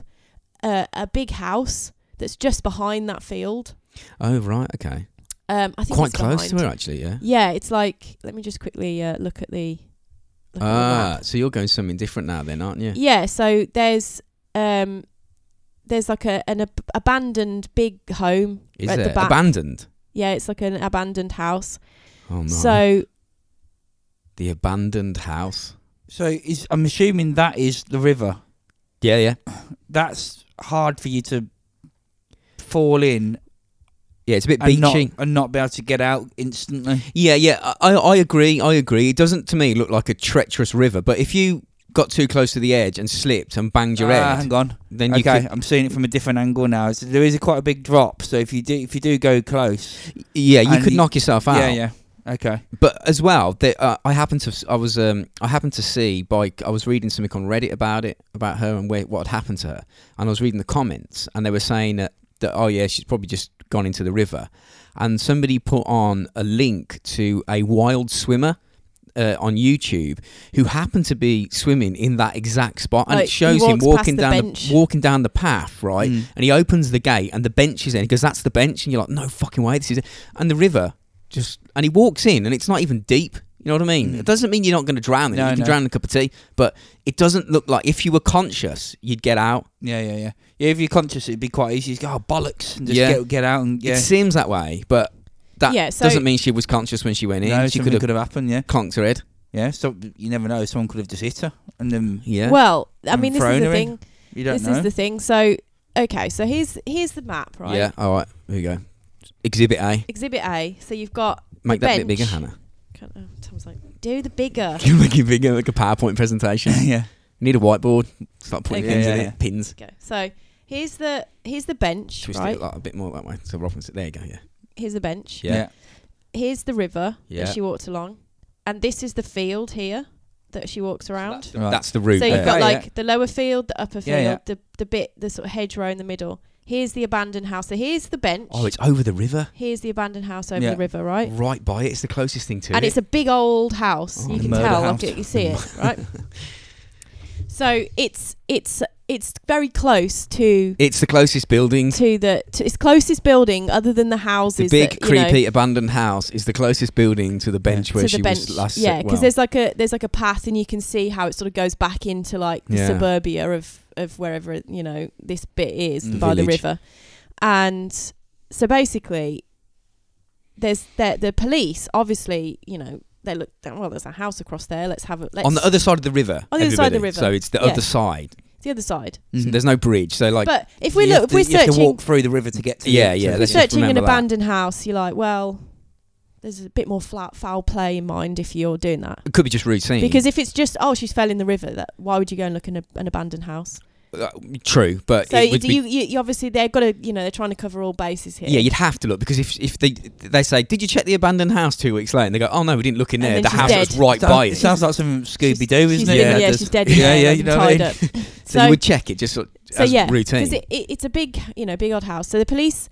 [SPEAKER 4] uh, a big house that's just behind that field.
[SPEAKER 5] Oh right, okay.
[SPEAKER 4] Um, I think
[SPEAKER 5] Quite
[SPEAKER 4] it's
[SPEAKER 5] close to
[SPEAKER 4] behind.
[SPEAKER 5] her actually, yeah.
[SPEAKER 4] Yeah, it's like let me just quickly uh, look at the. Look at the map.
[SPEAKER 5] Ah, so you're going something different now then, aren't you?
[SPEAKER 4] Yeah, so there's um there's like a an ab- abandoned big home
[SPEAKER 5] Is
[SPEAKER 4] at
[SPEAKER 5] it
[SPEAKER 4] the back.
[SPEAKER 5] abandoned?
[SPEAKER 4] yeah, it's like an abandoned house.
[SPEAKER 5] Oh my.
[SPEAKER 4] So
[SPEAKER 5] the abandoned house.
[SPEAKER 3] So is I'm assuming that is the river.
[SPEAKER 5] Yeah, yeah.
[SPEAKER 3] That's hard for you to fall in
[SPEAKER 5] Yeah, it's a bit
[SPEAKER 3] and not,
[SPEAKER 5] beachy.
[SPEAKER 3] and not be able to get out instantly.
[SPEAKER 5] Yeah, yeah, I, I agree. I agree. It doesn't to me look like a treacherous river, but if you got too close to the edge and slipped and banged your
[SPEAKER 3] Ah,
[SPEAKER 5] head,
[SPEAKER 3] hang on.
[SPEAKER 5] then you
[SPEAKER 3] okay,
[SPEAKER 5] could.
[SPEAKER 3] I'm seeing it from a different angle now. So there is a quite a big drop. So if you do if you do go close,
[SPEAKER 5] Yeah, you
[SPEAKER 3] And
[SPEAKER 5] could
[SPEAKER 3] you-
[SPEAKER 5] knock yourself out.
[SPEAKER 3] yeah, yeah, okay.
[SPEAKER 5] But as well, that uh, I happened to s- I was um I happened to see by I was reading something on Reddit about it about her and where, what had happened to her, and I was reading the comments, and they were saying that, that oh yeah she's probably just gone into the river, and somebody put on a link to a wild swimmer. Uh, on YouTube, who happened to be swimming in that exact spot, and
[SPEAKER 4] Like,
[SPEAKER 5] it
[SPEAKER 4] he
[SPEAKER 5] shows him
[SPEAKER 4] walks past
[SPEAKER 5] walking
[SPEAKER 4] the
[SPEAKER 5] down
[SPEAKER 4] bench.
[SPEAKER 5] the walking down the path, right?
[SPEAKER 3] Mm.
[SPEAKER 5] And he opens the gate, and the bench is in. He goes, "That's the bench," and you're like, "No fucking way, this is." It. And the river just and he walks in and it's not even deep you know what i mean
[SPEAKER 3] Mm.
[SPEAKER 5] it doesn't mean you're not going to drown in it
[SPEAKER 3] No,
[SPEAKER 5] you can
[SPEAKER 3] no.
[SPEAKER 5] drown in a cup of tea but it doesn't look like if you were conscious you'd get out
[SPEAKER 3] Yeah, yeah, yeah. Yeah, if you're conscious, it'd be quite easy. You just go, oh, bollocks, and just
[SPEAKER 5] Yeah.
[SPEAKER 3] get, get out and yeah.
[SPEAKER 5] it seems that way but that
[SPEAKER 4] Yeah, so-
[SPEAKER 5] doesn't mean she was conscious when she went in
[SPEAKER 3] no,
[SPEAKER 5] she
[SPEAKER 3] something
[SPEAKER 5] could have
[SPEAKER 3] could have happened. Yeah,
[SPEAKER 5] conked her head
[SPEAKER 3] yeah. So you never know. Someone could have just hit her, and then
[SPEAKER 5] yeah
[SPEAKER 4] well, I
[SPEAKER 3] And
[SPEAKER 4] mean, this is
[SPEAKER 3] thrown
[SPEAKER 4] the
[SPEAKER 3] her in,
[SPEAKER 4] thing.
[SPEAKER 3] you don't
[SPEAKER 4] This
[SPEAKER 3] know.
[SPEAKER 4] is the thing. So okay, so here's here's the map, right?
[SPEAKER 5] yeah all right here we go exhibit a
[SPEAKER 4] Exhibit A. So you've got
[SPEAKER 5] make
[SPEAKER 4] The
[SPEAKER 5] that bit bigger
[SPEAKER 4] bench. Uh.
[SPEAKER 5] hannah
[SPEAKER 4] can't- oh, Tom's like do the bigger.
[SPEAKER 5] you make it bigger like a powerpoint presentation
[SPEAKER 3] yeah,
[SPEAKER 5] need a whiteboard start putting
[SPEAKER 4] Okay.
[SPEAKER 5] things in
[SPEAKER 3] Yeah, yeah.
[SPEAKER 5] it pins
[SPEAKER 4] Okay, so here's the here's the bench,
[SPEAKER 5] twist
[SPEAKER 4] right?
[SPEAKER 5] it like a bit more that way so robinson there you go yeah
[SPEAKER 4] Here's the bench.
[SPEAKER 5] Yeah.
[SPEAKER 3] yeah,
[SPEAKER 4] Here's the river
[SPEAKER 5] Yeah.
[SPEAKER 4] that she walked along, and this is the field here that she walks around.
[SPEAKER 3] Right.
[SPEAKER 5] that's the route
[SPEAKER 4] So you've
[SPEAKER 5] there.
[SPEAKER 4] got
[SPEAKER 3] Okay,
[SPEAKER 4] like the lower field, the upper
[SPEAKER 3] Yeah,
[SPEAKER 4] field,
[SPEAKER 3] yeah.
[SPEAKER 4] the the bit, the sort of hedgerow in the middle. Here's the abandoned house. So here's the bench.
[SPEAKER 5] oh it's over the river
[SPEAKER 4] here's the abandoned house over
[SPEAKER 3] Yeah.
[SPEAKER 4] the river, right?
[SPEAKER 5] right by it it's the closest thing to
[SPEAKER 4] And
[SPEAKER 5] it
[SPEAKER 4] it's a big old house.
[SPEAKER 5] Oh,
[SPEAKER 4] you can
[SPEAKER 3] murder
[SPEAKER 4] tell,
[SPEAKER 3] house.
[SPEAKER 4] like, you see it, right? so it's it's it's very close to
[SPEAKER 5] It's the closest building.
[SPEAKER 4] to the to its closest building, other than the
[SPEAKER 5] The
[SPEAKER 4] houses.
[SPEAKER 5] big
[SPEAKER 4] that, you know,
[SPEAKER 5] creepy abandoned house is the closest building to the bench where
[SPEAKER 4] to
[SPEAKER 5] she
[SPEAKER 4] the bench.
[SPEAKER 5] was last.
[SPEAKER 4] yeah,
[SPEAKER 5] because
[SPEAKER 4] there's like a there's like a path, and you can see how it sort of goes back into like the
[SPEAKER 5] Yeah.
[SPEAKER 4] suburbia of of wherever you know this bit is
[SPEAKER 3] Mm.
[SPEAKER 4] by the
[SPEAKER 5] Village.
[SPEAKER 4] river, and so basically, there's the the police obviously you know they look well there's a house across there let's have a let's
[SPEAKER 5] on the other side of the river.
[SPEAKER 4] On the other side of the
[SPEAKER 5] everybody.
[SPEAKER 4] river.
[SPEAKER 5] So it's the
[SPEAKER 4] Yeah.
[SPEAKER 5] other side.
[SPEAKER 4] it's the other side.
[SPEAKER 3] Mm-hmm.
[SPEAKER 5] So there's no bridge. So like,
[SPEAKER 4] but if we
[SPEAKER 3] You
[SPEAKER 4] look,
[SPEAKER 3] have
[SPEAKER 4] if we're
[SPEAKER 3] to- you have to
[SPEAKER 4] searching
[SPEAKER 3] walk through the river to get to.
[SPEAKER 5] Yeah,
[SPEAKER 3] the,
[SPEAKER 5] yeah,
[SPEAKER 3] To
[SPEAKER 5] let's
[SPEAKER 3] the,
[SPEAKER 5] just
[SPEAKER 4] searching an
[SPEAKER 5] remember that.
[SPEAKER 4] abandoned house, you're like, well, there's a bit more flat, foul play in mind if you're doing that.
[SPEAKER 5] it could be just routine.
[SPEAKER 4] Because if it's just oh she fell in the river, that why would you go and look in a, an abandoned house?
[SPEAKER 5] Uh, true, but
[SPEAKER 4] So
[SPEAKER 5] it would
[SPEAKER 4] do
[SPEAKER 5] be-
[SPEAKER 4] you, you, you obviously they've got to you know they're trying to cover all bases here.
[SPEAKER 5] yeah, you'd have to look because if if they they say, did you check the abandoned house two weeks later? And they go, oh no, we didn't look in
[SPEAKER 4] And
[SPEAKER 5] there.
[SPEAKER 4] then
[SPEAKER 5] The
[SPEAKER 4] she's
[SPEAKER 5] house was
[SPEAKER 4] dead.
[SPEAKER 5] right
[SPEAKER 3] Sound-
[SPEAKER 5] by
[SPEAKER 3] it
[SPEAKER 5] it.
[SPEAKER 3] sounds like some
[SPEAKER 4] She's-
[SPEAKER 3] Scooby Doo, isn't
[SPEAKER 4] she's in
[SPEAKER 3] it?
[SPEAKER 4] the-
[SPEAKER 5] Yeah,
[SPEAKER 4] Yeah,
[SPEAKER 5] there's-
[SPEAKER 4] she's dead. in
[SPEAKER 3] Yeah,
[SPEAKER 4] there,
[SPEAKER 3] yeah,
[SPEAKER 4] like,
[SPEAKER 3] you know what I
[SPEAKER 4] tied
[SPEAKER 3] mean?
[SPEAKER 4] up.
[SPEAKER 5] So, you would check it just sort
[SPEAKER 4] so
[SPEAKER 5] as
[SPEAKER 4] yeah,
[SPEAKER 5] routine.
[SPEAKER 4] because it, it, it's a big you know big odd house. So the police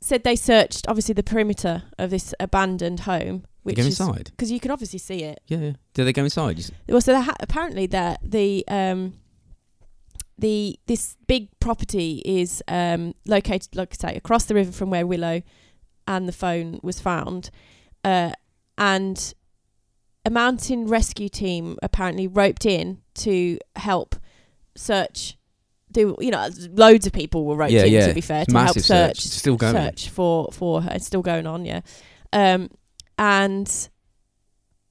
[SPEAKER 4] said they searched obviously the perimeter of this abandoned home,
[SPEAKER 5] They
[SPEAKER 4] which
[SPEAKER 5] go
[SPEAKER 4] is
[SPEAKER 5] inside.
[SPEAKER 4] because you can obviously see it.
[SPEAKER 5] Yeah, yeah. Do they go inside? You s-
[SPEAKER 4] Well, so the ha- apparently that the um the this big property is um located, like I say, across the river from where Willow and the phone was found, uh, and a mountain rescue team apparently roped in to help search. Do you know loads of people were roped
[SPEAKER 5] Yeah,
[SPEAKER 4] in?
[SPEAKER 5] yeah.
[SPEAKER 4] To be fair,
[SPEAKER 5] It's
[SPEAKER 4] to help
[SPEAKER 5] massive search.
[SPEAKER 4] search,
[SPEAKER 5] It's still going.
[SPEAKER 4] search for for her. It's still going on, yeah. Um, and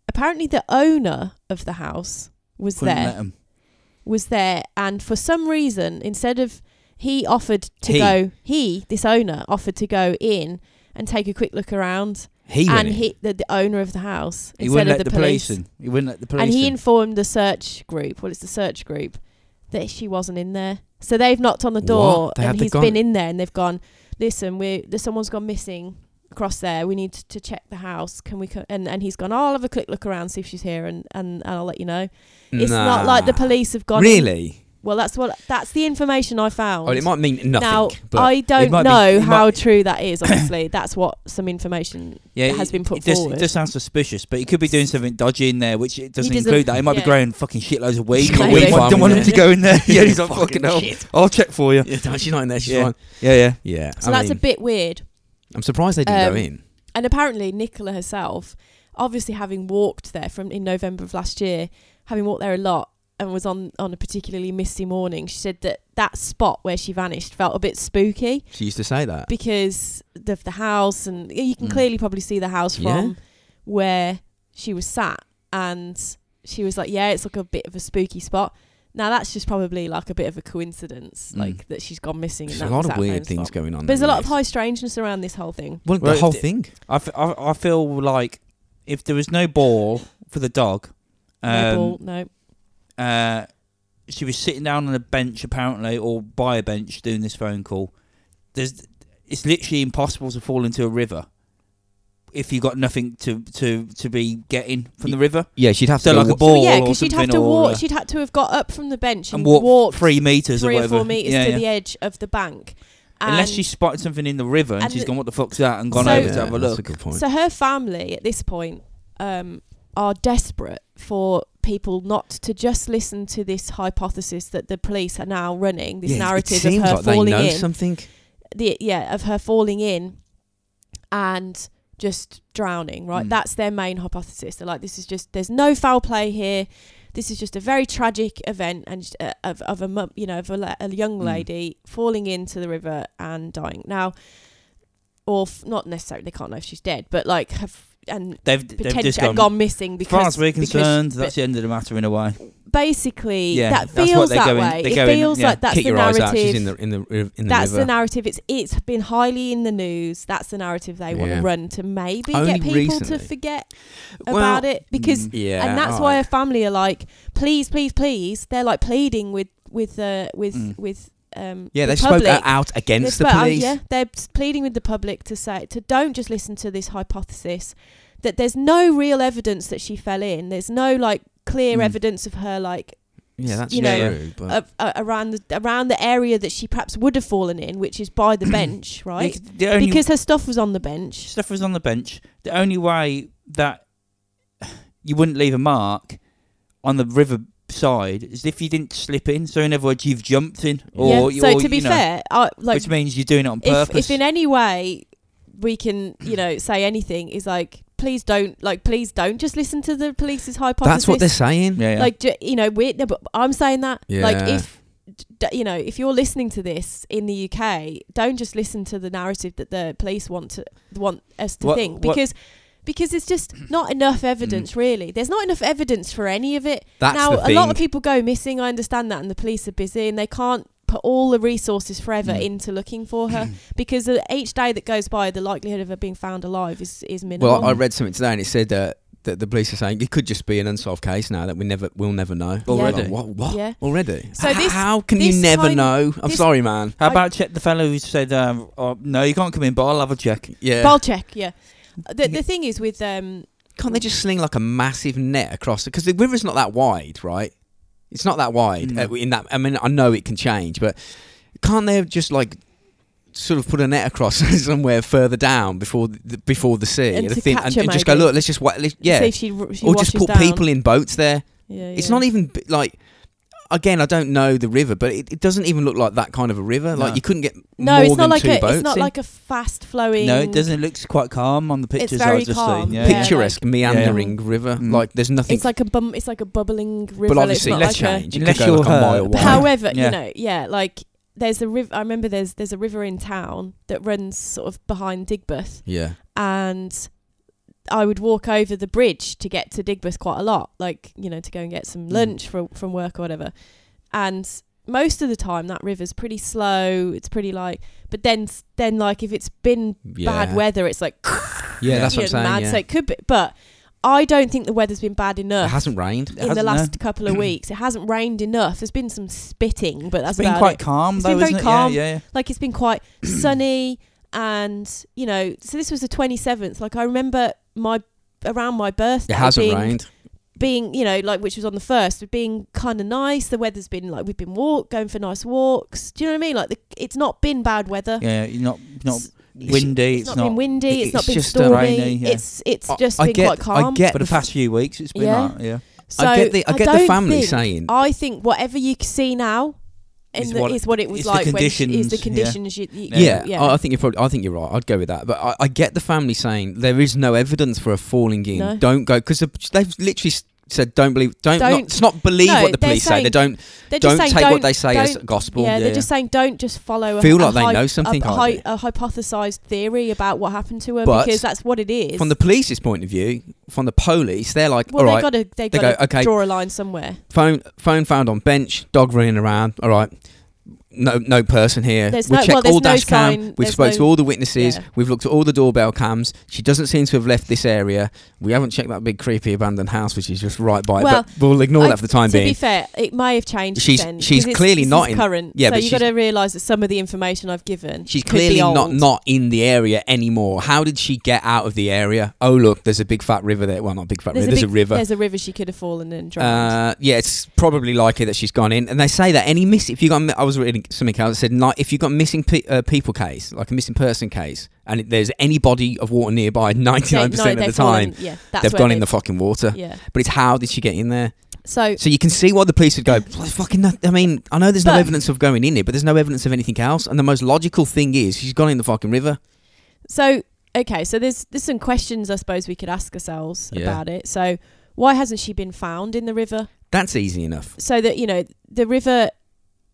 [SPEAKER 4] apparently the owner of the house was
[SPEAKER 3] Couldn't
[SPEAKER 4] there
[SPEAKER 3] let 'em.
[SPEAKER 4] was there and for some reason instead of he offered to
[SPEAKER 5] He.
[SPEAKER 4] go he this owner offered to go in and take a quick look around
[SPEAKER 5] He went
[SPEAKER 4] and
[SPEAKER 5] in.
[SPEAKER 4] he the, the owner of the house
[SPEAKER 3] He
[SPEAKER 4] instead
[SPEAKER 3] wouldn't
[SPEAKER 4] of
[SPEAKER 3] let the
[SPEAKER 4] the, police,
[SPEAKER 3] police in. He wouldn't let the police
[SPEAKER 4] and he
[SPEAKER 3] in.
[SPEAKER 4] informed the search group well it's the search group that she wasn't in there so they've knocked on the door
[SPEAKER 5] What? They had
[SPEAKER 4] and
[SPEAKER 5] the
[SPEAKER 4] he's
[SPEAKER 5] gun-
[SPEAKER 4] been in there and they've gone listen we there's someone's gone missing across there we need to check the house can we co-? and and he's gone oh, i'll have a quick look around see if she's here and and, and i'll let you know it's not like the
[SPEAKER 5] Nah.
[SPEAKER 4] police have gone in
[SPEAKER 5] Really?
[SPEAKER 4] Well, that's what that's the information I found.
[SPEAKER 5] Oh, it might mean nothing.
[SPEAKER 4] now
[SPEAKER 5] but
[SPEAKER 4] I don't
[SPEAKER 3] might be-
[SPEAKER 4] know
[SPEAKER 3] it
[SPEAKER 4] how
[SPEAKER 3] might-
[SPEAKER 4] true that is. Obviously, that's what some information
[SPEAKER 3] Yeah,
[SPEAKER 4] has been put
[SPEAKER 3] it just,
[SPEAKER 4] forward.
[SPEAKER 3] It just sounds suspicious, but he could be doing something dodgy in there, which it doesn't
[SPEAKER 4] doesn't-
[SPEAKER 3] include that. He might
[SPEAKER 4] yeah.
[SPEAKER 3] be growing fucking shitloads of weed.
[SPEAKER 5] He's got
[SPEAKER 3] I
[SPEAKER 4] weed
[SPEAKER 3] don't,
[SPEAKER 5] farm
[SPEAKER 3] don't want
[SPEAKER 5] in
[SPEAKER 3] him to go in there. yeah, he's like
[SPEAKER 5] Fucking
[SPEAKER 3] fucking hell.
[SPEAKER 5] shit.
[SPEAKER 3] I'll check for you.
[SPEAKER 5] Yeah, no, she's not in there. She's
[SPEAKER 3] Yeah.
[SPEAKER 5] fine.
[SPEAKER 3] Yeah, yeah.
[SPEAKER 5] Yeah.
[SPEAKER 4] so
[SPEAKER 5] I
[SPEAKER 4] that's
[SPEAKER 5] mean,
[SPEAKER 4] a bit weird.
[SPEAKER 5] I'm surprised they didn't
[SPEAKER 4] Um,
[SPEAKER 5] go in.
[SPEAKER 4] And apparently, Nicola herself, obviously having walked there from in November of last year, having walked there a lot and was on on a particularly misty morning, she said that that spot where she vanished felt a bit spooky
[SPEAKER 5] She used to say that.
[SPEAKER 4] because of the house and you can
[SPEAKER 5] Mm.
[SPEAKER 4] clearly probably see the house
[SPEAKER 5] Yeah.
[SPEAKER 4] from where she was sat and she was like yeah it's like a bit of a spooky spot now that's just probably like a bit of a coincidence
[SPEAKER 3] Mm.
[SPEAKER 4] like that she's gone missing in
[SPEAKER 5] There's a
[SPEAKER 4] that
[SPEAKER 5] lot of
[SPEAKER 4] exact same
[SPEAKER 5] weird things
[SPEAKER 4] spot.
[SPEAKER 5] going on.
[SPEAKER 4] But there's
[SPEAKER 5] there,
[SPEAKER 4] a lot of
[SPEAKER 5] yes.
[SPEAKER 4] high strangeness around this whole thing
[SPEAKER 5] Well,
[SPEAKER 3] Well,
[SPEAKER 5] the whole
[SPEAKER 3] it-
[SPEAKER 5] thing.
[SPEAKER 3] I, f- I, I feel like if there was no ball for the dog,
[SPEAKER 4] no
[SPEAKER 3] um,
[SPEAKER 4] ball no
[SPEAKER 3] uh, she was sitting down on a bench apparently, or by a bench, doing this phone call. There's, it's literally impossible to fall into a river if you got nothing to to to be getting from the river.
[SPEAKER 5] Yeah, she'd have
[SPEAKER 3] So
[SPEAKER 5] to.
[SPEAKER 3] like a
[SPEAKER 5] wa-
[SPEAKER 3] ball
[SPEAKER 4] well, yeah,
[SPEAKER 3] or
[SPEAKER 4] because she'd
[SPEAKER 3] something,
[SPEAKER 4] have to
[SPEAKER 3] or, uh,
[SPEAKER 4] walk. She'd had to have got up from the bench and,
[SPEAKER 3] and walk
[SPEAKER 4] walked
[SPEAKER 3] three meters or
[SPEAKER 4] three or
[SPEAKER 3] whatever.
[SPEAKER 4] four meters
[SPEAKER 3] Yeah,
[SPEAKER 4] to
[SPEAKER 3] yeah.
[SPEAKER 4] the edge of the bank. And
[SPEAKER 3] Unless she spotted something in the river and,
[SPEAKER 4] and
[SPEAKER 3] she's
[SPEAKER 4] the-
[SPEAKER 3] gone, what the fuck's that? And gone
[SPEAKER 4] So-
[SPEAKER 3] over to have a
[SPEAKER 5] that's a
[SPEAKER 3] look.
[SPEAKER 5] good point.
[SPEAKER 4] so her family at this point um, are desperate for people not to just listen to this hypothesis that the police are now running this
[SPEAKER 5] Yeah, it-
[SPEAKER 4] narrative
[SPEAKER 5] it seems
[SPEAKER 4] of her
[SPEAKER 5] like they
[SPEAKER 4] falling
[SPEAKER 5] know
[SPEAKER 4] in.
[SPEAKER 5] something.
[SPEAKER 4] the yeah of her falling in and just drowning right
[SPEAKER 3] Mm.
[SPEAKER 4] that's their main hypothesis they're like this is just there's no foul play here this is just a very tragic event and just, uh, of, of a mu- you know of a, la- a young
[SPEAKER 3] Mm.
[SPEAKER 4] lady falling into the river and dying now or f- not necessarily they can't know if she's dead but like have and
[SPEAKER 3] They've, they've
[SPEAKER 4] potentially
[SPEAKER 3] just
[SPEAKER 4] gone,
[SPEAKER 3] gone,
[SPEAKER 4] missing
[SPEAKER 3] as far
[SPEAKER 4] because
[SPEAKER 3] as we're
[SPEAKER 4] because-
[SPEAKER 3] concerned,
[SPEAKER 4] but
[SPEAKER 3] that's the end of the matter in a way.
[SPEAKER 4] basically
[SPEAKER 3] Yeah,
[SPEAKER 4] that
[SPEAKER 3] that's what
[SPEAKER 4] feels
[SPEAKER 3] they're
[SPEAKER 4] that
[SPEAKER 3] going-
[SPEAKER 4] way
[SPEAKER 3] they're
[SPEAKER 4] it
[SPEAKER 3] going,
[SPEAKER 4] feels
[SPEAKER 3] yeah,
[SPEAKER 4] like that's
[SPEAKER 5] Keep
[SPEAKER 4] the
[SPEAKER 5] your
[SPEAKER 4] narrative
[SPEAKER 5] eyes out. She's in the in the riv- in the
[SPEAKER 4] that's
[SPEAKER 5] river.
[SPEAKER 4] the narrative. It's it's been highly in the news. That's the narrative they want
[SPEAKER 5] Yeah.
[SPEAKER 4] to run to maybe
[SPEAKER 5] Only
[SPEAKER 4] get people
[SPEAKER 5] recently.
[SPEAKER 4] to forget
[SPEAKER 5] Well,
[SPEAKER 4] about it because
[SPEAKER 3] mm,
[SPEAKER 5] yeah,
[SPEAKER 4] and that's
[SPEAKER 5] all
[SPEAKER 4] why
[SPEAKER 5] right.
[SPEAKER 4] her family are like, please, please, please. They're like pleading with with uh, with
[SPEAKER 3] Mm.
[SPEAKER 4] with um
[SPEAKER 5] Yeah,
[SPEAKER 4] the
[SPEAKER 5] they spoke
[SPEAKER 4] public.
[SPEAKER 5] out
[SPEAKER 4] They
[SPEAKER 5] against the
[SPEAKER 4] spoke out,
[SPEAKER 5] police.
[SPEAKER 4] yeah, they're s- pleading with the public to say to don't just listen to this hypothesis that there's no real evidence that she fell in. There's no like clear
[SPEAKER 3] Mm.
[SPEAKER 4] evidence of her like
[SPEAKER 5] Yeah, that's
[SPEAKER 4] you
[SPEAKER 3] know,
[SPEAKER 5] true. But
[SPEAKER 4] a, a- around the, around the area that she perhaps would have fallen in, which is by the bench, right?
[SPEAKER 3] The- the only-
[SPEAKER 4] because her stuff was on the bench.
[SPEAKER 3] Steph was on the bench. The only way that you wouldn't leave a mark on the river side is if you didn't slip in. So in other words, you've jumped in, or
[SPEAKER 4] yeah.
[SPEAKER 3] you-
[SPEAKER 4] So
[SPEAKER 3] or,
[SPEAKER 4] to be
[SPEAKER 3] you know,
[SPEAKER 4] fair, I, like
[SPEAKER 3] which means you're doing it on
[SPEAKER 4] if,
[SPEAKER 3] purpose.
[SPEAKER 4] if in any way we can, you know, say anything is like, please don't, like, please don't just listen to the police's hypothesis.
[SPEAKER 5] that's what they're saying.
[SPEAKER 3] yeah, yeah.
[SPEAKER 4] like, ju- you know, we're, no, but I'm saying that, like,
[SPEAKER 5] Yeah.
[SPEAKER 4] if. d- You know, if you're listening to this in the UK, don't just listen to the narrative that the police want to want us to
[SPEAKER 3] What-
[SPEAKER 4] think
[SPEAKER 3] what-
[SPEAKER 4] because because it's just not enough evidence. Really, there's not enough evidence for any of it.
[SPEAKER 5] Mm. That's
[SPEAKER 4] now,
[SPEAKER 5] the
[SPEAKER 4] a
[SPEAKER 5] thing.
[SPEAKER 4] lot of people go missing. I understand that, and the police are busy and they can't put all the resources forever
[SPEAKER 3] Mm.
[SPEAKER 4] into looking for her because uh, each day that goes by, the likelihood of her being found alive is is minimal.
[SPEAKER 5] well, I, I read something today and it said uh, that the police are saying it could just be an unsolved case now that we never we'll never know.
[SPEAKER 4] Already?
[SPEAKER 5] Like, what? What?
[SPEAKER 4] Yeah.
[SPEAKER 5] Already?
[SPEAKER 4] So
[SPEAKER 5] H-
[SPEAKER 4] this-
[SPEAKER 5] how can
[SPEAKER 4] this
[SPEAKER 5] you never
[SPEAKER 4] time-
[SPEAKER 5] know? I'm
[SPEAKER 4] this-
[SPEAKER 5] sorry, man.
[SPEAKER 3] How
[SPEAKER 4] I-
[SPEAKER 3] about check the fellow who said, um, oh, "No, you can't come in, but I'll have a check."
[SPEAKER 5] Yeah.
[SPEAKER 4] Ball check, yeah. The the thing is with um
[SPEAKER 5] Can't they just sling like a massive net across? Because the river's not that wide, right? It's not that wide.
[SPEAKER 3] Mm.
[SPEAKER 5] uh, in that, I mean, I know it can change, but can't they have just like sort of put a net across somewhere further down before the, before the sea
[SPEAKER 4] And to
[SPEAKER 5] thing-
[SPEAKER 4] catch
[SPEAKER 5] and,
[SPEAKER 4] her,
[SPEAKER 5] and just go
[SPEAKER 4] maybe.
[SPEAKER 5] look? Let's just wa- let yeah,
[SPEAKER 4] see if she, r- she
[SPEAKER 5] or just
[SPEAKER 4] washes
[SPEAKER 5] put
[SPEAKER 4] down.
[SPEAKER 5] people in boats there.
[SPEAKER 4] Yeah,
[SPEAKER 5] It's
[SPEAKER 4] yeah.
[SPEAKER 5] not even b- like. Again, I don't know the river, but it, it doesn't even look like that kind of a river. Like
[SPEAKER 3] No.
[SPEAKER 5] you couldn't get
[SPEAKER 4] No,
[SPEAKER 5] more
[SPEAKER 4] it's
[SPEAKER 5] than
[SPEAKER 4] not like
[SPEAKER 5] two
[SPEAKER 4] a.
[SPEAKER 5] boats. eh?
[SPEAKER 4] It's not
[SPEAKER 5] in.
[SPEAKER 4] like a fast flowing.
[SPEAKER 3] No, it doesn't. It looks quite calm on the
[SPEAKER 4] It's
[SPEAKER 3] pictures
[SPEAKER 4] very
[SPEAKER 3] I've just
[SPEAKER 4] calm,
[SPEAKER 3] seen. Yeah,
[SPEAKER 4] yeah. Picture-
[SPEAKER 5] picturesque, meandering river.
[SPEAKER 3] Mm.
[SPEAKER 5] Like there's nothing.
[SPEAKER 4] It's like a bum. It's like a bubbling river.
[SPEAKER 5] but
[SPEAKER 4] it's
[SPEAKER 5] obviously,
[SPEAKER 4] not
[SPEAKER 5] let's
[SPEAKER 4] like a-
[SPEAKER 5] change. It
[SPEAKER 3] Unless
[SPEAKER 5] could go
[SPEAKER 3] you're
[SPEAKER 5] like a mile
[SPEAKER 3] her-
[SPEAKER 5] wide.
[SPEAKER 4] However,
[SPEAKER 3] Yeah.
[SPEAKER 4] you know, yeah, like there's a river. I remember there's there's a river in town that runs sort of behind Digbeth,
[SPEAKER 5] yeah.
[SPEAKER 4] and I would walk over the bridge to get to Digbeth quite a lot, like you know, to go and get some
[SPEAKER 5] Mm.
[SPEAKER 4] lunch for, from work or whatever. And most of the time, that river's pretty slow. It's pretty like, but then then like if it's been
[SPEAKER 5] yeah.
[SPEAKER 4] bad weather, it's like
[SPEAKER 5] Yeah,
[SPEAKER 3] Yeah.
[SPEAKER 5] that's what
[SPEAKER 4] you
[SPEAKER 5] I'm
[SPEAKER 4] know,
[SPEAKER 5] saying.
[SPEAKER 4] mad.
[SPEAKER 5] yeah.
[SPEAKER 4] So it could be, but I don't think the weather's been bad
[SPEAKER 5] It
[SPEAKER 4] enough
[SPEAKER 5] hasn't rained.
[SPEAKER 4] in the
[SPEAKER 3] hasn't,
[SPEAKER 4] last couple of weeks. It hasn't rained enough. There's been some spitting, but that's
[SPEAKER 3] It's been
[SPEAKER 4] about
[SPEAKER 3] quite
[SPEAKER 4] it.
[SPEAKER 3] calm
[SPEAKER 4] It's
[SPEAKER 3] though,
[SPEAKER 4] been very
[SPEAKER 3] isn't it?
[SPEAKER 4] calm.
[SPEAKER 3] Yeah, yeah,
[SPEAKER 4] Like it's been quite sunny, and you know, so this was the 27th. Like I remember my around my birthday
[SPEAKER 5] It hasn't
[SPEAKER 4] being
[SPEAKER 5] rained.
[SPEAKER 4] being, you know, like which was on the first, with being kind of nice. The weather's been like we've been walk going for nice walks. Do you know what I mean? Like the, it's not been bad weather.
[SPEAKER 3] Yeah, you're not not
[SPEAKER 4] It's-
[SPEAKER 3] windy.
[SPEAKER 4] It's,
[SPEAKER 3] It's,
[SPEAKER 4] not, been windy.
[SPEAKER 3] it-
[SPEAKER 4] It's, not
[SPEAKER 3] it's
[SPEAKER 4] been
[SPEAKER 3] just, uh,
[SPEAKER 4] stormy.
[SPEAKER 3] rainy, yeah.
[SPEAKER 4] It's it's
[SPEAKER 5] I-
[SPEAKER 4] just
[SPEAKER 5] I
[SPEAKER 4] been
[SPEAKER 5] get-
[SPEAKER 4] quite
[SPEAKER 5] I
[SPEAKER 4] calm.
[SPEAKER 5] get
[SPEAKER 3] For the past few weeks, it's been
[SPEAKER 4] Yeah.
[SPEAKER 3] like yeah.
[SPEAKER 4] so
[SPEAKER 5] I get the I get the
[SPEAKER 4] don't
[SPEAKER 5] family
[SPEAKER 4] think-
[SPEAKER 5] saying
[SPEAKER 4] I think whatever you see now, and
[SPEAKER 3] Is
[SPEAKER 4] the,
[SPEAKER 3] what-
[SPEAKER 4] is what it was
[SPEAKER 3] is the
[SPEAKER 4] like. when sh- is
[SPEAKER 3] conditions,
[SPEAKER 4] the
[SPEAKER 3] yeah.
[SPEAKER 4] conditions? You, you,
[SPEAKER 5] Yeah, Uh,
[SPEAKER 4] yeah.
[SPEAKER 5] I, I think you're probably. I think you're right. I'd go with that. But I, I get the family saying there is no evidence for a falling in.
[SPEAKER 4] No.
[SPEAKER 5] Don't go because they've literally s- said don't believe. Don't, not-
[SPEAKER 4] Don't-
[SPEAKER 5] it's not believe
[SPEAKER 4] No,
[SPEAKER 5] what the
[SPEAKER 4] they're
[SPEAKER 5] police say.
[SPEAKER 4] saying-
[SPEAKER 5] They don't
[SPEAKER 4] They're just
[SPEAKER 5] don't
[SPEAKER 4] saying
[SPEAKER 5] take what they say as
[SPEAKER 4] don't-
[SPEAKER 5] gospel.
[SPEAKER 4] yeah, they're
[SPEAKER 3] yeah.
[SPEAKER 4] just saying don't just follow.
[SPEAKER 5] Feel
[SPEAKER 4] a,
[SPEAKER 5] like
[SPEAKER 4] a
[SPEAKER 5] they
[SPEAKER 4] hy-
[SPEAKER 5] know something,
[SPEAKER 4] A,
[SPEAKER 5] can't
[SPEAKER 4] hy-
[SPEAKER 5] they?
[SPEAKER 4] a hypothesized theory about what happened to her
[SPEAKER 5] But
[SPEAKER 4] because that's what it is.
[SPEAKER 5] From the police's point of view, from the police, they're like,
[SPEAKER 4] well,
[SPEAKER 5] all
[SPEAKER 4] they
[SPEAKER 5] right,
[SPEAKER 4] got to they
[SPEAKER 5] They
[SPEAKER 4] got to
[SPEAKER 5] go, okay.
[SPEAKER 4] draw a line somewhere.
[SPEAKER 5] phone phone found on bench, dog running around. All right, no no person here.
[SPEAKER 4] There's
[SPEAKER 5] we
[SPEAKER 4] no-
[SPEAKER 5] have checked
[SPEAKER 4] well, there's
[SPEAKER 5] all
[SPEAKER 4] no
[SPEAKER 5] dash cam.
[SPEAKER 4] sign,
[SPEAKER 5] We've
[SPEAKER 4] there's
[SPEAKER 5] spoke
[SPEAKER 4] no-
[SPEAKER 5] to all the witnesses.
[SPEAKER 4] yeah.
[SPEAKER 5] We've looked at all the doorbell cams. She doesn't seem to have left this area. We haven't checked that big creepy abandoned house, which is just right by.
[SPEAKER 4] Well,
[SPEAKER 5] it, but we'll ignore
[SPEAKER 4] I-
[SPEAKER 5] that for the time
[SPEAKER 4] to
[SPEAKER 5] being.
[SPEAKER 4] be fair, it may have changed.
[SPEAKER 5] She's-
[SPEAKER 4] then,
[SPEAKER 5] she's
[SPEAKER 4] 'cause it's-
[SPEAKER 5] clearly
[SPEAKER 4] this
[SPEAKER 5] not
[SPEAKER 4] is
[SPEAKER 5] in-
[SPEAKER 4] current.
[SPEAKER 5] yeah,
[SPEAKER 4] so
[SPEAKER 5] but
[SPEAKER 4] you got
[SPEAKER 5] she's-
[SPEAKER 4] to realise that some of the information I've given
[SPEAKER 5] She's
[SPEAKER 4] could be
[SPEAKER 5] clearly not
[SPEAKER 4] old.
[SPEAKER 5] not in the area anymore. How did she get out of the area? Oh look, there's a big fat river there. Well, not big fat river. there's
[SPEAKER 4] big-
[SPEAKER 5] a river.
[SPEAKER 4] There's a river she could have fallen and drowned.
[SPEAKER 5] Uh, yeah, it's probably likely that she's gone in, and they say that any miss. If you got, mi- I was reading something else that said like if you got missing pe- uh, people case, like a missing person case, and it, there's any body of water nearby, ninety
[SPEAKER 4] They-
[SPEAKER 5] nine
[SPEAKER 4] no,
[SPEAKER 5] percent of the
[SPEAKER 4] they've fallen-
[SPEAKER 5] time
[SPEAKER 4] yeah, that's
[SPEAKER 5] they've
[SPEAKER 4] where
[SPEAKER 5] gone in the fucking water.
[SPEAKER 4] yeah.
[SPEAKER 5] But it's how did she get in there?
[SPEAKER 4] So
[SPEAKER 5] So you can see why the police would go. "Well, fucking, no, I mean, I know there's no
[SPEAKER 4] But-
[SPEAKER 5] evidence of going in here, but there's no evidence of anything else. And the most logical thing is she's gone in the fucking river.
[SPEAKER 4] so okay. So there's there's some questions I suppose we could ask ourselves
[SPEAKER 5] Yeah.
[SPEAKER 4] about it. So why hasn't she been found in the river?
[SPEAKER 5] That's easy enough.
[SPEAKER 4] So that you know the river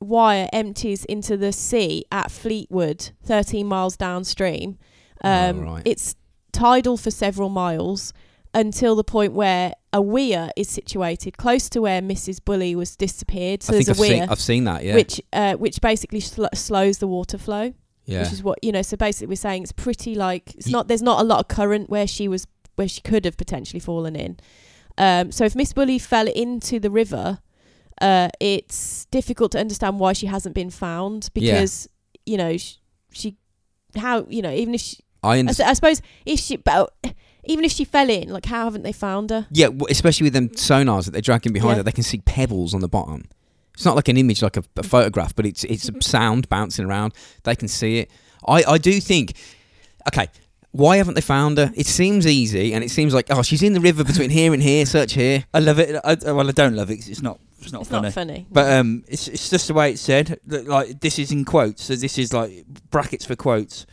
[SPEAKER 4] wire empties into the sea at Fleetwood, 13 miles downstream. Um,
[SPEAKER 5] Oh, right.
[SPEAKER 4] It's tidal for several miles until the point where a weir is situated close to where Mrs. Bully was disappeared. So
[SPEAKER 5] I think I've
[SPEAKER 4] there's a weir.
[SPEAKER 5] seen, I've seen that. Yeah,
[SPEAKER 4] which uh, which basically sl- slows the water flow,
[SPEAKER 5] yeah.
[SPEAKER 4] which is what you know. So basically, we're saying it's pretty like it's
[SPEAKER 5] Ye-
[SPEAKER 4] not. There's not a lot of current where she was where she could have potentially fallen in. Um, so if Miss Bully fell into the river, uh, it's difficult to understand why she hasn't been found
[SPEAKER 5] Yeah.
[SPEAKER 4] because you know she, she how you know even if she
[SPEAKER 5] I
[SPEAKER 4] I,
[SPEAKER 5] understand.
[SPEAKER 4] s- I suppose if she but even if she fell in like how haven't they found her?
[SPEAKER 5] Yeah, w- especially with them sonars that they're dragging behind
[SPEAKER 4] Yeah.
[SPEAKER 5] that they can see pebbles on the bottom. It's not like an image, like a, a photograph, but it's it's
[SPEAKER 4] Mm-hmm.
[SPEAKER 5] a sound bouncing around. They can see it. I, I do think, okay, why haven't they found her? It seems easy, and it seems like oh, she's in the river between here and here. Search here.
[SPEAKER 3] I love it. I, well, I don't love it. 'cause it's not. It's not
[SPEAKER 4] It's
[SPEAKER 3] funny.
[SPEAKER 4] not funny.
[SPEAKER 3] But um, it's it's just the way it's said. that, Like this is in quotes, so this is like brackets for quotes.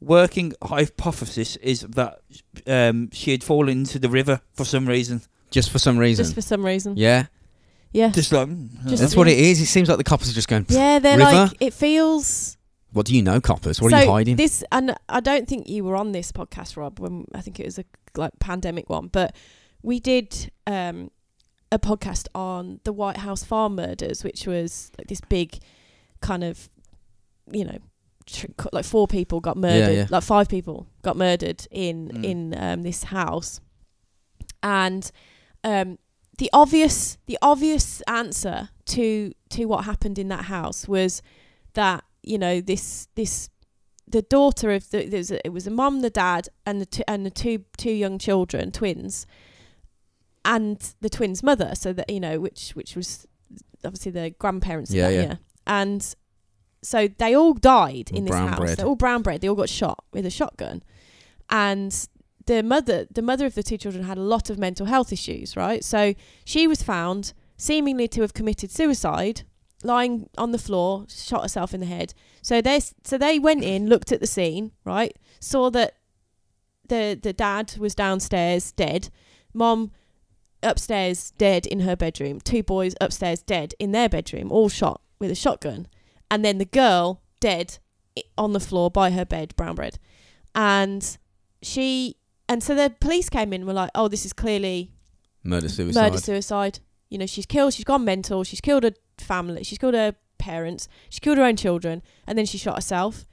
[SPEAKER 3] Working hypothesis is that um, she had fallen into the river for some reason.
[SPEAKER 5] Just for some reason.
[SPEAKER 4] just for some reason, yeah,
[SPEAKER 5] yeah,
[SPEAKER 4] yeah,
[SPEAKER 3] Just like hmm,
[SPEAKER 4] Just-
[SPEAKER 5] that's what it is. It seems like the coppers are just going. "Pff,
[SPEAKER 4] they're
[SPEAKER 5] River?
[SPEAKER 4] like it feels.
[SPEAKER 5] What do you know, coppers? What
[SPEAKER 4] so
[SPEAKER 5] are you hiding?
[SPEAKER 4] This and I don't think you were on this podcast, Rob. When I think it was a like pandemic one, but we did um, a podcast on the White House farm murders, which was like this big kind of, you know, tr- co- like four people got murdered,
[SPEAKER 5] yeah.
[SPEAKER 4] like five people got murdered in
[SPEAKER 3] Mm.
[SPEAKER 4] in um, this house, and um, the obvious the obvious answer to to what happened in that house was that you know this this the daughter of the there's a, it was a mum the dad and the two, and the two two young children twins and the twins mother so that you know which which was obviously the grandparents of
[SPEAKER 5] Yeah,
[SPEAKER 4] that,
[SPEAKER 5] yeah.
[SPEAKER 4] and so they all died in this
[SPEAKER 5] Brown
[SPEAKER 4] house
[SPEAKER 5] bread.
[SPEAKER 4] they're all brown bread they all got shot with a shotgun and the mother the mother of the two children had a lot of mental health issues right so she was found seemingly to have committed suicide lying on the floor shot herself in the head so they so they went in looked at the scene right saw that the the dad was downstairs dead mom upstairs dead in her bedroom two boys upstairs dead in their bedroom all shot with a shotgun and then the girl dead i- on the floor by her bed brown bread and she and so the police came in and were like oh this is clearly
[SPEAKER 5] murder suicide.
[SPEAKER 4] murder suicide you know she's killed she's gone mental she's killed her family she's killed her parents she killed her own children and then she shot herself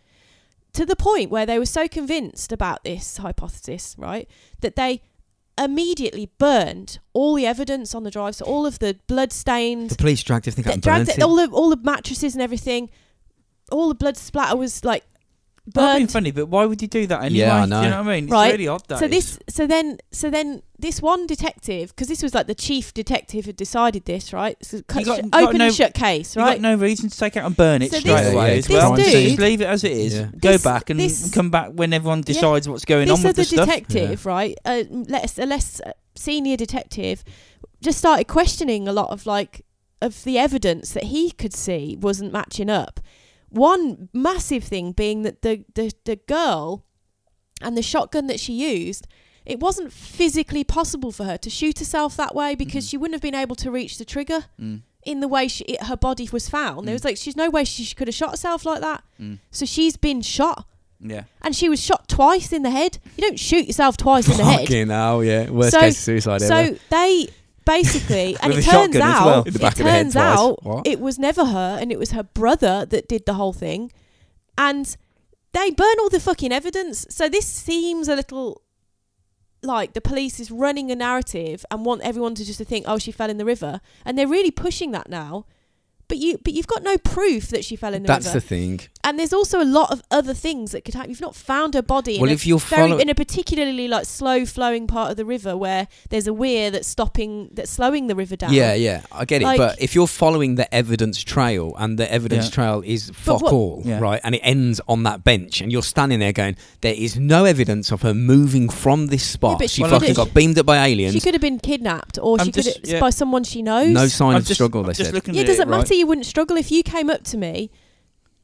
[SPEAKER 4] to the point where they were so convinced about this hypothesis right that they immediately burned all the evidence on the drive so all of the blood stains
[SPEAKER 5] the police dragged everything out
[SPEAKER 4] they
[SPEAKER 5] and
[SPEAKER 4] dragged
[SPEAKER 5] burnt
[SPEAKER 4] it,
[SPEAKER 5] it.
[SPEAKER 4] all the all the mattresses and everything all the blood splatter was like
[SPEAKER 3] Not being
[SPEAKER 4] But
[SPEAKER 3] funny, but why would you do that anyway?
[SPEAKER 5] Yeah, I
[SPEAKER 3] Do you know what I mean? It's
[SPEAKER 4] Right.
[SPEAKER 3] really odd. that
[SPEAKER 4] so
[SPEAKER 3] is.
[SPEAKER 4] this so then so then this one detective because this was like the chief detective had decided this right so cut,
[SPEAKER 3] got-
[SPEAKER 4] sh-
[SPEAKER 3] you
[SPEAKER 4] open
[SPEAKER 3] got
[SPEAKER 4] and
[SPEAKER 3] no-
[SPEAKER 4] shut case
[SPEAKER 3] You got
[SPEAKER 4] right
[SPEAKER 3] no reason to take it out and burn it
[SPEAKER 4] So
[SPEAKER 3] straight
[SPEAKER 5] this-
[SPEAKER 3] away
[SPEAKER 5] Yeah,
[SPEAKER 3] as
[SPEAKER 5] yeah,
[SPEAKER 3] well.
[SPEAKER 5] this
[SPEAKER 3] Just
[SPEAKER 4] dude-
[SPEAKER 3] leave it as it is.
[SPEAKER 5] Yeah.
[SPEAKER 3] Go
[SPEAKER 4] This-
[SPEAKER 3] back and
[SPEAKER 4] this-
[SPEAKER 3] come back when everyone decides what's going on
[SPEAKER 4] this
[SPEAKER 3] with
[SPEAKER 4] other
[SPEAKER 3] the stuff.
[SPEAKER 4] detective right uh, less a less uh, senior detective just started questioning a lot of like of the evidence that he could see wasn't matching up one massive thing being that the the, the girl and the shotgun that she used it wasn't physically possible for her to shoot herself that way because
[SPEAKER 3] Mhm.
[SPEAKER 4] she wouldn't have been able to reach the trigger
[SPEAKER 3] Mm,
[SPEAKER 4] in the way she, it, her body was found. There
[SPEAKER 3] Mm.
[SPEAKER 4] was like, she's no way she, she could have shot herself like that.
[SPEAKER 3] mm,
[SPEAKER 4] So she's been shot,
[SPEAKER 3] yeah.
[SPEAKER 4] and she was shot twice in the head. You don't shoot yourself twice in the head.
[SPEAKER 5] Fucking hell, yeah. Worst
[SPEAKER 4] So-
[SPEAKER 5] case suicide ever.
[SPEAKER 4] So they basically, and
[SPEAKER 3] With
[SPEAKER 4] it
[SPEAKER 3] a
[SPEAKER 4] turns
[SPEAKER 3] shotgun as well.
[SPEAKER 4] out,
[SPEAKER 5] In the back
[SPEAKER 4] it
[SPEAKER 5] of the head
[SPEAKER 4] turns
[SPEAKER 5] twice.
[SPEAKER 4] out
[SPEAKER 5] What?
[SPEAKER 4] it was never her, and it was her brother that did the whole thing, and they burn all the fucking evidence. So this seems a little like the police is running a narrative and want everyone to just to think, oh, she fell in the river, and they're really pushing that now. But you, but you've got no proof that she fell in the
[SPEAKER 5] That's
[SPEAKER 4] river,
[SPEAKER 5] the thing.
[SPEAKER 4] and there's also a lot of other things that could happen. You've not found her body.
[SPEAKER 5] Well,
[SPEAKER 4] in a
[SPEAKER 5] if you're
[SPEAKER 4] very
[SPEAKER 5] follow-
[SPEAKER 4] in a particularly like slow flowing part of the river where there's a weir that's stopping that's slowing the river down.
[SPEAKER 5] Yeah, yeah, I get it.
[SPEAKER 4] Like-
[SPEAKER 5] but if you're following the evidence trail and the evidence
[SPEAKER 3] Yeah.
[SPEAKER 5] trail is fuck all,
[SPEAKER 4] what-
[SPEAKER 5] right,
[SPEAKER 3] Yeah.
[SPEAKER 5] and it ends on that bench, and you're standing there going, "There is no evidence of her moving from this spot.
[SPEAKER 4] but
[SPEAKER 5] she
[SPEAKER 4] Well,
[SPEAKER 5] fucking
[SPEAKER 4] I'm-
[SPEAKER 5] got beamed up by
[SPEAKER 4] She
[SPEAKER 5] aliens.
[SPEAKER 4] could have been kidnapped or
[SPEAKER 3] I'm
[SPEAKER 4] she could
[SPEAKER 3] just-
[SPEAKER 4] have,
[SPEAKER 3] yeah.
[SPEAKER 4] by someone she knows.
[SPEAKER 5] No sign
[SPEAKER 3] I'm
[SPEAKER 5] of
[SPEAKER 3] just,
[SPEAKER 5] struggle."
[SPEAKER 3] I'm
[SPEAKER 5] They
[SPEAKER 3] just
[SPEAKER 5] said.
[SPEAKER 3] looking
[SPEAKER 4] yeah,
[SPEAKER 3] at
[SPEAKER 4] it doesn't
[SPEAKER 3] right?
[SPEAKER 4] matter. You wouldn't struggle if you came up to me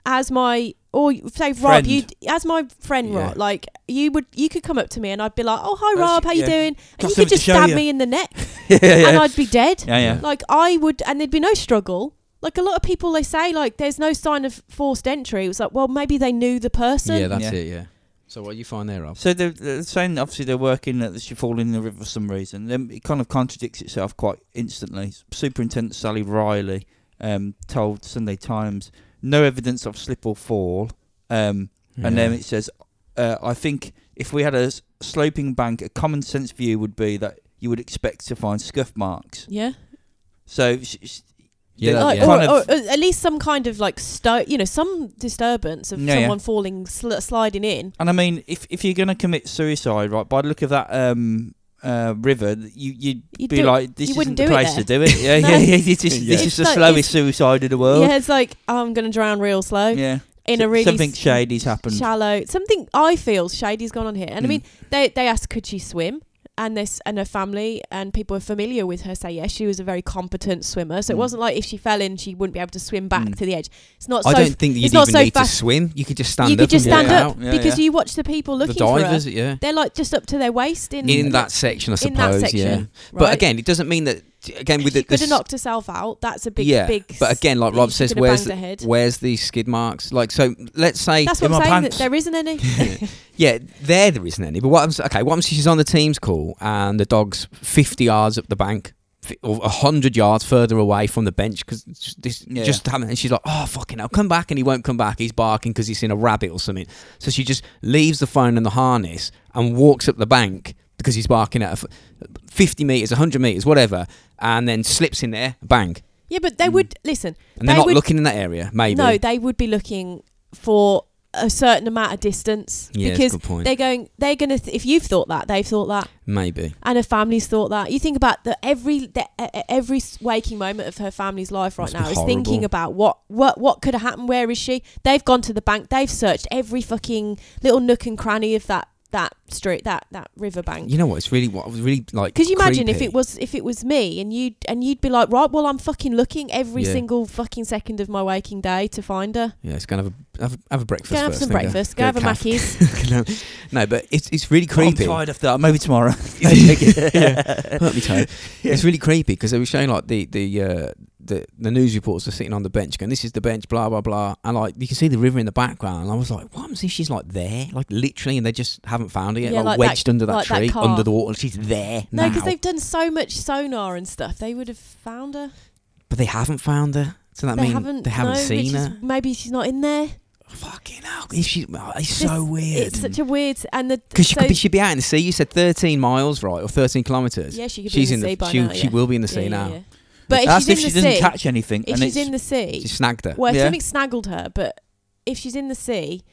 [SPEAKER 4] as my or you- say Rob,
[SPEAKER 3] Friend.
[SPEAKER 4] you as my friend
[SPEAKER 5] Yeah.
[SPEAKER 4] Rob, like you would you could come up to me and I'd be like, "Oh, hi
[SPEAKER 3] Oh,
[SPEAKER 4] Rob,
[SPEAKER 3] she-
[SPEAKER 4] how
[SPEAKER 3] yeah.
[SPEAKER 4] you doing?" And
[SPEAKER 3] Got
[SPEAKER 4] you
[SPEAKER 3] something
[SPEAKER 4] could
[SPEAKER 3] to
[SPEAKER 4] just
[SPEAKER 3] show
[SPEAKER 4] stab
[SPEAKER 3] you.
[SPEAKER 4] me in the neck
[SPEAKER 3] yeah, yeah.
[SPEAKER 4] and I'd be dead.
[SPEAKER 3] yeah, yeah.
[SPEAKER 4] Like I would, and there'd be no struggle. Like a lot of people, they say like there's no sign of forced entry. It was like, well, maybe they knew the person.
[SPEAKER 5] yeah, that's
[SPEAKER 3] Yeah.
[SPEAKER 5] it. Yeah. So what you find there, Rob?
[SPEAKER 3] So they're, they're saying obviously they're working that she fall in the river for some reason. Then it kind of contradicts itself quite instantly. Superintendent Sally Riley um, told Sunday Times no evidence of slip or fall. Um, And then it says, uh, I think if we had a s- sloping bank, a common sense view would be that you would expect to find scuff marks.
[SPEAKER 4] Yeah.
[SPEAKER 3] So sh- sh-
[SPEAKER 5] Yeah,
[SPEAKER 3] they
[SPEAKER 5] that-
[SPEAKER 4] Like,
[SPEAKER 5] yeah.
[SPEAKER 4] Or,
[SPEAKER 3] kind
[SPEAKER 4] or,
[SPEAKER 3] of-
[SPEAKER 4] at least some kind of like sto- you know, some disturbance of
[SPEAKER 3] Yeah, yeah.
[SPEAKER 4] someone falling, sl- sliding in.
[SPEAKER 3] And I mean, if if you're going to commit suicide, right, by the look of that um, uh, river, th- you you'd
[SPEAKER 4] You'd
[SPEAKER 3] be
[SPEAKER 4] do it-
[SPEAKER 3] like, this
[SPEAKER 4] you
[SPEAKER 3] isn't
[SPEAKER 4] wouldn't
[SPEAKER 3] the
[SPEAKER 4] do it
[SPEAKER 3] place to do it. Yeah,
[SPEAKER 4] No.
[SPEAKER 3] yeah, yeah. This is,
[SPEAKER 5] Yeah.
[SPEAKER 3] this
[SPEAKER 4] It's
[SPEAKER 3] is the
[SPEAKER 4] like-
[SPEAKER 3] slowest
[SPEAKER 4] it's-
[SPEAKER 3] suicide in the world.
[SPEAKER 4] yeah, it's like oh, I'm gonna drown real slow
[SPEAKER 3] Yeah.
[SPEAKER 4] in
[SPEAKER 3] So-
[SPEAKER 4] a really
[SPEAKER 3] something
[SPEAKER 4] s-
[SPEAKER 3] shady's happened.
[SPEAKER 4] shallow. Something I feel shady's gone on here,
[SPEAKER 5] Hmm.
[SPEAKER 4] and I
[SPEAKER 3] Mm.
[SPEAKER 4] mean, they they asked could she swim, and this and her family and people familiar with her say yes, she was a very competent swimmer.
[SPEAKER 5] Hmm.
[SPEAKER 4] So it
[SPEAKER 3] Mm.
[SPEAKER 4] wasn't like if she fell in, she wouldn't be able to swim back
[SPEAKER 3] Mm.
[SPEAKER 4] to the edge. It's not
[SPEAKER 5] I
[SPEAKER 4] so
[SPEAKER 5] don't think you
[SPEAKER 4] it's
[SPEAKER 5] even
[SPEAKER 4] not so
[SPEAKER 5] need to
[SPEAKER 4] fast.
[SPEAKER 5] swim. You could just stand
[SPEAKER 4] you
[SPEAKER 5] up.
[SPEAKER 4] could just
[SPEAKER 5] and walk
[SPEAKER 4] stand
[SPEAKER 5] out.
[SPEAKER 4] up
[SPEAKER 3] Yeah,
[SPEAKER 4] because
[SPEAKER 3] yeah.
[SPEAKER 4] you watch the people looking
[SPEAKER 5] The
[SPEAKER 4] for
[SPEAKER 5] divers,
[SPEAKER 4] her.
[SPEAKER 5] yeah.
[SPEAKER 4] They're like just up to their waist in
[SPEAKER 5] In that section, I
[SPEAKER 4] in that
[SPEAKER 5] suppose. Yeah.
[SPEAKER 4] section,
[SPEAKER 5] But
[SPEAKER 4] right.
[SPEAKER 5] again, it doesn't mean that. Again, with
[SPEAKER 4] she
[SPEAKER 5] the,
[SPEAKER 4] could
[SPEAKER 5] the
[SPEAKER 4] have knocked herself out. That's a big,
[SPEAKER 5] yeah,
[SPEAKER 4] big.
[SPEAKER 5] but again, like
[SPEAKER 4] s-
[SPEAKER 5] Rob
[SPEAKER 4] she
[SPEAKER 5] says,
[SPEAKER 4] could have
[SPEAKER 5] where's
[SPEAKER 4] banged
[SPEAKER 5] the,
[SPEAKER 4] her head.
[SPEAKER 5] where's the skid marks? Like, so let's say
[SPEAKER 4] That's what
[SPEAKER 3] in
[SPEAKER 4] I'm
[SPEAKER 3] my
[SPEAKER 4] saying.
[SPEAKER 3] pants?
[SPEAKER 4] That there isn't any.
[SPEAKER 5] Yeah, there there isn't any. But what I'm s- okay, what I'm saying she's on the team's call and the dog's fifty yards up the bank, fi- or hundred yards further away from the bench because this
[SPEAKER 3] Yeah.
[SPEAKER 5] just happened. And she's like, "Oh fucking hell, come back!" And he won't come back. He's barking because he's seen a rabbit or something. So she just leaves the phone and the harness and walks up the bank because he's barking at her, f- fifty meters, hundred meters, whatever, and then slips in there, bang,
[SPEAKER 4] yeah, but they would listen.
[SPEAKER 5] Hmm. and they're
[SPEAKER 4] They
[SPEAKER 5] not
[SPEAKER 4] would-
[SPEAKER 5] looking in that area. Maybe
[SPEAKER 4] No, they would be looking for a certain amount of distance
[SPEAKER 5] yeah, that's a
[SPEAKER 4] because
[SPEAKER 5] good point.
[SPEAKER 4] they're going. They're gonna. Th- if you've thought that, they've thought that,
[SPEAKER 5] Maybe
[SPEAKER 4] and her family's thought that. You think about the every the, e- e- every s- waking moment of her family's life right
[SPEAKER 5] Must be
[SPEAKER 4] now is
[SPEAKER 5] horrible.
[SPEAKER 4] thinking about what what what could have happened. Where is she? They've gone to the bank. They've searched every fucking little nook and cranny of that that street that that riverbank.
[SPEAKER 5] you know what? It's really what was really like.
[SPEAKER 4] Because you imagine if
[SPEAKER 5] creepy.
[SPEAKER 4] it was if it was me and you and you'd be like, right, well, I'm fucking looking every
[SPEAKER 5] Yeah.
[SPEAKER 4] single fucking second of my waking day to find her.
[SPEAKER 5] Yeah, it's gonna have a have a, have a breakfast.
[SPEAKER 4] Go and have
[SPEAKER 5] first,
[SPEAKER 4] some
[SPEAKER 5] then
[SPEAKER 4] breakfast. Go have a
[SPEAKER 5] calf.
[SPEAKER 4] Mackey's.
[SPEAKER 5] No, no, but it's it's really creepy.
[SPEAKER 3] I'm tired of that. Maybe tomorrow.
[SPEAKER 5] Hurt me toe. It's really creepy because they were showing like the the uh, the the news reporters are sitting on the bench going, "This is the bench," blah blah blah, and like you can see the river in the background. And I was like, "What happens if she's like there, like literally, and they just haven't found her yet,
[SPEAKER 4] Yeah,
[SPEAKER 5] like,
[SPEAKER 4] like that-
[SPEAKER 5] wedged under that
[SPEAKER 4] like that
[SPEAKER 5] tree,
[SPEAKER 4] car.
[SPEAKER 5] under the water? She's there
[SPEAKER 4] No, because
[SPEAKER 5] now.
[SPEAKER 4] they've done so much sonar and stuff. They would have found her.
[SPEAKER 5] but they haven't found her. So that
[SPEAKER 4] they
[SPEAKER 5] means
[SPEAKER 4] haven't.
[SPEAKER 5] they haven't
[SPEAKER 4] no, which
[SPEAKER 5] seen
[SPEAKER 4] is-
[SPEAKER 5] her.
[SPEAKER 4] Maybe she's not in there.
[SPEAKER 5] Fucking hell! Is she? oh, it's so
[SPEAKER 4] This-
[SPEAKER 5] weird.
[SPEAKER 4] It's such a weird and the
[SPEAKER 5] Because she
[SPEAKER 4] so-
[SPEAKER 5] could be, she'd be out in the sea. You said thirteen miles, right, or thirteen kilometers.
[SPEAKER 4] yeah, she could
[SPEAKER 5] She's
[SPEAKER 4] be
[SPEAKER 5] in
[SPEAKER 4] in the sea by
[SPEAKER 5] she,
[SPEAKER 4] now.
[SPEAKER 5] she
[SPEAKER 4] yeah.
[SPEAKER 5] will be in the
[SPEAKER 4] Yeah,
[SPEAKER 5] sea
[SPEAKER 4] yeah,
[SPEAKER 5] now.
[SPEAKER 4] yeah. But if
[SPEAKER 3] That's
[SPEAKER 4] she's
[SPEAKER 3] if
[SPEAKER 4] in
[SPEAKER 3] she
[SPEAKER 4] the
[SPEAKER 3] doesn't
[SPEAKER 4] sea,
[SPEAKER 3] catch anything.
[SPEAKER 4] if
[SPEAKER 3] and
[SPEAKER 4] she's
[SPEAKER 3] it's-
[SPEAKER 4] in the sea,
[SPEAKER 5] She snagged her.
[SPEAKER 4] well,
[SPEAKER 3] Yeah.
[SPEAKER 4] something snaggled her. But if she's in the sea,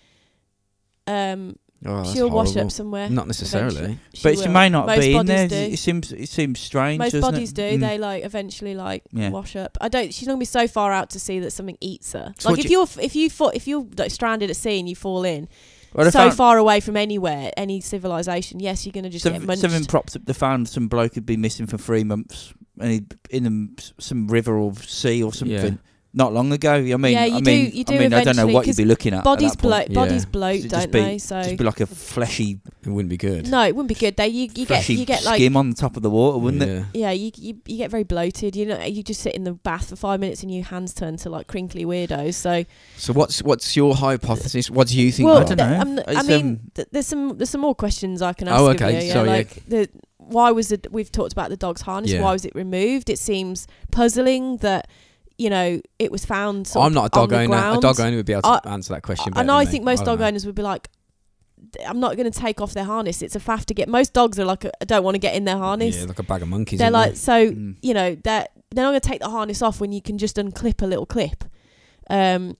[SPEAKER 4] Um,
[SPEAKER 5] Oh, that's
[SPEAKER 4] she'll wash
[SPEAKER 5] horrible.
[SPEAKER 4] up somewhere.
[SPEAKER 5] Not necessarily.
[SPEAKER 4] eventually.
[SPEAKER 3] but she
[SPEAKER 4] will.
[SPEAKER 3] may not
[SPEAKER 4] Most
[SPEAKER 3] be in there.
[SPEAKER 4] bodies
[SPEAKER 3] It
[SPEAKER 4] do.
[SPEAKER 3] seems it seems strange.
[SPEAKER 4] Most
[SPEAKER 3] doesn't
[SPEAKER 4] bodies
[SPEAKER 3] it?
[SPEAKER 4] do.
[SPEAKER 3] Mm.
[SPEAKER 4] They like eventually like
[SPEAKER 3] Yeah.
[SPEAKER 4] wash up. I don't. She's not gonna be so far out to sea that something eats her.
[SPEAKER 5] So
[SPEAKER 4] like
[SPEAKER 5] what
[SPEAKER 4] if
[SPEAKER 5] do
[SPEAKER 4] you're if you fall, if you're like stranded at sea and you fall in
[SPEAKER 3] Well, I
[SPEAKER 4] so
[SPEAKER 3] found-
[SPEAKER 4] far away from anywhere, any civilization, yes, you're gonna just
[SPEAKER 3] some,
[SPEAKER 4] get munched.
[SPEAKER 3] something propped up. They found some bloke had been missing for three months, and he'd in um, s- some river or sea or something.
[SPEAKER 5] Yeah.
[SPEAKER 3] Not long ago. I mean,
[SPEAKER 4] Yeah,
[SPEAKER 3] I
[SPEAKER 4] you do-
[SPEAKER 3] mean,
[SPEAKER 4] you
[SPEAKER 3] I
[SPEAKER 4] do
[SPEAKER 3] mean, I don't know
[SPEAKER 4] eventually,
[SPEAKER 3] what you'd
[SPEAKER 4] 'cause
[SPEAKER 3] be looking at. at
[SPEAKER 4] Bodies
[SPEAKER 3] that point.
[SPEAKER 4] bloat. Bodies
[SPEAKER 5] Yeah.
[SPEAKER 4] bloat,
[SPEAKER 3] Should just
[SPEAKER 4] don't
[SPEAKER 3] be-
[SPEAKER 4] they? So
[SPEAKER 3] Just be like a fleshy,
[SPEAKER 5] It wouldn't be good.
[SPEAKER 4] no, it wouldn't be good. They you, you get
[SPEAKER 3] fleshy
[SPEAKER 4] you get like
[SPEAKER 3] skim on the top of the water, wouldn't it?
[SPEAKER 5] Yeah.
[SPEAKER 4] yeah you, you you get very bloated. You know you just sit in the bath for five minutes and your hands turn to like crinkly weirdos. So
[SPEAKER 5] So what's what's your hypothesis? What do you think?
[SPEAKER 4] well,
[SPEAKER 5] Rob?
[SPEAKER 3] I don't
[SPEAKER 4] th-
[SPEAKER 3] know.
[SPEAKER 4] I'm n- I
[SPEAKER 3] It's,
[SPEAKER 4] mean,
[SPEAKER 3] um,
[SPEAKER 4] th- there's some there's some more questions I can ask.
[SPEAKER 5] Oh,
[SPEAKER 4] of
[SPEAKER 5] okay.
[SPEAKER 4] you, yeah,
[SPEAKER 5] Sorry, yeah.
[SPEAKER 4] like the why was the we've talked about the dog's harness?
[SPEAKER 5] Yeah.
[SPEAKER 4] Why was it removed? It seems puzzling that you know it was found. Sort
[SPEAKER 5] I'm
[SPEAKER 4] of
[SPEAKER 5] not a
[SPEAKER 4] on
[SPEAKER 5] dog
[SPEAKER 4] the
[SPEAKER 5] owner. A
[SPEAKER 4] ground.
[SPEAKER 5] dog owner would be able to
[SPEAKER 4] I-
[SPEAKER 5] answer that question.
[SPEAKER 4] I
[SPEAKER 5] better
[SPEAKER 4] know.
[SPEAKER 5] than
[SPEAKER 4] I
[SPEAKER 5] me.
[SPEAKER 4] think most
[SPEAKER 5] don't
[SPEAKER 4] dog
[SPEAKER 5] know.
[SPEAKER 4] owners would be like, I'm not going to take off their harness. It's a faff to get. Most dogs are like, I don't want to get in their harness.
[SPEAKER 5] Yeah, like a bag of monkeys.
[SPEAKER 4] they're
[SPEAKER 5] aren't they?
[SPEAKER 4] like, so
[SPEAKER 3] Mm.
[SPEAKER 4] you know, they're they're not going to take the harness off when you can just unclip a little clip. Um,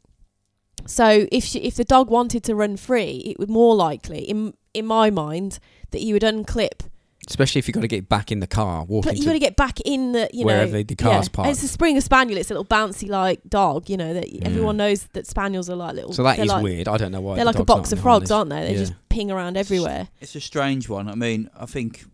[SPEAKER 4] so if she, if the dog wanted to run free, it would more likely, in in my mind, that you would unclip.
[SPEAKER 5] especially if you've got to get back in the car, walking
[SPEAKER 4] But you
[SPEAKER 5] to
[SPEAKER 4] got to get back in the you
[SPEAKER 5] wherever
[SPEAKER 4] know.
[SPEAKER 5] the car's
[SPEAKER 4] yeah.
[SPEAKER 5] parked.
[SPEAKER 4] It's a Springer Spaniel. It's a little bouncy like dog. You know that
[SPEAKER 5] Mm.
[SPEAKER 4] everyone knows that Spaniels are like little.
[SPEAKER 5] So that
[SPEAKER 4] they're
[SPEAKER 5] is
[SPEAKER 4] like,
[SPEAKER 5] weird. I don't know why.
[SPEAKER 4] They're
[SPEAKER 5] the
[SPEAKER 4] like a
[SPEAKER 5] dog's not
[SPEAKER 4] box
[SPEAKER 5] in
[SPEAKER 4] of
[SPEAKER 5] the harness.
[SPEAKER 4] frogs, aren't they? They
[SPEAKER 5] Yeah.
[SPEAKER 4] just ping around everywhere.
[SPEAKER 3] it's a strange one. I mean, I think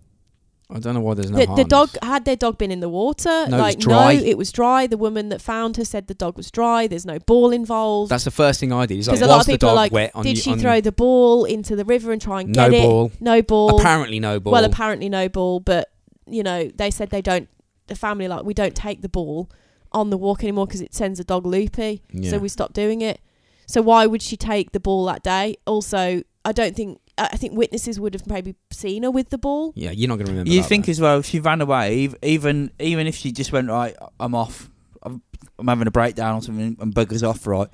[SPEAKER 5] I don't know why there's no.
[SPEAKER 4] the, the
[SPEAKER 5] harness.
[SPEAKER 4] dog had their dog been in the water?
[SPEAKER 5] No, it was
[SPEAKER 4] like
[SPEAKER 5] dry.
[SPEAKER 4] no, it was dry. The woman that found her said the dog was dry. There's no ball involved.
[SPEAKER 5] That's the first thing I did. Is like,
[SPEAKER 4] Because a lot
[SPEAKER 5] was
[SPEAKER 4] of
[SPEAKER 5] the
[SPEAKER 4] people are
[SPEAKER 5] dog
[SPEAKER 4] like,
[SPEAKER 5] wet on
[SPEAKER 4] did
[SPEAKER 5] you-
[SPEAKER 4] she
[SPEAKER 5] on-
[SPEAKER 4] throw the ball into the river and try and
[SPEAKER 5] No
[SPEAKER 4] get it?
[SPEAKER 5] ball.
[SPEAKER 4] No ball.
[SPEAKER 5] Apparently no ball.
[SPEAKER 4] Well, apparently no ball, but you know they said they don't. The family like we don't take the ball on the walk anymore because it sends a dog loopy.
[SPEAKER 5] Yeah.
[SPEAKER 4] So we stopped doing it. So why would she take the ball that day? Also, I don't think I I think witnesses would have maybe seen her with the ball.
[SPEAKER 5] yeah, you're not going to remember.
[SPEAKER 3] you
[SPEAKER 5] that,
[SPEAKER 3] think
[SPEAKER 5] though.
[SPEAKER 3] as well. She ran away, ev- even even if she just went right. I'm off. I'm, I'm having a breakdown or something, and buggers off. Right.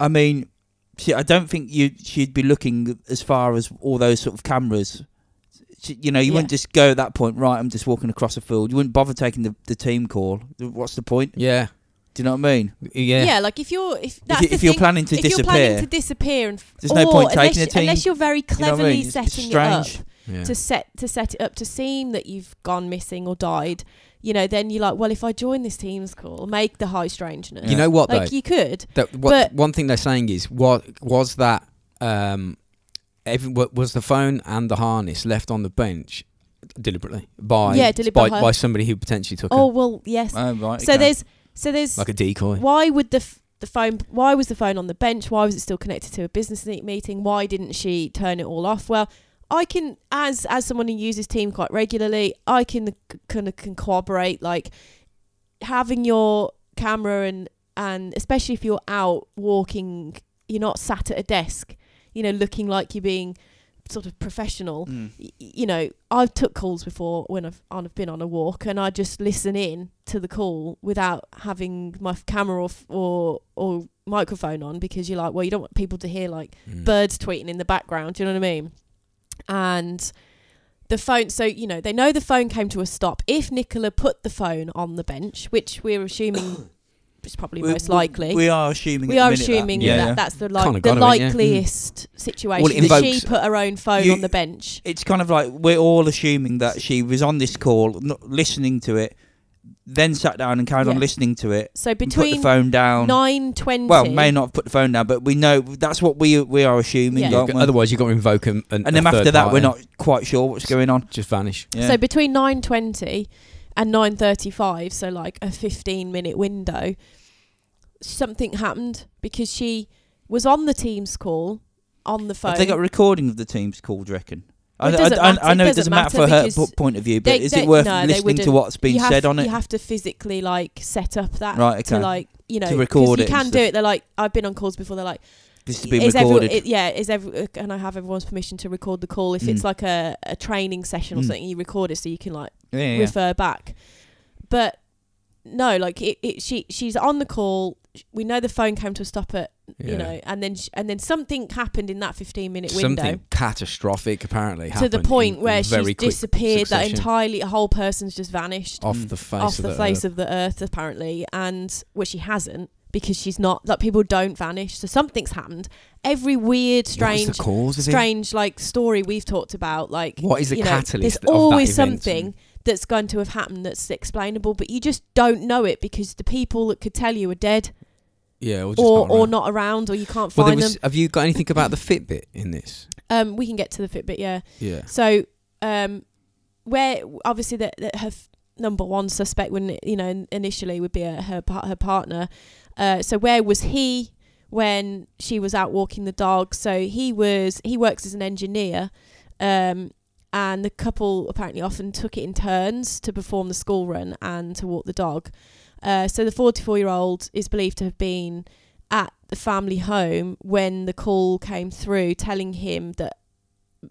[SPEAKER 3] I mean, she, I don't think you she'd be looking as far as all those sort of cameras. She, you know, you
[SPEAKER 4] Yeah.
[SPEAKER 3] wouldn't just go at that point. Right, I'm just walking across a field. You wouldn't bother taking the, the team call. What's the point?
[SPEAKER 5] Yeah,
[SPEAKER 3] Do you know what I mean?
[SPEAKER 5] yeah.
[SPEAKER 4] like if you're if
[SPEAKER 3] If,
[SPEAKER 4] that's
[SPEAKER 3] you,
[SPEAKER 4] the
[SPEAKER 3] if you're
[SPEAKER 4] thing,
[SPEAKER 3] planning to
[SPEAKER 4] if
[SPEAKER 3] disappear,
[SPEAKER 4] you're planning to disappear and f-
[SPEAKER 3] There's no
[SPEAKER 4] or
[SPEAKER 3] point
[SPEAKER 4] unless,
[SPEAKER 3] taking a
[SPEAKER 4] you-
[SPEAKER 3] team.
[SPEAKER 4] unless you're very
[SPEAKER 3] you know what I
[SPEAKER 4] cleverly
[SPEAKER 3] mean? It's- it's
[SPEAKER 4] setting
[SPEAKER 3] strange.
[SPEAKER 4] it up.
[SPEAKER 5] yeah.
[SPEAKER 4] to set to set it up to seem that you've gone missing or died, you know, then you're like, well, if I join this team's call, make the high strangeness.
[SPEAKER 5] You know what
[SPEAKER 4] like
[SPEAKER 5] though?
[SPEAKER 4] you could.
[SPEAKER 5] That what
[SPEAKER 4] But-
[SPEAKER 5] one thing they're saying is what was that um every, wa- was the phone and the harness left on the bench deliberately by
[SPEAKER 4] Yeah,
[SPEAKER 5] by,
[SPEAKER 4] deliberate hi-
[SPEAKER 5] by somebody who potentially took
[SPEAKER 4] Oh
[SPEAKER 5] oh,
[SPEAKER 4] well, yes.
[SPEAKER 3] Oh, right.
[SPEAKER 4] so
[SPEAKER 3] okay.
[SPEAKER 4] there's so there's
[SPEAKER 5] like a decoy.
[SPEAKER 4] why would the f- the phone why was the phone on the bench? Why was it still connected to a business ne- meeting? Why didn't she turn it all off? Well, I can as as someone who uses Team quite regularly, I can kind of can corroborate like having your camera and and especially if you're out walking, you're not sat at a desk, you know, looking like you're being sort of professional
[SPEAKER 3] Mm.
[SPEAKER 4] y- you know, I've took calls before when I've on, I've been on a walk, and I just listen in to the call without having my f- camera or f- or or microphone on because you're like, well, you don't want people to hear like
[SPEAKER 5] Mm.
[SPEAKER 4] birds tweeting in the background. Do you know what I mean? And the phone, so you know, they know the phone came to a stop. If Nicola put the phone on the bench, which we're assuming is probably
[SPEAKER 3] We-
[SPEAKER 4] most
[SPEAKER 3] we-
[SPEAKER 4] likely,
[SPEAKER 3] We are assuming.
[SPEAKER 4] we
[SPEAKER 3] at
[SPEAKER 4] are
[SPEAKER 3] the minute
[SPEAKER 4] assuming
[SPEAKER 3] that.
[SPEAKER 4] that,
[SPEAKER 5] Yeah.
[SPEAKER 4] that's the
[SPEAKER 5] Kinda
[SPEAKER 4] like the
[SPEAKER 5] gotta be, yeah. Mm.
[SPEAKER 4] likeliest situation.
[SPEAKER 5] Well, it
[SPEAKER 4] that she
[SPEAKER 5] invokes-
[SPEAKER 4] put her own phone
[SPEAKER 3] You-
[SPEAKER 4] on the bench.
[SPEAKER 3] it's kind of like we're all assuming that she was on this call, not listening to it, then sat down and carried on
[SPEAKER 4] Yeah.
[SPEAKER 3] listening to it,
[SPEAKER 4] So
[SPEAKER 3] and put
[SPEAKER 4] between
[SPEAKER 3] the phone down.
[SPEAKER 4] nine twenty.
[SPEAKER 3] well, may not have put the phone down, but we know that's what we we are assuming,
[SPEAKER 4] Yeah.
[SPEAKER 5] You've
[SPEAKER 3] don't
[SPEAKER 5] got-
[SPEAKER 3] we?
[SPEAKER 5] otherwise you've got to invoke them and,
[SPEAKER 3] and then after that, we're not quite sure what's going on.
[SPEAKER 5] just vanish.
[SPEAKER 3] Yeah.
[SPEAKER 4] So between nine twenty and nine thirty-five, so like a fifteen-minute window, something happened because she was on the team's call on the phone.
[SPEAKER 3] have they got a recording of the team's call? Do you reckon?
[SPEAKER 4] Well, it
[SPEAKER 3] I,
[SPEAKER 4] doesn't
[SPEAKER 3] I,
[SPEAKER 4] matter.
[SPEAKER 3] I, I know
[SPEAKER 4] It
[SPEAKER 3] it
[SPEAKER 4] doesn't
[SPEAKER 3] doesn't matter for
[SPEAKER 4] matter
[SPEAKER 3] her
[SPEAKER 4] because
[SPEAKER 3] po- point of view, but
[SPEAKER 4] they-
[SPEAKER 3] is
[SPEAKER 4] they-
[SPEAKER 3] it worth
[SPEAKER 4] no, they
[SPEAKER 3] listening to
[SPEAKER 4] wouldn't.
[SPEAKER 3] what's been
[SPEAKER 4] you have,
[SPEAKER 3] said on it?
[SPEAKER 4] You have to physically like set up that
[SPEAKER 3] Right,
[SPEAKER 4] to
[SPEAKER 3] okay.
[SPEAKER 4] like you know
[SPEAKER 3] To record
[SPEAKER 4] 'cause you
[SPEAKER 3] it and
[SPEAKER 4] can do
[SPEAKER 3] stuff.
[SPEAKER 4] it. They're like I've been on calls before. They're like.
[SPEAKER 3] this has been
[SPEAKER 4] is every-
[SPEAKER 3] recorded.
[SPEAKER 4] it- yeah, is every uh, can I have everyone's permission to record the call if
[SPEAKER 3] Mm.
[SPEAKER 4] it's like a, a training session or
[SPEAKER 3] Mm.
[SPEAKER 4] something? You record it so you can like
[SPEAKER 3] yeah, yeah.
[SPEAKER 4] refer back. But no, like it, it. She she's on the call. We know the phone came to a stop at
[SPEAKER 5] Yeah.
[SPEAKER 4] you know, and then sh- and then something happened in that fifteen minute window.
[SPEAKER 5] Something catastrophic apparently
[SPEAKER 4] to
[SPEAKER 5] happened
[SPEAKER 4] the point
[SPEAKER 5] in
[SPEAKER 4] where
[SPEAKER 5] very
[SPEAKER 4] she's
[SPEAKER 5] quick
[SPEAKER 4] disappeared. That
[SPEAKER 5] succession.
[SPEAKER 4] entirely whole person's just vanished
[SPEAKER 5] off
[SPEAKER 3] Mm.
[SPEAKER 5] the face
[SPEAKER 4] off
[SPEAKER 5] of
[SPEAKER 4] the face of the earth, apparently. And well, she hasn't because she's not. Like people don't vanish, so something's happened. Every weird,
[SPEAKER 5] What is
[SPEAKER 4] strange,
[SPEAKER 5] the cause of it?
[SPEAKER 4] strange like story we've talked about, like
[SPEAKER 5] What is the
[SPEAKER 4] you know,
[SPEAKER 5] catalyst
[SPEAKER 4] there's
[SPEAKER 5] of that
[SPEAKER 4] always
[SPEAKER 5] event?
[SPEAKER 4] something that's going to have happened that's explainable, but you just don't know it because the people that could tell you are dead
[SPEAKER 5] Yeah, or, just
[SPEAKER 4] or
[SPEAKER 5] not
[SPEAKER 4] or
[SPEAKER 5] around.
[SPEAKER 4] not around or you can't
[SPEAKER 5] Well, there
[SPEAKER 4] find
[SPEAKER 5] was,
[SPEAKER 4] them.
[SPEAKER 5] have you got anything about the Fitbit in this?
[SPEAKER 4] Um, we can get to the Fitbit, yeah.
[SPEAKER 5] Yeah.
[SPEAKER 4] So, um, where obviously that that her f- number one suspect wouldn't you know in- initially would be uh her par- her partner. Uh, so where was he when she was out walking the dog? So he was he works as an engineer, um, and the couple apparently often took it in turns to perform the school run and to walk the dog. Uh, so the 44 year old is believed to have been at the family home when the call came through telling him that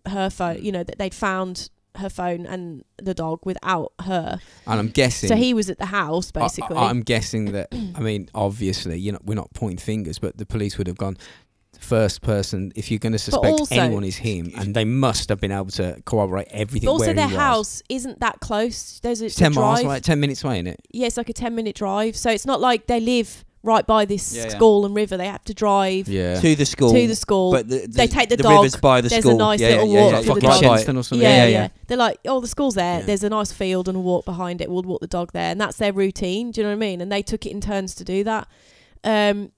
[SPEAKER 4] her
[SPEAKER 5] Mm.
[SPEAKER 4] phone, you know, that they'd found her phone and the dog without her.
[SPEAKER 5] And I'm guessing.
[SPEAKER 4] So he was at the house basically.
[SPEAKER 5] I, am guessing that. I mean, obviously, you know, we're not pointing fingers, but the police would have gone first person. If you're going to suspect
[SPEAKER 4] also-
[SPEAKER 5] anyone is him, and they must have been able to corroborate everything.
[SPEAKER 4] but also
[SPEAKER 5] where
[SPEAKER 4] their
[SPEAKER 5] he Was.
[SPEAKER 4] house isn't that close. There's a
[SPEAKER 5] It's ten
[SPEAKER 4] drive.
[SPEAKER 5] miles away, ten minutes away, isn't it?
[SPEAKER 4] Yeah, it's like a 10 minute drive. So it's not like they live right by this
[SPEAKER 3] Yeah, yeah.
[SPEAKER 4] school and river. They have to drive
[SPEAKER 5] Yeah.
[SPEAKER 3] to the school.
[SPEAKER 4] to the school.
[SPEAKER 3] but the, the,
[SPEAKER 4] They take the
[SPEAKER 3] the
[SPEAKER 4] dog,
[SPEAKER 3] river's by the
[SPEAKER 4] there's a
[SPEAKER 3] school.
[SPEAKER 4] nice
[SPEAKER 3] yeah,
[SPEAKER 4] little
[SPEAKER 3] yeah,
[SPEAKER 4] walk
[SPEAKER 3] yeah,
[SPEAKER 4] to
[SPEAKER 3] yeah,
[SPEAKER 4] the
[SPEAKER 3] yeah,
[SPEAKER 4] dog.
[SPEAKER 3] yeah,
[SPEAKER 5] Chenston or something.
[SPEAKER 4] yeah, yeah,
[SPEAKER 3] Yeah, yeah.
[SPEAKER 4] They're like, oh, the school's there.
[SPEAKER 5] Yeah.
[SPEAKER 4] There's a nice field and a walk behind it. We'll walk the dog there, and that's their routine. Do you know what I mean? And they took it in turns to do that. Um,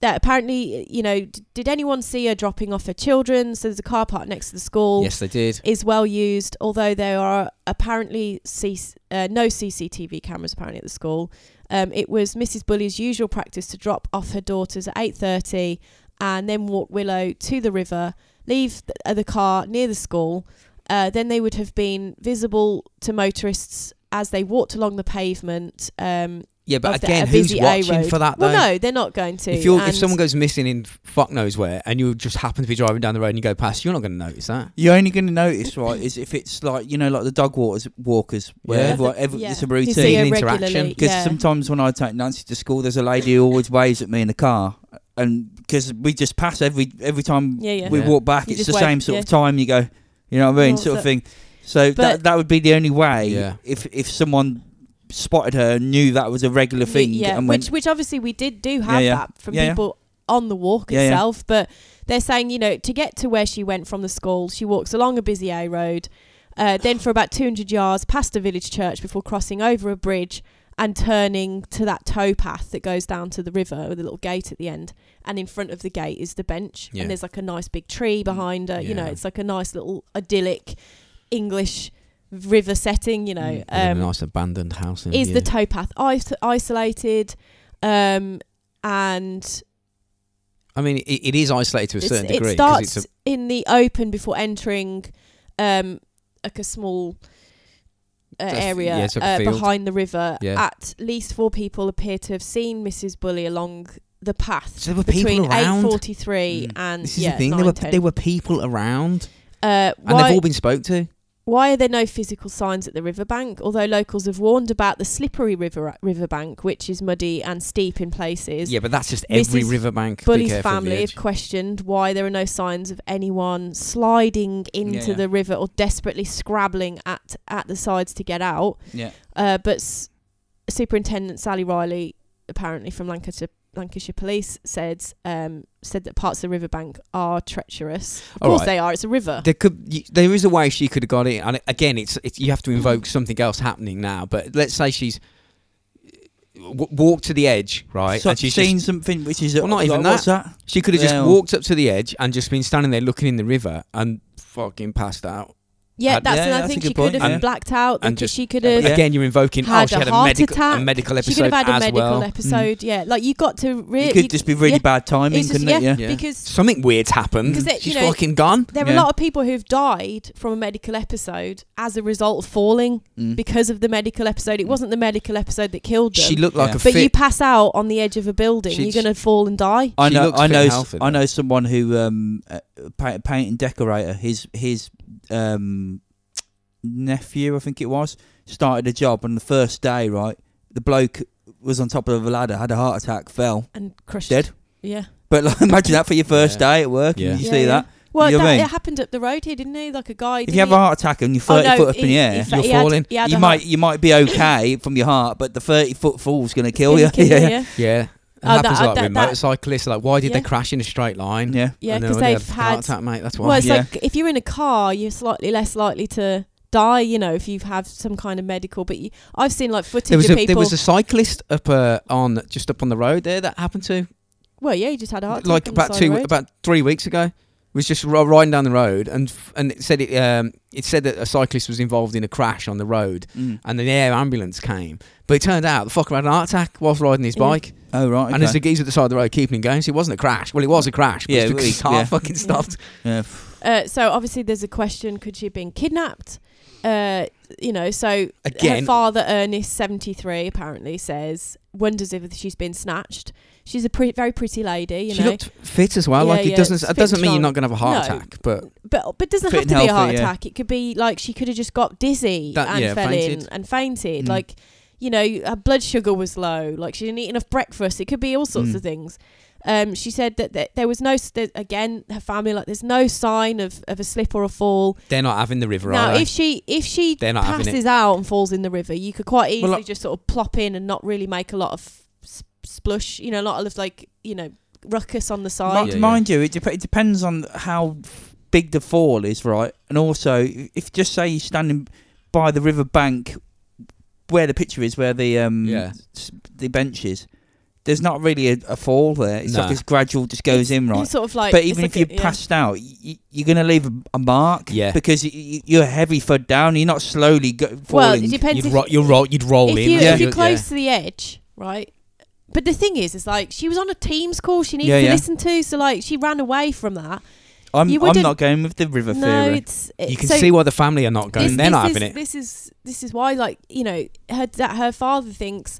[SPEAKER 4] that apparently, you know, d- did anyone see her dropping off her children? So there's a car park next to the school.
[SPEAKER 5] Yes, they did.
[SPEAKER 4] Is well used, although there are apparently C- uh, no CCTV cameras apparently at the school. Um, it was Mrs. Bully's usual practice to drop off her daughters at eight thirty, and then walk Willow to the river, leave the, uh, the car near the school. Uh, then they would have been visible to motorists as they walked along the pavement. Um,
[SPEAKER 5] Yeah, but
[SPEAKER 4] of the-
[SPEAKER 5] again,
[SPEAKER 4] a
[SPEAKER 5] who's
[SPEAKER 4] busy
[SPEAKER 5] watching
[SPEAKER 4] A road.
[SPEAKER 5] for that though?
[SPEAKER 4] Well, no, they're not going to.
[SPEAKER 5] If you if
[SPEAKER 4] and-
[SPEAKER 5] someone goes missing in fuck knows where, and you just happen to be driving down the road and you go past, you're not going to notice that.
[SPEAKER 3] You're only going to notice, right, is if it's like you know, like the dog waters, walkers, where
[SPEAKER 5] Yeah.
[SPEAKER 3] everyone, every,
[SPEAKER 4] Yeah.
[SPEAKER 3] it's a
[SPEAKER 4] you see
[SPEAKER 3] routine.
[SPEAKER 5] an
[SPEAKER 4] her
[SPEAKER 5] interaction,
[SPEAKER 4] regularly.
[SPEAKER 3] Because
[SPEAKER 4] yeah.
[SPEAKER 3] sometimes when I take Nancy to school, there's a lady who always waves at me in the car, and because we just pass every every time
[SPEAKER 4] Yeah, yeah.
[SPEAKER 3] we
[SPEAKER 5] Yeah.
[SPEAKER 3] walk back,
[SPEAKER 4] You
[SPEAKER 3] it's
[SPEAKER 4] just
[SPEAKER 3] the
[SPEAKER 4] wave,
[SPEAKER 3] same sort
[SPEAKER 4] yeah.
[SPEAKER 3] of time. You go, you know what I mean,
[SPEAKER 4] Oh,
[SPEAKER 3] sort of
[SPEAKER 4] so-
[SPEAKER 3] thing. So that
[SPEAKER 4] But-
[SPEAKER 3] that would be the only way
[SPEAKER 5] Yeah.
[SPEAKER 3] if if someone spotted her and knew that was a regular
[SPEAKER 4] Y-
[SPEAKER 3] thing
[SPEAKER 4] Yeah,
[SPEAKER 3] and
[SPEAKER 4] which
[SPEAKER 3] went,
[SPEAKER 4] which obviously we did do have
[SPEAKER 3] yeah.
[SPEAKER 4] that from
[SPEAKER 3] Yeah, yeah.
[SPEAKER 4] people on the walk
[SPEAKER 3] Yeah, yeah.
[SPEAKER 4] itself, but they're saying you know to get to where she went from the school, she walks along a busy A road, uh, then for about 200 yards past a village church before crossing over a bridge and turning to that tow path that goes down to the river with a little gate at the end. And in front of the gate is the bench,
[SPEAKER 5] Yeah.
[SPEAKER 4] and there's like a nice big
[SPEAKER 3] Mm.
[SPEAKER 4] tree behind her. You know,
[SPEAKER 5] Yeah.
[SPEAKER 4] it's like a nice little idyllic English river setting. You know,
[SPEAKER 3] Mm.
[SPEAKER 5] Live in a nice "Oh, abandoned house. in
[SPEAKER 4] Um, is
[SPEAKER 5] here.
[SPEAKER 4] the towpath is- isolated um and
[SPEAKER 5] I mean, it, it is isolated to a
[SPEAKER 4] it's-
[SPEAKER 5] certain
[SPEAKER 4] it
[SPEAKER 5] degree. 'cause
[SPEAKER 4] starts
[SPEAKER 5] it's a,
[SPEAKER 4] in the open before entering um like a small uh,
[SPEAKER 5] It's a f-
[SPEAKER 4] area
[SPEAKER 5] yeah, it's like a
[SPEAKER 4] uh,
[SPEAKER 5] field.
[SPEAKER 4] behind the river
[SPEAKER 5] Yeah.
[SPEAKER 4] at least four people appear to have seen mrs bully along the path
[SPEAKER 5] So there were people
[SPEAKER 4] between
[SPEAKER 5] around?
[SPEAKER 4] 8.43
[SPEAKER 3] Mm.
[SPEAKER 4] and
[SPEAKER 5] This is
[SPEAKER 4] yeah,
[SPEAKER 5] the thing. There were
[SPEAKER 4] 9:10.
[SPEAKER 5] there were people around,
[SPEAKER 4] uh,
[SPEAKER 5] and
[SPEAKER 4] why-
[SPEAKER 5] they've all been spoke to.
[SPEAKER 4] Why are there no physical signs at the riverbank? Although locals have warned about the slippery river riverbank, which is muddy and steep in places.
[SPEAKER 5] Yeah, but that's just
[SPEAKER 4] Mrs.
[SPEAKER 5] every riverbank. Be
[SPEAKER 4] Bully's
[SPEAKER 5] careful of the
[SPEAKER 4] family
[SPEAKER 5] edge.
[SPEAKER 4] have questioned why there are no signs of anyone sliding into
[SPEAKER 3] yeah.
[SPEAKER 4] the river or desperately scrabbling at, at the sides to get out.
[SPEAKER 3] yeah,
[SPEAKER 4] Uh, but S- Superintendent Sally Riley, apparently from Lancashire, Lancashire Police, said um, said that parts of the riverbank are treacherous. Of
[SPEAKER 5] All
[SPEAKER 4] course
[SPEAKER 5] right.
[SPEAKER 4] they are. It's a river.
[SPEAKER 5] There could y- there is a way she could have got it, and again, it's, it's you have to invoke
[SPEAKER 4] Mm.
[SPEAKER 5] something else happening now. But let's say she's uh, w- walked to the edge, right?
[SPEAKER 3] so
[SPEAKER 5] and she's
[SPEAKER 3] seen
[SPEAKER 5] just,
[SPEAKER 3] something which is
[SPEAKER 5] Well, not
[SPEAKER 3] like,
[SPEAKER 5] even
[SPEAKER 3] what's that.
[SPEAKER 5] she could have
[SPEAKER 3] Yeah.
[SPEAKER 5] just walked up to the edge and just been standing there looking in the river and fucking passed out.
[SPEAKER 4] yeah,
[SPEAKER 5] and-
[SPEAKER 4] that's
[SPEAKER 3] Yeah, yeah,
[SPEAKER 4] another
[SPEAKER 3] that's
[SPEAKER 4] thing.
[SPEAKER 3] a good
[SPEAKER 4] She could
[SPEAKER 3] point,
[SPEAKER 4] have
[SPEAKER 3] yeah.
[SPEAKER 4] blacked out.
[SPEAKER 5] And
[SPEAKER 4] And
[SPEAKER 5] just-
[SPEAKER 4] she could
[SPEAKER 5] But
[SPEAKER 4] have
[SPEAKER 5] Again, you're invoking oh
[SPEAKER 4] Had
[SPEAKER 5] she
[SPEAKER 4] a
[SPEAKER 5] had a,
[SPEAKER 4] heart
[SPEAKER 5] medical a
[SPEAKER 4] attack.
[SPEAKER 5] medical episode
[SPEAKER 4] She could have had a
[SPEAKER 5] as
[SPEAKER 4] medical
[SPEAKER 5] well. Mm.
[SPEAKER 4] episode. Yeah, like you got to really.
[SPEAKER 3] It could just be really bad timing,
[SPEAKER 4] It's just-
[SPEAKER 3] couldn't it?
[SPEAKER 4] yeah.
[SPEAKER 3] Yeah.
[SPEAKER 5] Yeah.
[SPEAKER 4] because-
[SPEAKER 5] something weird's happened.
[SPEAKER 4] 'Cause it-
[SPEAKER 5] She's
[SPEAKER 4] you know-
[SPEAKER 5] fucking gone.
[SPEAKER 4] There are a
[SPEAKER 3] Yeah.
[SPEAKER 4] lot of people who've died from a medical episode as a result of falling
[SPEAKER 3] Mm.
[SPEAKER 4] because of the medical episode. It wasn't the medical episode that killed them.
[SPEAKER 5] She looked like
[SPEAKER 3] Yeah.
[SPEAKER 5] a
[SPEAKER 4] but
[SPEAKER 5] fit
[SPEAKER 4] you pass out on the edge of a building,
[SPEAKER 5] She-
[SPEAKER 4] you're going to fall and die.
[SPEAKER 3] I
[SPEAKER 5] She
[SPEAKER 3] know,
[SPEAKER 5] looks
[SPEAKER 3] I
[SPEAKER 5] fit
[SPEAKER 3] know,
[SPEAKER 5] and
[SPEAKER 3] s-
[SPEAKER 5] healthy,
[SPEAKER 3] I
[SPEAKER 5] though.
[SPEAKER 3] know someone who um, uh, paint, painting decorator. His his um, nephew, I think it was, started a job, and the first day, right, the bloke was on top of a ladder, had a heart attack, fell,
[SPEAKER 4] and crushed.
[SPEAKER 3] dead.
[SPEAKER 4] Yeah.
[SPEAKER 3] But like, imagine that for your first
[SPEAKER 5] Yeah.
[SPEAKER 3] day at work.
[SPEAKER 5] Yeah.
[SPEAKER 3] And you
[SPEAKER 4] Yeah,
[SPEAKER 3] see
[SPEAKER 4] yeah.
[SPEAKER 3] that?
[SPEAKER 4] Well,
[SPEAKER 3] You know what
[SPEAKER 4] that,
[SPEAKER 3] I mean?
[SPEAKER 4] it happened up the road here, didn't he? Like a guy.
[SPEAKER 3] If
[SPEAKER 4] didn't
[SPEAKER 3] you have
[SPEAKER 4] he?
[SPEAKER 3] a heart attack and you're 30
[SPEAKER 4] no,
[SPEAKER 3] foot up in
[SPEAKER 4] he-
[SPEAKER 3] the
[SPEAKER 4] he
[SPEAKER 3] air,
[SPEAKER 4] fa-
[SPEAKER 5] you're
[SPEAKER 4] he had-
[SPEAKER 5] falling.
[SPEAKER 4] he had
[SPEAKER 3] you
[SPEAKER 4] a
[SPEAKER 3] might
[SPEAKER 4] heart-
[SPEAKER 3] you might be okay from your heart, but the 30 foot fall's going to kill you.
[SPEAKER 4] Gonna kill
[SPEAKER 3] yeah.
[SPEAKER 4] yeah.
[SPEAKER 5] Yeah. It
[SPEAKER 4] Oh, that-
[SPEAKER 5] happens
[SPEAKER 4] uh,
[SPEAKER 5] like
[SPEAKER 4] that-
[SPEAKER 5] with
[SPEAKER 4] that-
[SPEAKER 5] motorcyclists. Like, why did
[SPEAKER 4] Yeah.
[SPEAKER 5] they crash in a straight line?
[SPEAKER 3] Yeah.
[SPEAKER 4] Yeah,
[SPEAKER 5] And they-
[SPEAKER 4] because
[SPEAKER 5] they had
[SPEAKER 4] they've
[SPEAKER 5] a
[SPEAKER 4] had.
[SPEAKER 5] heart attack, mate. That's why.
[SPEAKER 4] Well, it's
[SPEAKER 3] Yeah.
[SPEAKER 4] like if you're in a car, you're slightly less likely to die. You know, if you've had some kind of medical. But you, I've seen like footage
[SPEAKER 5] there was a
[SPEAKER 4] of people.
[SPEAKER 5] there was a cyclist up uh, on just up on the road there that happened to
[SPEAKER 4] well, yeah, you just had a heart attack.
[SPEAKER 5] like
[SPEAKER 4] on the
[SPEAKER 5] about
[SPEAKER 4] side of
[SPEAKER 5] two
[SPEAKER 4] the road.
[SPEAKER 5] about three weeks ago was just ri- riding down the road and f- and it said it um it said that a cyclist was involved in a crash on the road
[SPEAKER 3] Mm.
[SPEAKER 5] and the air ambulance came but it turned out the fucker had an heart attack whilst riding his
[SPEAKER 4] Yeah.
[SPEAKER 5] bike
[SPEAKER 3] Oh, right.
[SPEAKER 5] and there's
[SPEAKER 3] okay.
[SPEAKER 5] the geezer at the side of the road keeping him going so it wasn't a crash well it was a crash but
[SPEAKER 3] Yeah,
[SPEAKER 5] yeah,
[SPEAKER 3] it
[SPEAKER 5] the
[SPEAKER 3] was,
[SPEAKER 5] car
[SPEAKER 3] yeah.
[SPEAKER 5] fucking
[SPEAKER 4] Yeah.
[SPEAKER 5] stopped
[SPEAKER 3] yeah.
[SPEAKER 4] Uh, so obviously, there's a question: Could she have been kidnapped? Uh, you know, so
[SPEAKER 5] again
[SPEAKER 4] her father, Ernest, seventy-three, apparently says wonders if she's been snatched. She's a pre- very pretty lady, you
[SPEAKER 5] she
[SPEAKER 4] know,
[SPEAKER 5] looked fit as well
[SPEAKER 4] Yeah,
[SPEAKER 5] like it
[SPEAKER 4] yeah,
[SPEAKER 5] doesn't
[SPEAKER 4] fit
[SPEAKER 5] it doesn't mean you're
[SPEAKER 4] strong.
[SPEAKER 5] not going to have a heart
[SPEAKER 4] No.
[SPEAKER 5] attack but
[SPEAKER 4] but but doesn't
[SPEAKER 3] Fit and
[SPEAKER 4] have to be a heart
[SPEAKER 3] healthy, yeah.
[SPEAKER 4] attack. It could be like she could have just got dizzy
[SPEAKER 5] That-
[SPEAKER 4] and
[SPEAKER 5] yeah,
[SPEAKER 4] fell in
[SPEAKER 5] fainted.
[SPEAKER 4] and fainted.
[SPEAKER 3] Mm.
[SPEAKER 4] Like you know, her blood sugar was low. Like she didn't eat enough breakfast. It could be all sorts
[SPEAKER 3] Mm.
[SPEAKER 4] of things. Um, she said that, that there was no s- there, again her family like there's no sign of, of a slip or a fall.
[SPEAKER 5] they're not having the river
[SPEAKER 4] Now,
[SPEAKER 5] are they?
[SPEAKER 4] if she if she
[SPEAKER 5] They're not having it.
[SPEAKER 4] passes out and falls in the river, you could quite easily
[SPEAKER 3] like-
[SPEAKER 4] just sort of plop in and not really make a lot of s- splush. You know, a lot of like you know ruckus on the side.
[SPEAKER 3] Mi-
[SPEAKER 5] Yeah, yeah.
[SPEAKER 3] mind you, it, dep- it depends on how f- big the fall is, right? And also, if just say you're standing by the river bank, where the picture is, where the um
[SPEAKER 5] Yeah.
[SPEAKER 3] s- the bench is, there's not really a, a fall there. It's like
[SPEAKER 5] No.
[SPEAKER 3] it's gradual, just goes in, right?
[SPEAKER 4] It's sort of like,
[SPEAKER 3] but
[SPEAKER 4] it's
[SPEAKER 3] even
[SPEAKER 4] like
[SPEAKER 3] if you're
[SPEAKER 4] a- yeah.
[SPEAKER 3] passed out, y- you're gonna leave a, a mark,
[SPEAKER 5] Yeah.
[SPEAKER 3] because y- y- you're heavy fed down. You're not slowly go- falling.
[SPEAKER 4] well, it depends.
[SPEAKER 5] you'd,
[SPEAKER 4] if-
[SPEAKER 5] ro- you'd roll you'd roll
[SPEAKER 4] if
[SPEAKER 5] in
[SPEAKER 4] you
[SPEAKER 5] wouldn't
[SPEAKER 4] if
[SPEAKER 5] you?
[SPEAKER 4] you're close to the edge, right? But the thing is, it's like she was on a Teams call she needed
[SPEAKER 3] Yeah,
[SPEAKER 4] to
[SPEAKER 3] yeah.
[SPEAKER 4] listen to, so like she ran away from that.
[SPEAKER 3] I'm,
[SPEAKER 4] you
[SPEAKER 3] I'm
[SPEAKER 4] wouldn't-
[SPEAKER 3] not going with the river
[SPEAKER 4] No,
[SPEAKER 3] theory.
[SPEAKER 4] it's
[SPEAKER 5] yeah.
[SPEAKER 4] it,
[SPEAKER 5] you can
[SPEAKER 4] so
[SPEAKER 5] see why the family are not going
[SPEAKER 4] This,
[SPEAKER 5] they're not
[SPEAKER 4] this
[SPEAKER 5] having
[SPEAKER 4] is,
[SPEAKER 5] it
[SPEAKER 4] This is this is why, like you know, her that her father thinks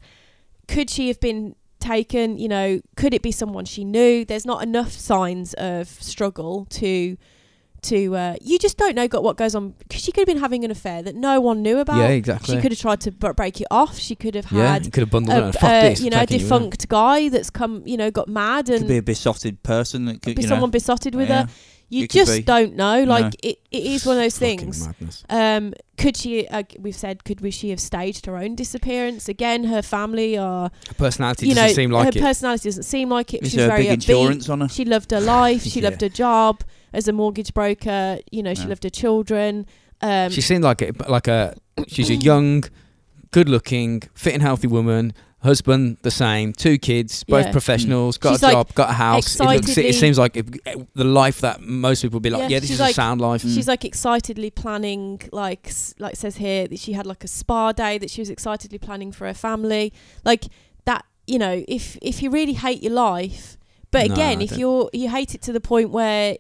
[SPEAKER 4] could she have been taken? You know, could it be someone she knew? There's not enough signs of struggle to to uh, you just don't know got what goes on because she could have been having an affair that no one knew about.
[SPEAKER 5] exactly
[SPEAKER 4] She could have tried to b- break it off. She could have
[SPEAKER 5] Yeah,
[SPEAKER 4] had
[SPEAKER 5] you could have bundled it.
[SPEAKER 4] a,
[SPEAKER 5] and fuck
[SPEAKER 4] uh,
[SPEAKER 5] this.
[SPEAKER 4] you know, a
[SPEAKER 5] taking you, innit?
[SPEAKER 4] defunct guy that's come, you know, got mad and
[SPEAKER 3] Could be a besotted person. That could,
[SPEAKER 4] be
[SPEAKER 3] you know,
[SPEAKER 4] someone besotted with
[SPEAKER 3] yeah.
[SPEAKER 4] her. You
[SPEAKER 3] It could
[SPEAKER 4] just
[SPEAKER 3] be.
[SPEAKER 4] don't know.
[SPEAKER 3] No.
[SPEAKER 4] Like it, it is one of those
[SPEAKER 5] Fucking
[SPEAKER 4] things.
[SPEAKER 5] madness.
[SPEAKER 4] Um, could she? Uh, we've said, could we, she have staged her own disappearance again? Her family are,
[SPEAKER 5] Her personality
[SPEAKER 4] you know,
[SPEAKER 5] doesn't seem like
[SPEAKER 4] her
[SPEAKER 5] it.
[SPEAKER 4] personality doesn't seem like it.
[SPEAKER 3] Is
[SPEAKER 4] She's
[SPEAKER 3] there a
[SPEAKER 4] very
[SPEAKER 3] big
[SPEAKER 4] upbeat.
[SPEAKER 3] insurance on her?
[SPEAKER 4] She loved her life. She
[SPEAKER 5] Yeah.
[SPEAKER 4] loved her job as a mortgage broker. You know, she
[SPEAKER 3] Yeah.
[SPEAKER 4] loved her children. Um,
[SPEAKER 5] she seemed like a, like a she's a young, good-looking, fit and healthy woman. Husband the same, two kids, both
[SPEAKER 4] Yeah. Mm.
[SPEAKER 5] professionals, got
[SPEAKER 4] She's,
[SPEAKER 5] a
[SPEAKER 4] like,
[SPEAKER 5] job, got a house. It, looks,
[SPEAKER 4] excitedly-
[SPEAKER 5] it seems like it- the life that most people would be like,
[SPEAKER 4] Yeah,
[SPEAKER 5] yeah, this
[SPEAKER 4] she's
[SPEAKER 5] is a
[SPEAKER 4] like-
[SPEAKER 5] sound life.
[SPEAKER 3] Mm.
[SPEAKER 4] She's like excitedly planning, like s- like says here that she had like a spa day that she was excitedly planning for her family. Like that, you know, if if you really hate your life, but
[SPEAKER 5] No,
[SPEAKER 4] again,
[SPEAKER 5] I
[SPEAKER 4] if
[SPEAKER 5] don't.
[SPEAKER 4] you're you hate it to the point where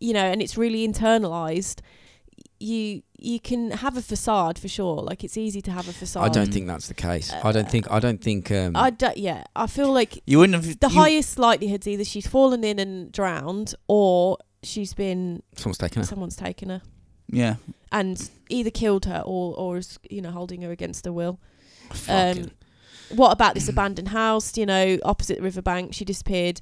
[SPEAKER 4] you know, and it's really internalized, you you can have a facade for sure. Like it's easy to have a
[SPEAKER 5] I
[SPEAKER 4] facade.
[SPEAKER 5] don't think that's the case.
[SPEAKER 4] Uh,
[SPEAKER 5] I don't think. I don't think. Um,
[SPEAKER 4] I don't. Yeah, I feel like
[SPEAKER 3] You wouldn't have
[SPEAKER 4] the
[SPEAKER 3] you-
[SPEAKER 4] highest likelihood's either she's fallen in and drowned, or she's been
[SPEAKER 5] someone's taken her.
[SPEAKER 4] someone's taken her.
[SPEAKER 3] Yeah.
[SPEAKER 4] and either killed her or or is you know holding her against her will.
[SPEAKER 5] Fucking-
[SPEAKER 4] What about this abandoned house? You know, opposite the riverbank, she disappeared,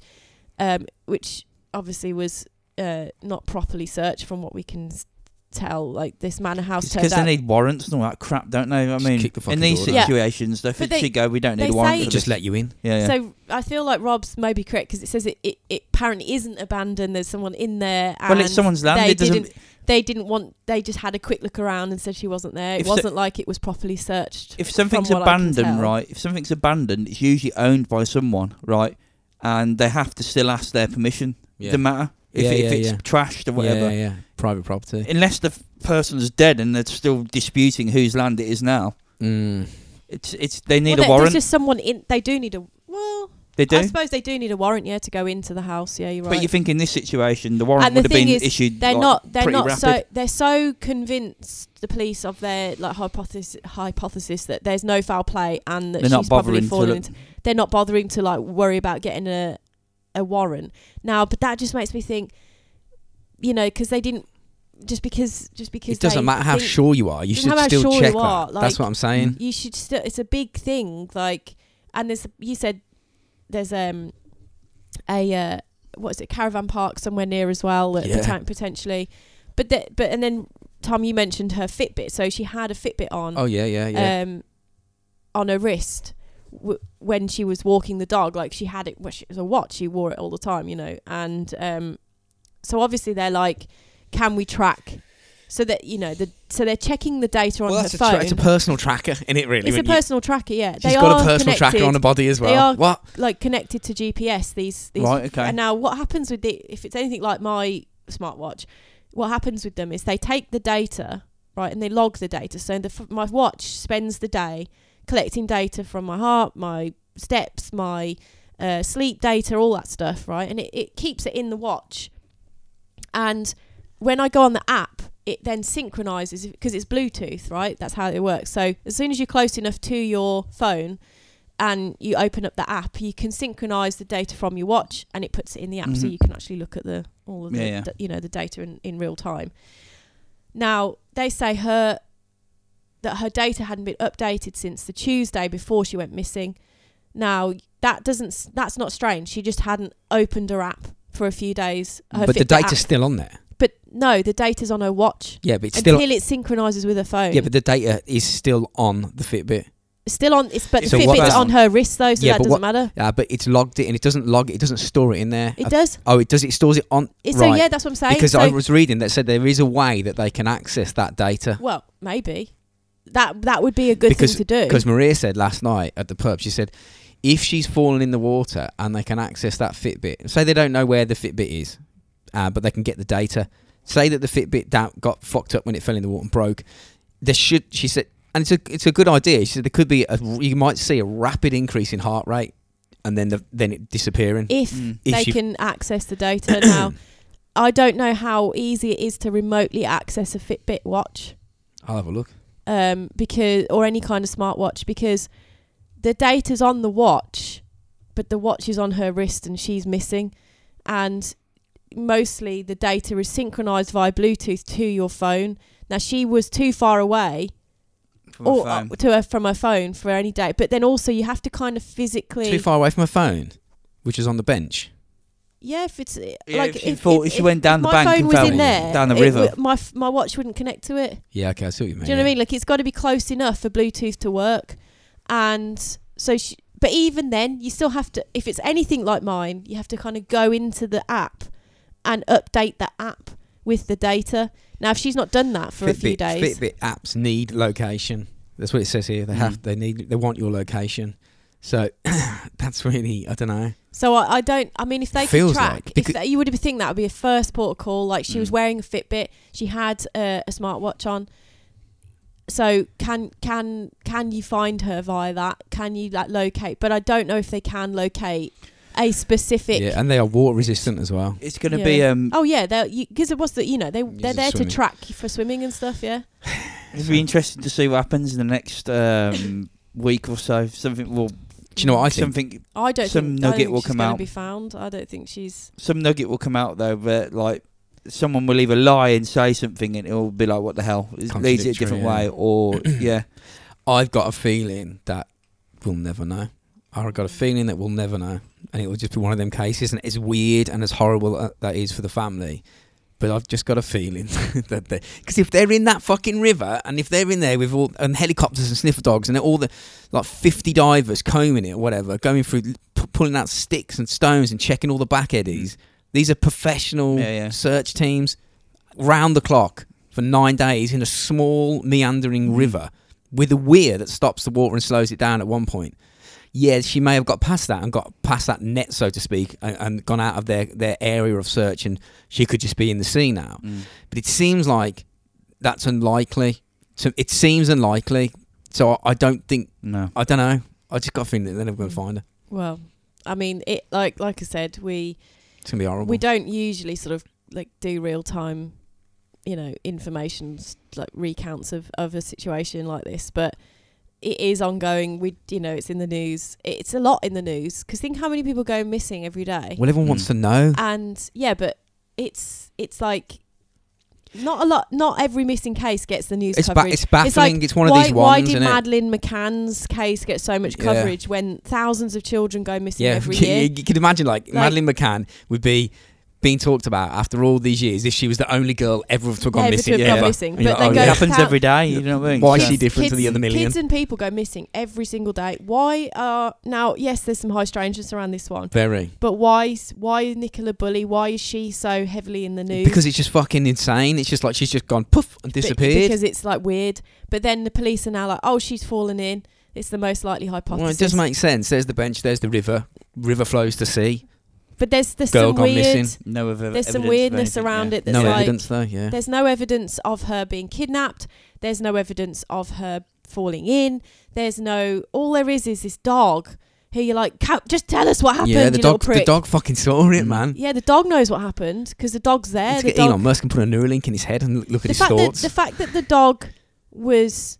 [SPEAKER 4] um, which obviously was uh, not properly searched from what we can s- tell. Like this manor house
[SPEAKER 3] It's
[SPEAKER 4] turned
[SPEAKER 3] because they
[SPEAKER 4] out.
[SPEAKER 3] need warrants and all that crap, don't they? I
[SPEAKER 5] Just
[SPEAKER 3] mean,
[SPEAKER 5] kick the
[SPEAKER 3] in
[SPEAKER 5] fucking
[SPEAKER 3] these
[SPEAKER 5] door down.
[SPEAKER 4] Yeah.
[SPEAKER 3] situations, they
[SPEAKER 4] But
[SPEAKER 3] think
[SPEAKER 4] they-
[SPEAKER 3] you go, we don't need
[SPEAKER 4] they
[SPEAKER 3] a
[SPEAKER 4] say-
[SPEAKER 3] warrant. For
[SPEAKER 5] Just
[SPEAKER 3] this.
[SPEAKER 5] let you in.
[SPEAKER 3] yeah, yeah.
[SPEAKER 4] So I feel like Rob's maybe correct because it says it, it, it apparently isn't abandoned. There's someone in there. And
[SPEAKER 3] well, it's someone's land.
[SPEAKER 4] they
[SPEAKER 3] It doesn't.
[SPEAKER 4] didn't. They didn't want. They just had a quick look around and said she wasn't there. It
[SPEAKER 3] If so-
[SPEAKER 4] wasn't like it was properly searched.
[SPEAKER 3] If something's
[SPEAKER 4] what I can
[SPEAKER 3] abandoned,
[SPEAKER 4] tell.
[SPEAKER 3] right? If something's abandoned, it's usually owned by someone, right? And they have to still ask their permission.
[SPEAKER 5] Yeah.
[SPEAKER 3] The matter if,
[SPEAKER 5] Yeah,
[SPEAKER 3] if
[SPEAKER 5] yeah,
[SPEAKER 3] it's
[SPEAKER 5] yeah.
[SPEAKER 3] trashed or whatever.
[SPEAKER 5] Yeah, yeah. Private property.
[SPEAKER 3] Unless the f- person's dead and they're still disputing whose land it is now,
[SPEAKER 5] Mm.
[SPEAKER 3] it's it's they need
[SPEAKER 4] Well,
[SPEAKER 3] a
[SPEAKER 4] there-
[SPEAKER 3] warrant.
[SPEAKER 4] There's just someone in. They do need a. Well,
[SPEAKER 3] they do.
[SPEAKER 4] I suppose they do need a warrant, yeah, to go into the house. Yeah, you're right.
[SPEAKER 3] But you think in this situation the warrant
[SPEAKER 4] And the
[SPEAKER 3] would have
[SPEAKER 4] thing
[SPEAKER 3] been
[SPEAKER 4] is,
[SPEAKER 3] issued?
[SPEAKER 4] they're
[SPEAKER 3] like,
[SPEAKER 4] not. They're
[SPEAKER 3] pretty
[SPEAKER 4] not
[SPEAKER 3] rapid.
[SPEAKER 4] so. They're so convinced the police of their like hypothesis hypothesis that there's no foul play and that
[SPEAKER 3] They're
[SPEAKER 4] she's
[SPEAKER 3] not bothering
[SPEAKER 4] probably
[SPEAKER 3] to
[SPEAKER 4] fallen.
[SPEAKER 3] look-
[SPEAKER 4] Into, they're not bothering to like worry about getting a a warrant now. But that just makes me think, you know, because they didn't. just because just because
[SPEAKER 5] It doesn't
[SPEAKER 4] they
[SPEAKER 5] matter how
[SPEAKER 4] think-
[SPEAKER 5] sure you are. You should
[SPEAKER 4] doesn't matter how
[SPEAKER 5] still
[SPEAKER 4] sure
[SPEAKER 5] check
[SPEAKER 4] you are,
[SPEAKER 5] that. That's
[SPEAKER 4] like- Mm.
[SPEAKER 5] what I'm saying.
[SPEAKER 4] you should still it's a big thing like and there's you said there's um a uh, what is it caravan park somewhere near as well that
[SPEAKER 5] Yeah.
[SPEAKER 4] poten- potentially but that but and then tom you mentioned her fitbit so she had a fitbit on
[SPEAKER 5] Oh yeah, yeah, yeah.
[SPEAKER 4] um on her wrist w- when she was walking the dog like she had it well, she- it was a watch she wore it all the time you know and um so obviously they're like can we track so that you know the so they're checking the data on
[SPEAKER 5] well,
[SPEAKER 4] her
[SPEAKER 5] that's a,
[SPEAKER 4] phone
[SPEAKER 5] tra- it's a personal tracker, in it really.
[SPEAKER 4] it's a
[SPEAKER 5] when you-
[SPEAKER 4] personal tracker, yeah.
[SPEAKER 5] she's
[SPEAKER 4] they
[SPEAKER 5] got
[SPEAKER 4] are
[SPEAKER 5] a personal
[SPEAKER 4] connected,
[SPEAKER 5] tracker on her body as
[SPEAKER 4] they
[SPEAKER 5] well.
[SPEAKER 4] are-
[SPEAKER 5] what?
[SPEAKER 4] like connected to GPS. These, these
[SPEAKER 3] Right, okay.
[SPEAKER 4] And now, what happens with the if it's anything like my smartwatch? What happens with them is they take the data, right, and they log the data. So the, f- my watch spends the day collecting data from my heart, my steps, my uh, sleep data, all that stuff, right, and it, it keeps it in the watch. And when I go on the app, it then synchronizes because it's Bluetooth, right? That's how it works. So as soon as you're close enough to your phone and you open up the app, you can synchronize the data from your watch, and it puts it in the app, so
[SPEAKER 3] Mhm.
[SPEAKER 4] you can actually look at the all of the
[SPEAKER 3] Yeah, yeah.
[SPEAKER 4] d- you know the data in, in real time. Now they say her that her data hadn't been updated since the Tuesday before she went missing. Now that doesn't s- that's not strange. She just hadn't opened her app for a few days. Her
[SPEAKER 5] But the
[SPEAKER 4] Fitbit app.
[SPEAKER 5] data's still on there.
[SPEAKER 4] But no, the data's on her watch
[SPEAKER 5] Yeah, but it's
[SPEAKER 4] until
[SPEAKER 5] still.
[SPEAKER 4] it synchronizes with her phone.
[SPEAKER 5] Yeah, but the data is still on the Fitbit.
[SPEAKER 4] still on. It's but the
[SPEAKER 5] So what-
[SPEAKER 4] Fitbit's on her wrist though, so
[SPEAKER 5] Yeah,
[SPEAKER 4] that
[SPEAKER 5] but
[SPEAKER 4] doesn't
[SPEAKER 5] what-
[SPEAKER 4] matter.
[SPEAKER 5] Uh, but it's logged it, and it doesn't log. It doesn't store it in there.
[SPEAKER 4] It
[SPEAKER 5] I-
[SPEAKER 4] does.
[SPEAKER 5] Oh, it does. It stores it on.
[SPEAKER 4] It- So
[SPEAKER 5] right.
[SPEAKER 4] yeah, that's what I'm saying.
[SPEAKER 5] because
[SPEAKER 4] so,
[SPEAKER 5] I was reading that said there is a way that they can access that data.
[SPEAKER 4] well, maybe that that would be a good
[SPEAKER 5] Because-
[SPEAKER 4] thing to do.
[SPEAKER 5] Because Maria said last night at the pub, she said if she's fallen in the water and they can access that Fitbit, say they don't know where the Fitbit is, uh, but they can get the data. Say that the Fitbit da- got fucked up when it fell in the water and broke. There should, she said, and it's a it's a good idea. She said there could be a you might see a rapid increase in heart rate and then the, then it disappearing.
[SPEAKER 4] if
[SPEAKER 3] Mm.
[SPEAKER 5] If
[SPEAKER 4] they
[SPEAKER 5] she-
[SPEAKER 4] can access the data now, I don't know how easy it is to remotely access a Fitbit watch.
[SPEAKER 5] I'll have a look.
[SPEAKER 4] um, because or any kind of smartwatch because the data's on the watch, but the watch is on her wrist and she's missing, and mostly the data is synchronized via Bluetooth to your phone. Now she was too far away
[SPEAKER 3] From
[SPEAKER 4] or
[SPEAKER 3] a phone.
[SPEAKER 4] uh, to her from her phone for any date, but then also you have to kind of physically,
[SPEAKER 5] Too far away from my phone, which is on the bench.
[SPEAKER 4] yeah, if it's uh,
[SPEAKER 3] Yeah,
[SPEAKER 4] like
[SPEAKER 3] if she fall- if she went down the
[SPEAKER 4] my
[SPEAKER 3] bank
[SPEAKER 4] phone
[SPEAKER 3] and
[SPEAKER 4] was
[SPEAKER 3] fell
[SPEAKER 4] in there,
[SPEAKER 3] down the
[SPEAKER 4] it
[SPEAKER 3] river.
[SPEAKER 4] w- my f- my watch wouldn't connect to it.
[SPEAKER 5] Yeah, okay, I see what you mean.
[SPEAKER 4] Do you know what
[SPEAKER 5] yeah.
[SPEAKER 4] I mean? Like it's got to be close enough for Bluetooth to work, and so she, but even then, you still have to. If it's anything like mine, you have to kind of go into the app and update the app with the data. Now, if she's not done that for a few days,
[SPEAKER 5] Fitbit apps need location. That's what it says here. They have.
[SPEAKER 3] Mm.
[SPEAKER 5] They need. They want your location. So that's really. I don't know.
[SPEAKER 4] so I, I don't. I mean, if they could
[SPEAKER 5] Feels
[SPEAKER 4] track,
[SPEAKER 5] like,
[SPEAKER 4] if
[SPEAKER 5] becau-
[SPEAKER 4] they, you would be thinking that would be a first port of call. Like she was
[SPEAKER 3] Mm.
[SPEAKER 4] wearing a Fitbit, she had uh, a smartwatch on. So can can can you find her via that? Can you like locate? But I don't know if they can locate a specific.
[SPEAKER 3] um,
[SPEAKER 5] Yeah, and they are water resistant as well.
[SPEAKER 3] It's going to be
[SPEAKER 4] Yeah.
[SPEAKER 3] um.
[SPEAKER 4] Oh yeah, they're because it was the you know they they're
[SPEAKER 5] it's
[SPEAKER 4] there
[SPEAKER 5] swimming.
[SPEAKER 4] to track for swimming and stuff. Yeah,
[SPEAKER 3] It'll be interesting to see what happens in the next um week or so. Something will.
[SPEAKER 5] Do you know what I think?
[SPEAKER 3] Something.
[SPEAKER 4] I don't.
[SPEAKER 3] Some
[SPEAKER 4] think, I don't
[SPEAKER 3] nugget
[SPEAKER 4] think
[SPEAKER 3] will
[SPEAKER 4] she's
[SPEAKER 3] come
[SPEAKER 4] gonna
[SPEAKER 3] out.
[SPEAKER 4] Be found. I don't think she's.
[SPEAKER 3] Some nugget will come out though, but like. Someone will either lie and say something, and it'll be like, "What the hell?" It leads it a
[SPEAKER 5] Contradictory,
[SPEAKER 3] different
[SPEAKER 5] yeah.
[SPEAKER 3] way, or yeah,
[SPEAKER 5] I've got a feeling that we'll never know. I've got a feeling that we'll never know, and it will just be one of them cases. And as weird and as horrible uh, that is for the family, but I've just got a feeling that they because if they're in that fucking river and if they're in there with all and helicopters and sniffer dogs and all the like fifty divers combing it or whatever, going through p- pulling out sticks and stones and checking all the back eddies. These are professional
[SPEAKER 3] Mm. Yeah, yeah.
[SPEAKER 5] search teams, round the clock for nine days in a small meandering
[SPEAKER 3] Mm.
[SPEAKER 5] river with a weir that stops the water and slows it down at one point. Yeah, she may have got past that and got past that net, so to speak, and, and gone out of their, their area of search, and she could just be in the sea now.
[SPEAKER 3] Mm.
[SPEAKER 5] But it seems like that's unlikely. So it seems unlikely. So I, I don't think
[SPEAKER 3] no.
[SPEAKER 5] I don't know. I just got a feeling that they're never going to find her.
[SPEAKER 4] Well, I mean, it like like I said, we
[SPEAKER 5] It's going to be horrible.
[SPEAKER 4] we don't usually sort of like do real time, you know, information s- like recounts of of a situation like this, but it is ongoing. We you know it's in the news. It's a lot in the news because think how many people go missing every day.
[SPEAKER 5] well, everyone wants to know.
[SPEAKER 4] and yeah but it's it's like Not a lot. Not every missing case gets the news
[SPEAKER 5] It's, ba-
[SPEAKER 4] coverage.
[SPEAKER 5] it's baffling.
[SPEAKER 4] like,
[SPEAKER 5] it's one of
[SPEAKER 4] why,
[SPEAKER 5] these
[SPEAKER 4] why
[SPEAKER 5] ones,
[SPEAKER 4] did
[SPEAKER 5] isn't it?
[SPEAKER 4] Madeline McCann's case get so much
[SPEAKER 5] Yeah.
[SPEAKER 4] coverage when thousands of children go missing
[SPEAKER 5] Yeah,
[SPEAKER 4] every
[SPEAKER 5] you,
[SPEAKER 4] year?
[SPEAKER 5] you could imagine like, Madeline McCann would be being talked about after all these years if she was the only girl ever to have gone
[SPEAKER 4] Ever to
[SPEAKER 5] missing.
[SPEAKER 4] have
[SPEAKER 5] ever.
[SPEAKER 4] gone missing.
[SPEAKER 5] And you're
[SPEAKER 4] But then
[SPEAKER 5] like, oh,
[SPEAKER 4] It
[SPEAKER 3] It
[SPEAKER 4] goes
[SPEAKER 3] happens
[SPEAKER 4] down-
[SPEAKER 3] every day. You know what I mean?
[SPEAKER 5] Why is
[SPEAKER 4] Kids-
[SPEAKER 5] she different to the
[SPEAKER 4] kids-
[SPEAKER 5] other million?
[SPEAKER 4] Kids and people go missing every single day. Why are now? Yes, there's some high strangeness around this one,
[SPEAKER 5] Very.
[SPEAKER 4] but why? s- Why Nicola Bully? Why is she so heavily in the news?
[SPEAKER 5] Because it's just fucking insane. It's just like she's just gone poof and
[SPEAKER 4] Be-
[SPEAKER 5] disappeared.
[SPEAKER 4] Because it's like weird. But then the police are now like, oh, she's fallen in. It's the most likely hypothesis.
[SPEAKER 5] well, it does make sense. There's the bench. There's the river. River flows to sea.
[SPEAKER 4] But there's there's
[SPEAKER 5] Girl
[SPEAKER 4] some
[SPEAKER 5] gone
[SPEAKER 4] weird.
[SPEAKER 5] missing.
[SPEAKER 3] No other
[SPEAKER 4] There's some
[SPEAKER 3] evidence of
[SPEAKER 4] weirdness
[SPEAKER 3] anything,
[SPEAKER 4] around
[SPEAKER 3] yeah.
[SPEAKER 4] it. That's
[SPEAKER 5] no
[SPEAKER 4] like,
[SPEAKER 5] evidence though. Yeah.
[SPEAKER 4] There's no evidence of her being kidnapped. There's no evidence of her falling in. There's no. All there is is this dog who you're like, "Cow- just tell us what happened.
[SPEAKER 5] yeah. The
[SPEAKER 4] you little
[SPEAKER 5] dog. The
[SPEAKER 4] prick."
[SPEAKER 5] dog fucking saw it, man.
[SPEAKER 4] Yeah, the dog knows what happened because the dog's there.
[SPEAKER 5] Let's
[SPEAKER 4] the
[SPEAKER 5] get
[SPEAKER 4] dog,
[SPEAKER 5] Elon Musk and put a Neuralink in his head and look- look at
[SPEAKER 4] the
[SPEAKER 5] his
[SPEAKER 4] fact that
[SPEAKER 5] thoughts.
[SPEAKER 4] the fact that the dog was,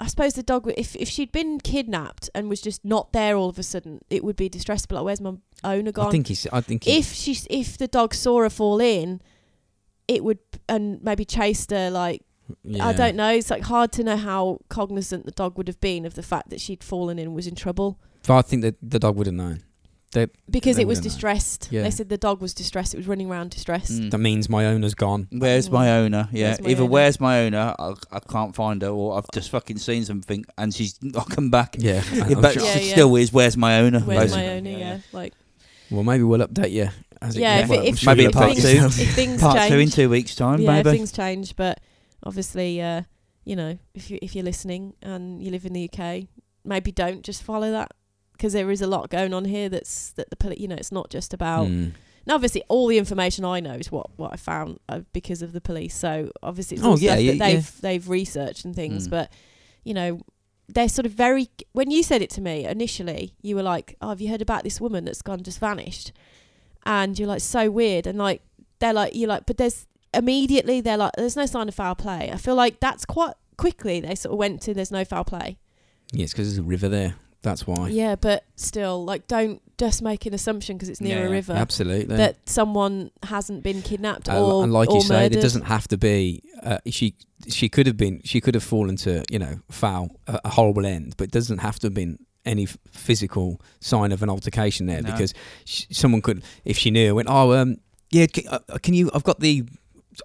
[SPEAKER 4] I suppose the dog. w- If if she'd been kidnapped and was just not there all of a sudden, it would be distressful. Like, where's my owner gone?
[SPEAKER 5] I think he's. I think. He,
[SPEAKER 4] if she if the dog saw her fall in, it would and maybe chased her like I
[SPEAKER 5] yeah.
[SPEAKER 4] don't know. It's like hard to know how cognizant the dog would have been of the fact that she'd fallen in and was in trouble
[SPEAKER 5] But I think that the dog would have known.
[SPEAKER 4] because
[SPEAKER 5] They
[SPEAKER 4] it
[SPEAKER 5] wouldn't
[SPEAKER 4] was
[SPEAKER 5] know.
[SPEAKER 4] distressed.
[SPEAKER 5] Yeah.
[SPEAKER 4] They said the dog was distressed. It was running around distressed.
[SPEAKER 3] Mm.
[SPEAKER 5] That means my owner's gone.
[SPEAKER 3] Where's my owner? Yeah,
[SPEAKER 4] Where's my
[SPEAKER 3] either
[SPEAKER 4] owner?
[SPEAKER 3] where's my owner? I, I can't find her, or I've just fucking seen something and she's not come back.
[SPEAKER 5] Yeah.
[SPEAKER 3] Yeah,
[SPEAKER 5] I'm
[SPEAKER 3] but
[SPEAKER 5] sure-
[SPEAKER 4] Yeah,
[SPEAKER 3] it
[SPEAKER 4] yeah.
[SPEAKER 3] still is. Where's my owner?
[SPEAKER 4] Where's
[SPEAKER 3] basically.
[SPEAKER 4] my owner? Yeah, like
[SPEAKER 5] Well, maybe we'll update you. As it
[SPEAKER 4] yeah. If,
[SPEAKER 5] goes.
[SPEAKER 3] well,
[SPEAKER 4] it, if,
[SPEAKER 5] I'm
[SPEAKER 3] maybe
[SPEAKER 5] sure
[SPEAKER 4] if,
[SPEAKER 3] a part
[SPEAKER 5] you'll
[SPEAKER 4] things,
[SPEAKER 5] update
[SPEAKER 3] two.
[SPEAKER 5] yourself.
[SPEAKER 4] if things
[SPEAKER 3] Part
[SPEAKER 4] change,
[SPEAKER 3] two in two weeks' time,
[SPEAKER 4] yeah, if
[SPEAKER 3] maybe.
[SPEAKER 4] things change. But obviously, uh, you know, if you if you're listening and you live in the UK, maybe don't just follow that because there is a lot going on here. That's that the poli- you know, it's not just about.
[SPEAKER 5] Mm.
[SPEAKER 4] Now, obviously, all the information I know is what, what I found uh, because of the police. So obviously, it's
[SPEAKER 5] Oh,
[SPEAKER 4] all
[SPEAKER 5] yeah,
[SPEAKER 4] stuff
[SPEAKER 5] yeah,
[SPEAKER 4] that
[SPEAKER 5] yeah. Hmm.
[SPEAKER 4] they've they've researched and things.
[SPEAKER 3] Mm.
[SPEAKER 4] But you know, they're sort of very. When you said it to me initially, you were like, "Oh, have you heard about this woman that's gone just vanished?" And you're like, "So weird." And like they're like, "You're like," but there's immediately they're like, "There's no sign of foul play." I feel like that's quite quickly they sort of went to "There's no foul play."
[SPEAKER 5] Yeah, it's 'cause there's a river there. That's why.
[SPEAKER 4] Yeah, but still, like, don't just make an assumption because it's near
[SPEAKER 3] Yeah,
[SPEAKER 4] a
[SPEAKER 3] yeah.
[SPEAKER 4] river
[SPEAKER 5] Absolutely.
[SPEAKER 4] that someone hasn't been kidnapped
[SPEAKER 5] Uh,
[SPEAKER 4] or
[SPEAKER 5] and like
[SPEAKER 4] or
[SPEAKER 5] you say,
[SPEAKER 4] murdered.
[SPEAKER 5] it doesn't have to be. Uh, she she could have been. She could have fallen to you know foul a, a horrible end, but it doesn't have to have been any f- physical sign of an altercation there
[SPEAKER 3] No.
[SPEAKER 5] because sh someone could, if she knew, went oh um yeah can, uh, can you I've got the.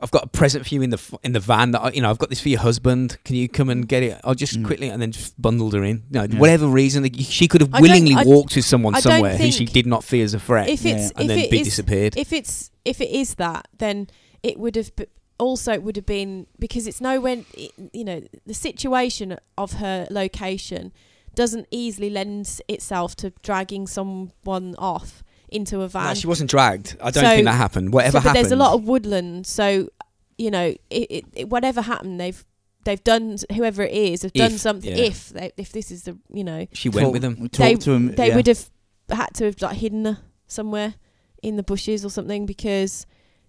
[SPEAKER 5] I've got a present for you in the f- in the van that I, you know. I've got this for your husband. Can you come and get it? I'll just
[SPEAKER 3] Mm.
[SPEAKER 5] quickly and then just bundled her in. You know,
[SPEAKER 3] Yeah.
[SPEAKER 5] whatever reason, like, she could have
[SPEAKER 4] I don't-
[SPEAKER 5] willingly
[SPEAKER 4] I-
[SPEAKER 5] walked with someone
[SPEAKER 4] I don't
[SPEAKER 5] somewhere who she
[SPEAKER 4] think-
[SPEAKER 5] did not feel as a threat,
[SPEAKER 4] If it's
[SPEAKER 5] and
[SPEAKER 4] if
[SPEAKER 5] then
[SPEAKER 4] it
[SPEAKER 5] be
[SPEAKER 4] is
[SPEAKER 5] disappeared.
[SPEAKER 4] if it's if it is that, then it would have b- also it would have been because it's no when it- you know the situation of her location doesn't easily lend itself to dragging someone off into a van.
[SPEAKER 5] No, she wasn't dragged. I don't
[SPEAKER 4] So-
[SPEAKER 5] think that happened. Whatever
[SPEAKER 4] so, but
[SPEAKER 5] happened.
[SPEAKER 4] there's a lot of woodland, so you know, it, it, it- whatever happened, they've they've done whoever it is have done
[SPEAKER 5] If,
[SPEAKER 4] something.
[SPEAKER 5] yeah.
[SPEAKER 4] If they, if this is the you know
[SPEAKER 5] she
[SPEAKER 3] Talk-
[SPEAKER 5] went with them.
[SPEAKER 3] Talk to him.
[SPEAKER 4] they
[SPEAKER 3] yeah.
[SPEAKER 4] would have had to have like hidden her somewhere in the bushes or something because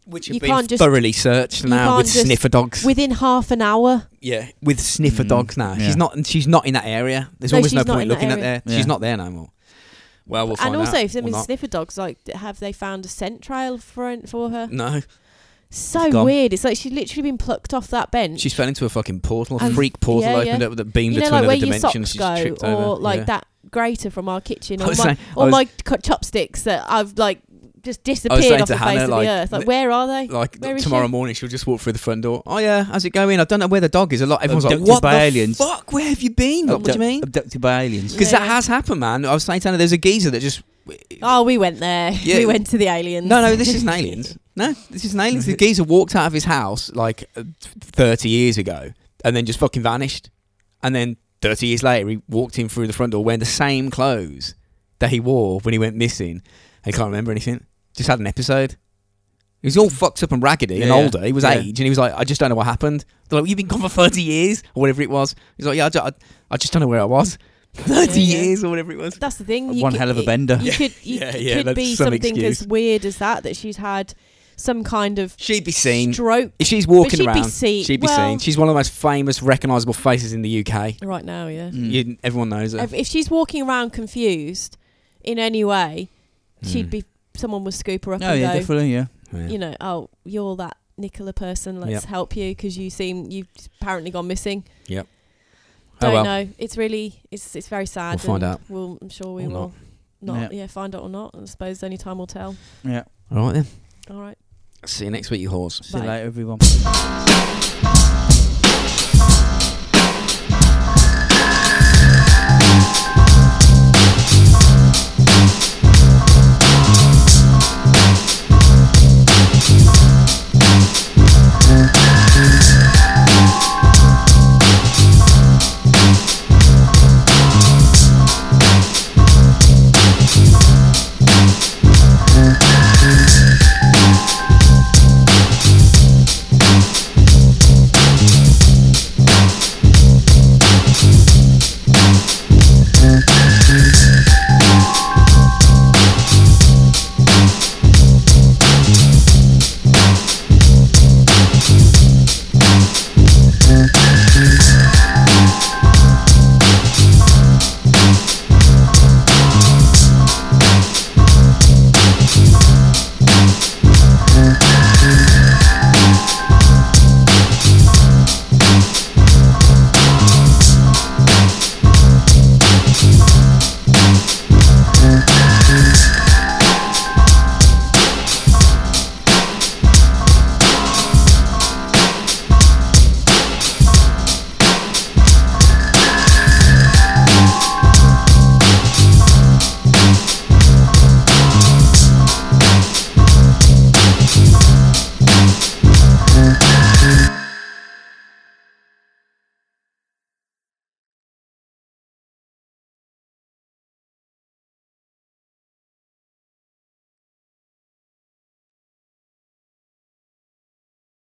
[SPEAKER 5] Which
[SPEAKER 4] have you been can't just-
[SPEAKER 5] thoroughly searched
[SPEAKER 4] you
[SPEAKER 5] now with
[SPEAKER 4] can't just-
[SPEAKER 5] sniffer dogs.
[SPEAKER 4] within half an hour
[SPEAKER 5] yeah, with sniffer
[SPEAKER 3] Mm,
[SPEAKER 5] dogs now.
[SPEAKER 3] yeah.
[SPEAKER 5] She's not. She's not in that area. There's
[SPEAKER 4] No,
[SPEAKER 5] almost no
[SPEAKER 4] she's not
[SPEAKER 5] point
[SPEAKER 4] in that
[SPEAKER 5] looking at
[SPEAKER 4] area.
[SPEAKER 5] there.
[SPEAKER 3] Yeah.
[SPEAKER 5] She's not there no more. Well, we'll find
[SPEAKER 4] and also
[SPEAKER 5] out.
[SPEAKER 4] if there
[SPEAKER 5] or
[SPEAKER 4] was
[SPEAKER 5] not.
[SPEAKER 4] sniffer dogs like d- have they found a scent trail for for her
[SPEAKER 5] no,
[SPEAKER 4] so
[SPEAKER 3] It's gone.
[SPEAKER 4] weird it's like she'd literally been plucked off that bench
[SPEAKER 5] she's fell into a fucking portal. A
[SPEAKER 4] And-
[SPEAKER 5] freak portal
[SPEAKER 4] Um, yeah,
[SPEAKER 5] opened
[SPEAKER 4] yeah.
[SPEAKER 5] up that beamed
[SPEAKER 4] you
[SPEAKER 5] her
[SPEAKER 4] know
[SPEAKER 5] to
[SPEAKER 4] like
[SPEAKER 5] another
[SPEAKER 4] where your
[SPEAKER 5] dimension.
[SPEAKER 4] socks
[SPEAKER 5] she's
[SPEAKER 4] go
[SPEAKER 5] tripped
[SPEAKER 4] or
[SPEAKER 5] over.
[SPEAKER 4] like
[SPEAKER 5] yeah.
[SPEAKER 4] that grater from our kitchen
[SPEAKER 5] I
[SPEAKER 4] or my,
[SPEAKER 5] was saying- I
[SPEAKER 4] or
[SPEAKER 5] was-
[SPEAKER 4] my co- chopsticks that I've like just
[SPEAKER 5] saying
[SPEAKER 4] disappeared off
[SPEAKER 5] to
[SPEAKER 4] the face
[SPEAKER 5] Hannah,
[SPEAKER 4] of
[SPEAKER 5] like,
[SPEAKER 4] the earth like
[SPEAKER 5] li-
[SPEAKER 4] where are they
[SPEAKER 5] Like
[SPEAKER 4] Where is
[SPEAKER 5] tomorrow
[SPEAKER 4] she?
[SPEAKER 5] morning, she'll just walk through the front door. Oh yeah, how's it going? I don't know where the dog is. A lot. Everyone's like,
[SPEAKER 3] Abducted
[SPEAKER 5] "What the
[SPEAKER 3] by aliens."
[SPEAKER 5] fuck? Where have you been? Like, what do you
[SPEAKER 3] Abduct-
[SPEAKER 5] mean?
[SPEAKER 3] Abducted by aliens.
[SPEAKER 5] Because
[SPEAKER 4] Yeah,
[SPEAKER 5] that
[SPEAKER 4] yeah.
[SPEAKER 5] has happened, man. I was saying to Anna, there's a geezer that just.
[SPEAKER 4] oh we went there
[SPEAKER 5] Yeah.
[SPEAKER 4] we went to the aliens
[SPEAKER 5] No, no, this isn't aliens. No, this isn't aliens. The geezer walked out of his house like uh, 30 years ago and then just fucking vanished. And then 30 years later, he walked in through the front door wearing the same clothes that he wore when he went missing. He can't remember anything. Just had an episode. He was all fucked up and raggedy and
[SPEAKER 3] Yeah, yeah.
[SPEAKER 5] older. He was
[SPEAKER 3] Yeah.
[SPEAKER 5] age, and he was like, "I just don't know what happened." They're like, "You've been gone for thirty years, or whatever it was." He's like, "Yeah, I, ju- I, I just don't know where I was, thirty
[SPEAKER 4] Yeah, yeah.
[SPEAKER 5] years or whatever it was."
[SPEAKER 4] that's the thing.
[SPEAKER 3] One hell of a bender.
[SPEAKER 4] You
[SPEAKER 5] Yeah,
[SPEAKER 4] could, you
[SPEAKER 5] yeah, yeah,
[SPEAKER 4] could
[SPEAKER 5] that's
[SPEAKER 4] be
[SPEAKER 5] some
[SPEAKER 4] something
[SPEAKER 5] excuse.
[SPEAKER 4] as weird as that that she's had some kind of
[SPEAKER 5] She'd be seen.
[SPEAKER 4] stroke
[SPEAKER 5] If she's walking
[SPEAKER 4] But she'd be
[SPEAKER 5] around,
[SPEAKER 4] seen-
[SPEAKER 5] she'd be
[SPEAKER 4] well-
[SPEAKER 5] seen. She's one of the most famous, recognisable faces in the UK.
[SPEAKER 4] right now. Yeah,
[SPEAKER 3] Mm.
[SPEAKER 5] You, everyone knows her.
[SPEAKER 4] if, if she's walking around confused in any way,
[SPEAKER 5] Mm.
[SPEAKER 4] she'd
[SPEAKER 5] Oh,
[SPEAKER 4] be someone would scoop her up
[SPEAKER 3] No,
[SPEAKER 4] and
[SPEAKER 3] yeah,
[SPEAKER 4] go,
[SPEAKER 3] definitely, yeah.
[SPEAKER 5] Yeah.
[SPEAKER 4] you know, oh, you're that Nicola person, let's
[SPEAKER 5] Yep.
[SPEAKER 4] help you because you seem you've apparently gone missing.
[SPEAKER 5] Yep. Oh,
[SPEAKER 4] Don't
[SPEAKER 5] well.
[SPEAKER 4] know. It's really it's it's very sad.
[SPEAKER 5] We'll find
[SPEAKER 4] and
[SPEAKER 5] out.
[SPEAKER 4] We'll I'm sure we
[SPEAKER 5] Or
[SPEAKER 4] will. Not,
[SPEAKER 3] Yeah.
[SPEAKER 4] yeah. find out or not. I suppose only time will tell.
[SPEAKER 3] Yeah.
[SPEAKER 5] All right then.
[SPEAKER 4] All right.
[SPEAKER 5] See you next week, you whores.
[SPEAKER 3] See
[SPEAKER 4] Bye.
[SPEAKER 3] you later, everyone.